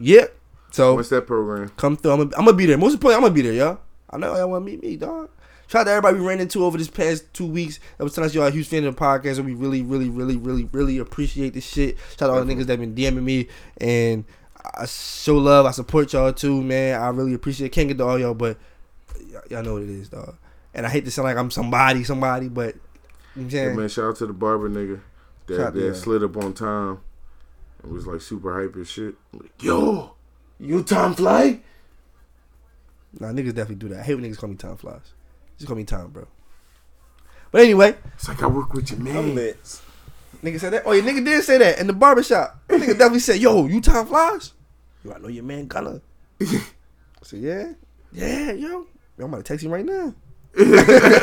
yeah. So
What's that program?
Come through. I'm gonna, I'm gonna be there. Most importantly, I'm gonna be there, y'all. I know y'all want to meet me, dog. Shout out to everybody we ran into over this past two weeks. That was telling us y'all a huge fan of the podcast, and we really, really, really, really, really appreciate this shit. Shout out all the niggas that been DMing me, and I show love. I support y'all too, man. I really appreciate. it. Can't get to all y'all, but y'all, y'all know what it is, dog. And I hate to sound like I'm somebody, somebody, but you know what I'm
Yeah,
saying.
man, shout out to the barber nigga that,
Shout-
that
yeah.
slid up on time and was like super hype as shit. Like, Yo, you time fly?
Nah, niggas definitely do that. I hate when niggas call me Tom Flies. Just call me Tom, bro. But anyway,
It's like I work with your
I'm
man.
lit.
Nigga said that. Oh, yeah, nigga did say that in the barbershop. Nigga definitely said, yo, you time flies? Yo, I know your man Gunna. I said, yeah? Yeah, yo. Yo, I'm about to text him right now.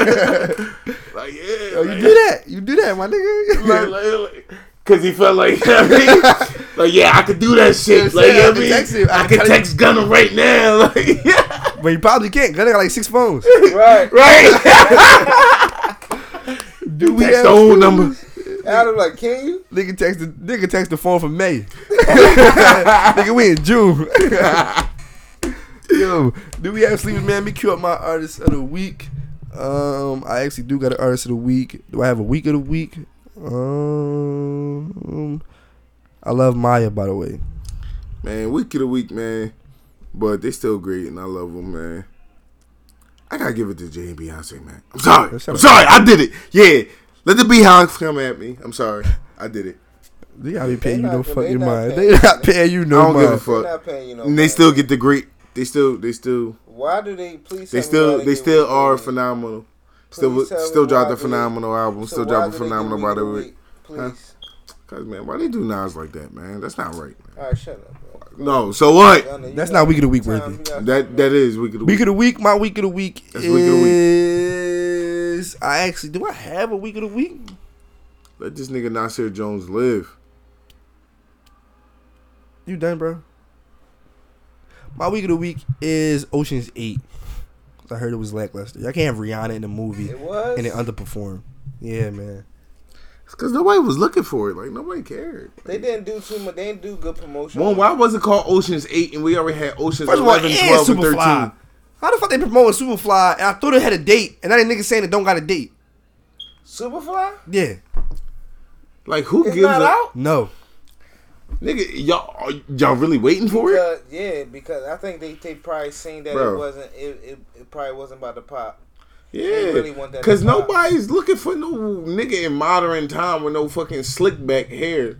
Like yeah,
Yo, Oh, you
like-
do that. You do that, my nigga.
like, like, like- Cause he felt like, you know what I mean? like yeah, I could do that shit.
Yeah,
Like, you know
I
what I
could
mean?
text him. I
I
could
could text Gunner right now. Like,
but you probably can't. Gunna got like six phones.
Right.
right?
Do we
Text
have
the old number.
Adam like, can you?
Nigga text the nigga text the phone from May. nigga, we in June. Yo, do we have sleeping man? Me cue up my artist of the week. Um, I actually do got an artist of the week. Do I have a week of the week? Um, I love Maya by the way.
man, week of the week, man. But they still great, and I love them, man. I gotta give it to Jay and Beyonce, man. I'm sorry.
Shut
I'm
up.
sorry. I did it. Yeah. Let the Beehives come at me. I'm sorry. I did it.
They gotta be paying you
not-
no
they
fucking
not
mind. They
paying.
not paying you
I
no
don't
mind.
give a
They're
fuck.
not paying you no
and they
money.
still get the great. They still. They still.
Why do they please?
They
tell me why
still. They
give
still
me
are
money?
phenomenal. Still.
Please tell me
Still
why
dropped a
do they-
phenomenal album.
So
Still
why
dropped a
do they give
phenomenal
me
by
the
the week.
week? Please.
Cause man, why they do Nas like that, man? That's not right. Man.
All right, shut up. Bro.
No. So what?
Gunna, you
That's
got
not week of the week
time,
worthy.
you got
That that is week of the
Week
week.
of the week, my week of the week
That's
is.
week of the week.
I actually do. I have a week of the week.
Let this nigga Nasir Jones live.
You done, bro? My week of the week is Ocean's Eight. 'Cause I heard it was lackluster. Y'all can't have Rihanna in the movie
It was.
and it underperformed. Yeah, man.
It's cause nobody was looking for it. Like nobody cared.
they didn't do too much. They didn't do good promotion.
One, why was it called Ocean's Eight and we already had Ocean's
First of all,
11,
and
12, and
Superfly.
thirteen?
How the fuck they promoting Superfly? And I thought it had a date, and now they niggas saying it don't got a date.
Superfly?
Yeah,
Like who
It's
gives
not
a
out.
no.
Nigga, y'all are y'all really waiting for it?
Because- yeah, because I think they, they probably seen that
Bro.
it wasn't it, it, it probably wasn't about to pop.
Yeah,
They really want that to
cause
pop.
nobody's looking for no nigga in modern time with no fucking slick back hair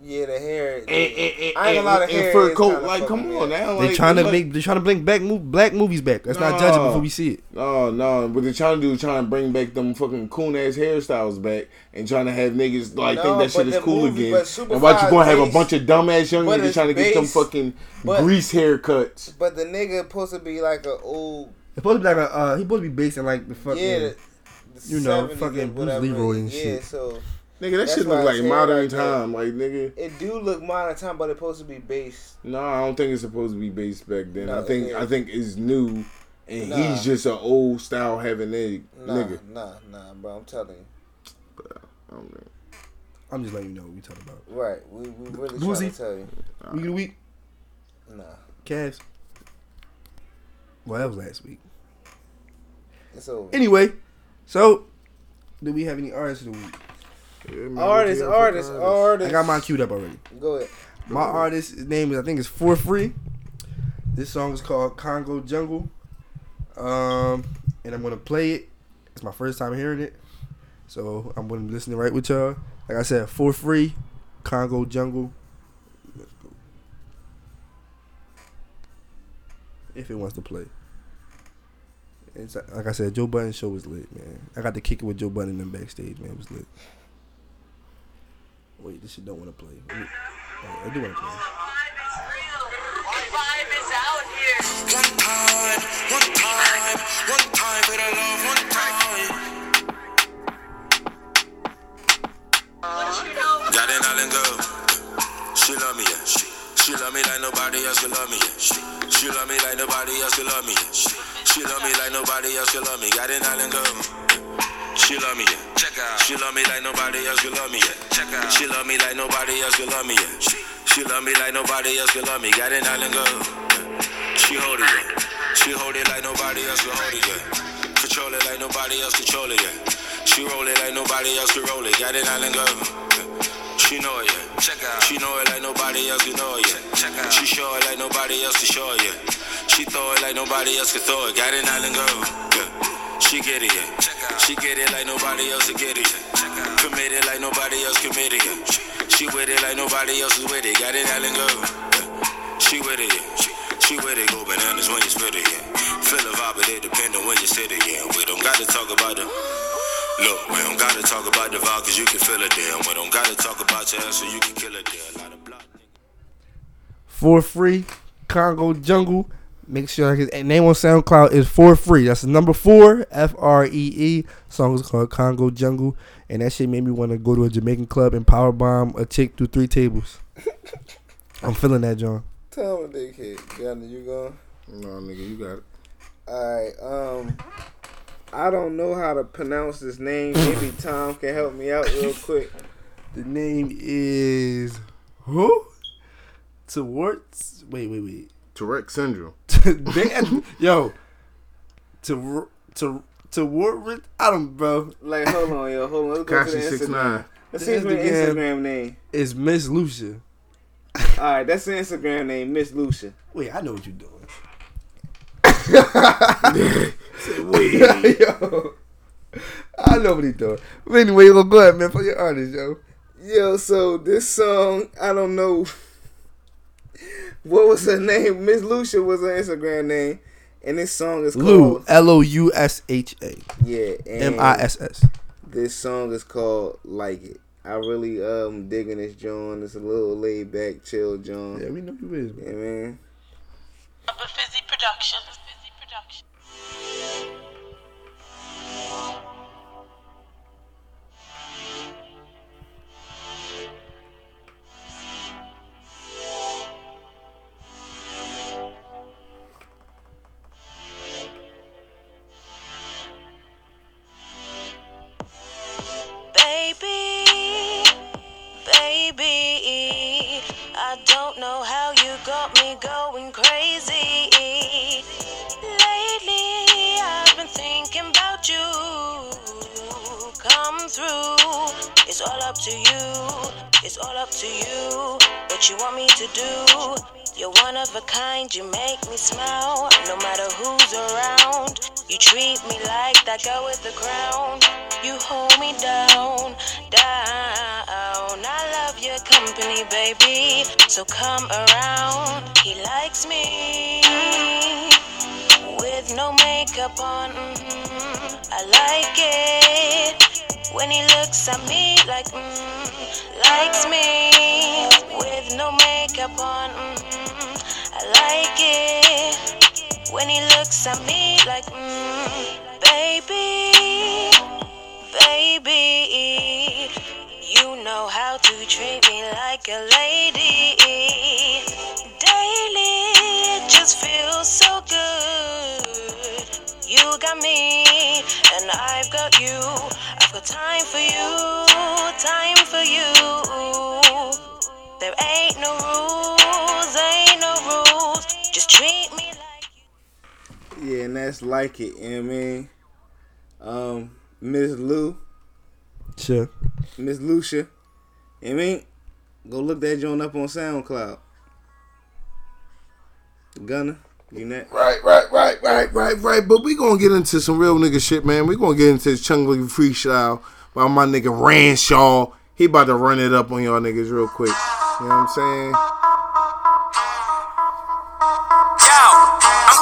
Yeah, the hair.
and, and, and,
I ain't gonna lie, the
and
hair
fur
is
coat.
kinda
Like, come
fucking
on now.
They
like,
trying to
look-
make they trying to bring black move black movies back. That's not judging before we see it.
No, no. What they're trying to do is trying to bring back them fucking coon ass hairstyles back and trying to have niggas like
No,
think that shit
but
is
the
cool
movie-
again.
but Super
And watch you
Five
gonna have a
based-
bunch of dumbass young
but
niggas
it's
trying to get them
based-
fucking
but-
grease haircuts.
But the nigga supposed to be like a old
It's supposed to be like a uh, he supposed to be based in like the fucking
yeah, the, the
you know
70s
fucking
and
Bruce
whatever.
Leroy and
yeah,
shit.
So
Nigga, that
that's
shit
why I
look like
said it
modern
like that.
time. Like nigga,
It do look modern time, but it's supposed to be based.
no, I don't think it's supposed to be based back then.
No,
I think
it
I
is.
think it's new, and
Nah.
he's just an old style having egg
Nah,
nigga. Oh,
nah, nah, bro. I'm telling you.
I don't know.
I'm just letting you know what we talking about.
Right. We we really trying
Boosie.
to tell you.
Week of the week,
Nah.
Cavs. Well, that was last week.
It's over.
Anyway, so do we have any artists of the week?
Artists, artists, artists.
I got mine queued up already.
Go ahead.
My artist's name is I think it's For Free. This song is called Congo Jungle. Um, and I'm gonna play it. It's my first time hearing it. So I'm gonna be listening right with y'all. Like I said, For Free, Congo Jungle. Let's go. If it wants to play. It's like I said, Joe Budden show was lit, man. I got to kick it with Joe Budden in them backstage, man. It was lit. Wait, this shit don't want to play. Let me- oh, I do want to play.
Garden Island girl, she love me, yeah. She, she love me like nobody else could love me, yeah. She, she love me like nobody else could love me, yeah. She, she love me like nobody else could love me. Garden Island girl, she love me, yeah. Check out. She love me like nobody else could love me, yeah. Check out. She love me like nobody else could love me, yeah. She, she love me like nobody else could love me. Garden Island girl, she hold it, yeah. She hold it like nobody else could hold it, yeah. Control it like nobody else control it, yeah. She roll it like nobody else could roll it. Garden Island girl. She know it, yeah. Check out. She know it like nobody else can know it, yeah. Check out. She show it like nobody else can show it, yeah. She throw it like nobody else can throw it. Got an island girl, yeah. She get it, yeah. Check out. She get it like nobody else can get it, yeah. Check out. Committed like nobody else committed, yeah. She with it like nobody else is with it. Got an island girl, yeah. She with it, yeah. She, she with it, go bananas when you spit it, yeah. Feel the vibe, but it depend on where you sit it, yeah. We don't gotta talk about the. Look, we don't gotta talk about the vibe, cause you can feel it there. We don't gotta talk about your ass, so you can kill it there. A lot of blood.
for free. Congo Jungle. Make sure his name on SoundCloud is for free. That's the number four, F R E E. Song is called Congo Jungle, and that shit made me want to go to a Jamaican club and power bomb a chick through three tables. I'm feeling that, John.
Tell him they kid. Gunner, you going?
No, nigga, you got it.
Alright, um I don't know how to pronounce this name. Maybe Tom can help me out real quick.
The name is who? Towards? Wait, wait, wait.
Tourette syndrome.
Damn, yo. To to toward? I don't, bro.
Like hold on, yo, hold on. Let's go to
Kashi
the Instagram.
69.
Let's see the
Instagram.
Instagram name.
It's Miss Lucia.
Alright, that's the Instagram name, Miss Lucia.
Wait, I know what you're doing.
Wait.
yo, I know what he doing. But anyway, well, go ahead, man. For your artist, yo.
Yo, so this song, I don't know what was her name. Miss Lucia was her Instagram name. And this song is
Lou
called
L O U S H A
Yeah and
M I S S.
This song is called Like It. I really um digging this John. It's a little laid back, chill John.
Yeah, we know you is.
Yeah, man.
Baby, baby, I don't know how you got me going through. It's all up to you. It's all up to you. What you want me to do? You're one of a kind. You make me smile. No matter who's around, you treat me like that girl with the crown. You hold me down, down. I love your company, baby. So come around. He likes me with no makeup on. mhm. I like it when he looks at me like mm, likes me with no makeup on. mhm. I like it when he looks at me like mm, baby, baby. You know how to treat me like a lady. Daily, it just feels so good. You got me, and I've got you. I've got time for you, time for you. There ain't no rules, ain't no rules. Just treat me
Yeah, and that's like it, you know what I mean? Um, Miss Lou,
Sure.
Miss Lucia, you know what I mean? Go look that joint up on SoundCloud. Gunner, you next.
Right, right, right, right, right, right. But we gonna get into some real nigga shit, man. We gonna get into this Chungly freestyle by my nigga Ranshaw. He about to run it up on y'all niggas real quick. You know what I'm saying?
Yo, I'm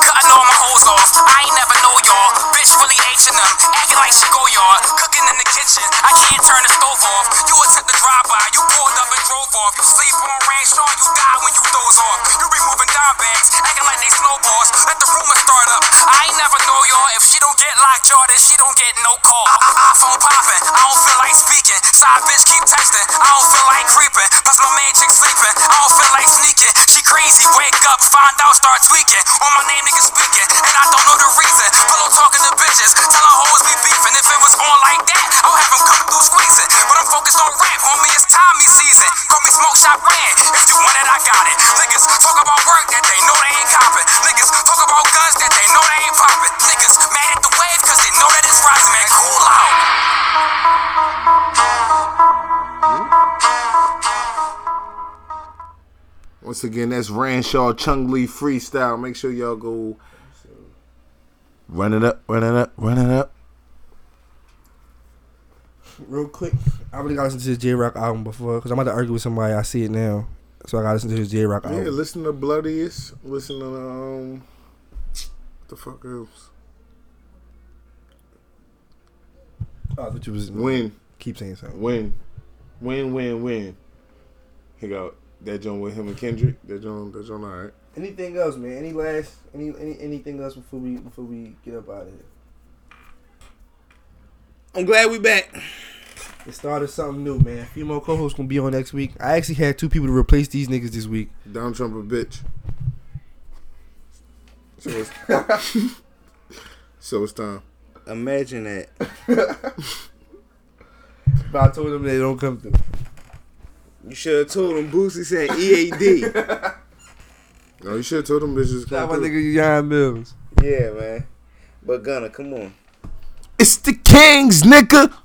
cutting all my holes off. I ain't never know y'all. Bitch really aging them, acting like she go yard. Cooking in the kitchen, I can't turn the stove off. You attempt to drive by, you pulled up and drove off. You sleep on ranch, Sean, you die when you doze off. You be moving dime bags, acting like they snowballs. Let the rumors start up. I ain't never know y'all. If she don't get locked, y'all, then she don't get no call. I- I- iPhone popping, I don't feel like speaking. Side bitch keep texting, I don't feel like creeping. Plus my man chick sleeping, I don't feel like sneaking. She crazy, wake up, find out, start tweaking. On my name, niggas speaking, and I don't know the reason. Pillow talking to bitches, telling hoes we beefing. If it was on like that, I'll have 'em come through squeezing. But I'm focused on rap, homie, it's Tommy season. Call me Smoke Shop Ran, if you want it, I got it. Niggas talk about work that they know they ain't copping. Niggas talk about guns that they know they ain't popping. Niggas mad at the wave, cause they know that it's rising, man, cool out.
Once again, that's Ranshaw Chungly freestyle. Make sure y'all go run it up, run it up, run it up.
Real quick, I really gotta listen to this J Rock album before because I'm about to argue with somebody. I see it now, so I gotta listen to this J Rock
Yeah,
album.
listen to Bloodiest. Listen to um, the fuck else?
Oh, I thought you was-
Win.
Keep saying something.
Win, win, win, win. He got that joint with him and Kendrick. That joint, that joint, all right.
Anything else, man? Any last any, any anything else before we before we get up out of here?
I'm glad we back.
It started something new, man. A few more co-hosts gonna be on next week. I actually had two people to replace these niggas this week.
Down Trump a bitch. So it's, so it's time.
Imagine that.
But I told them they don't come through.
You should have told him Boosie said E EAD.
No, Oh, you should have told them bitches.
Shout out my
come through.
nigga Yon Mills.
yeah, man. But Gunner, come on.
It's the Kings, nigga.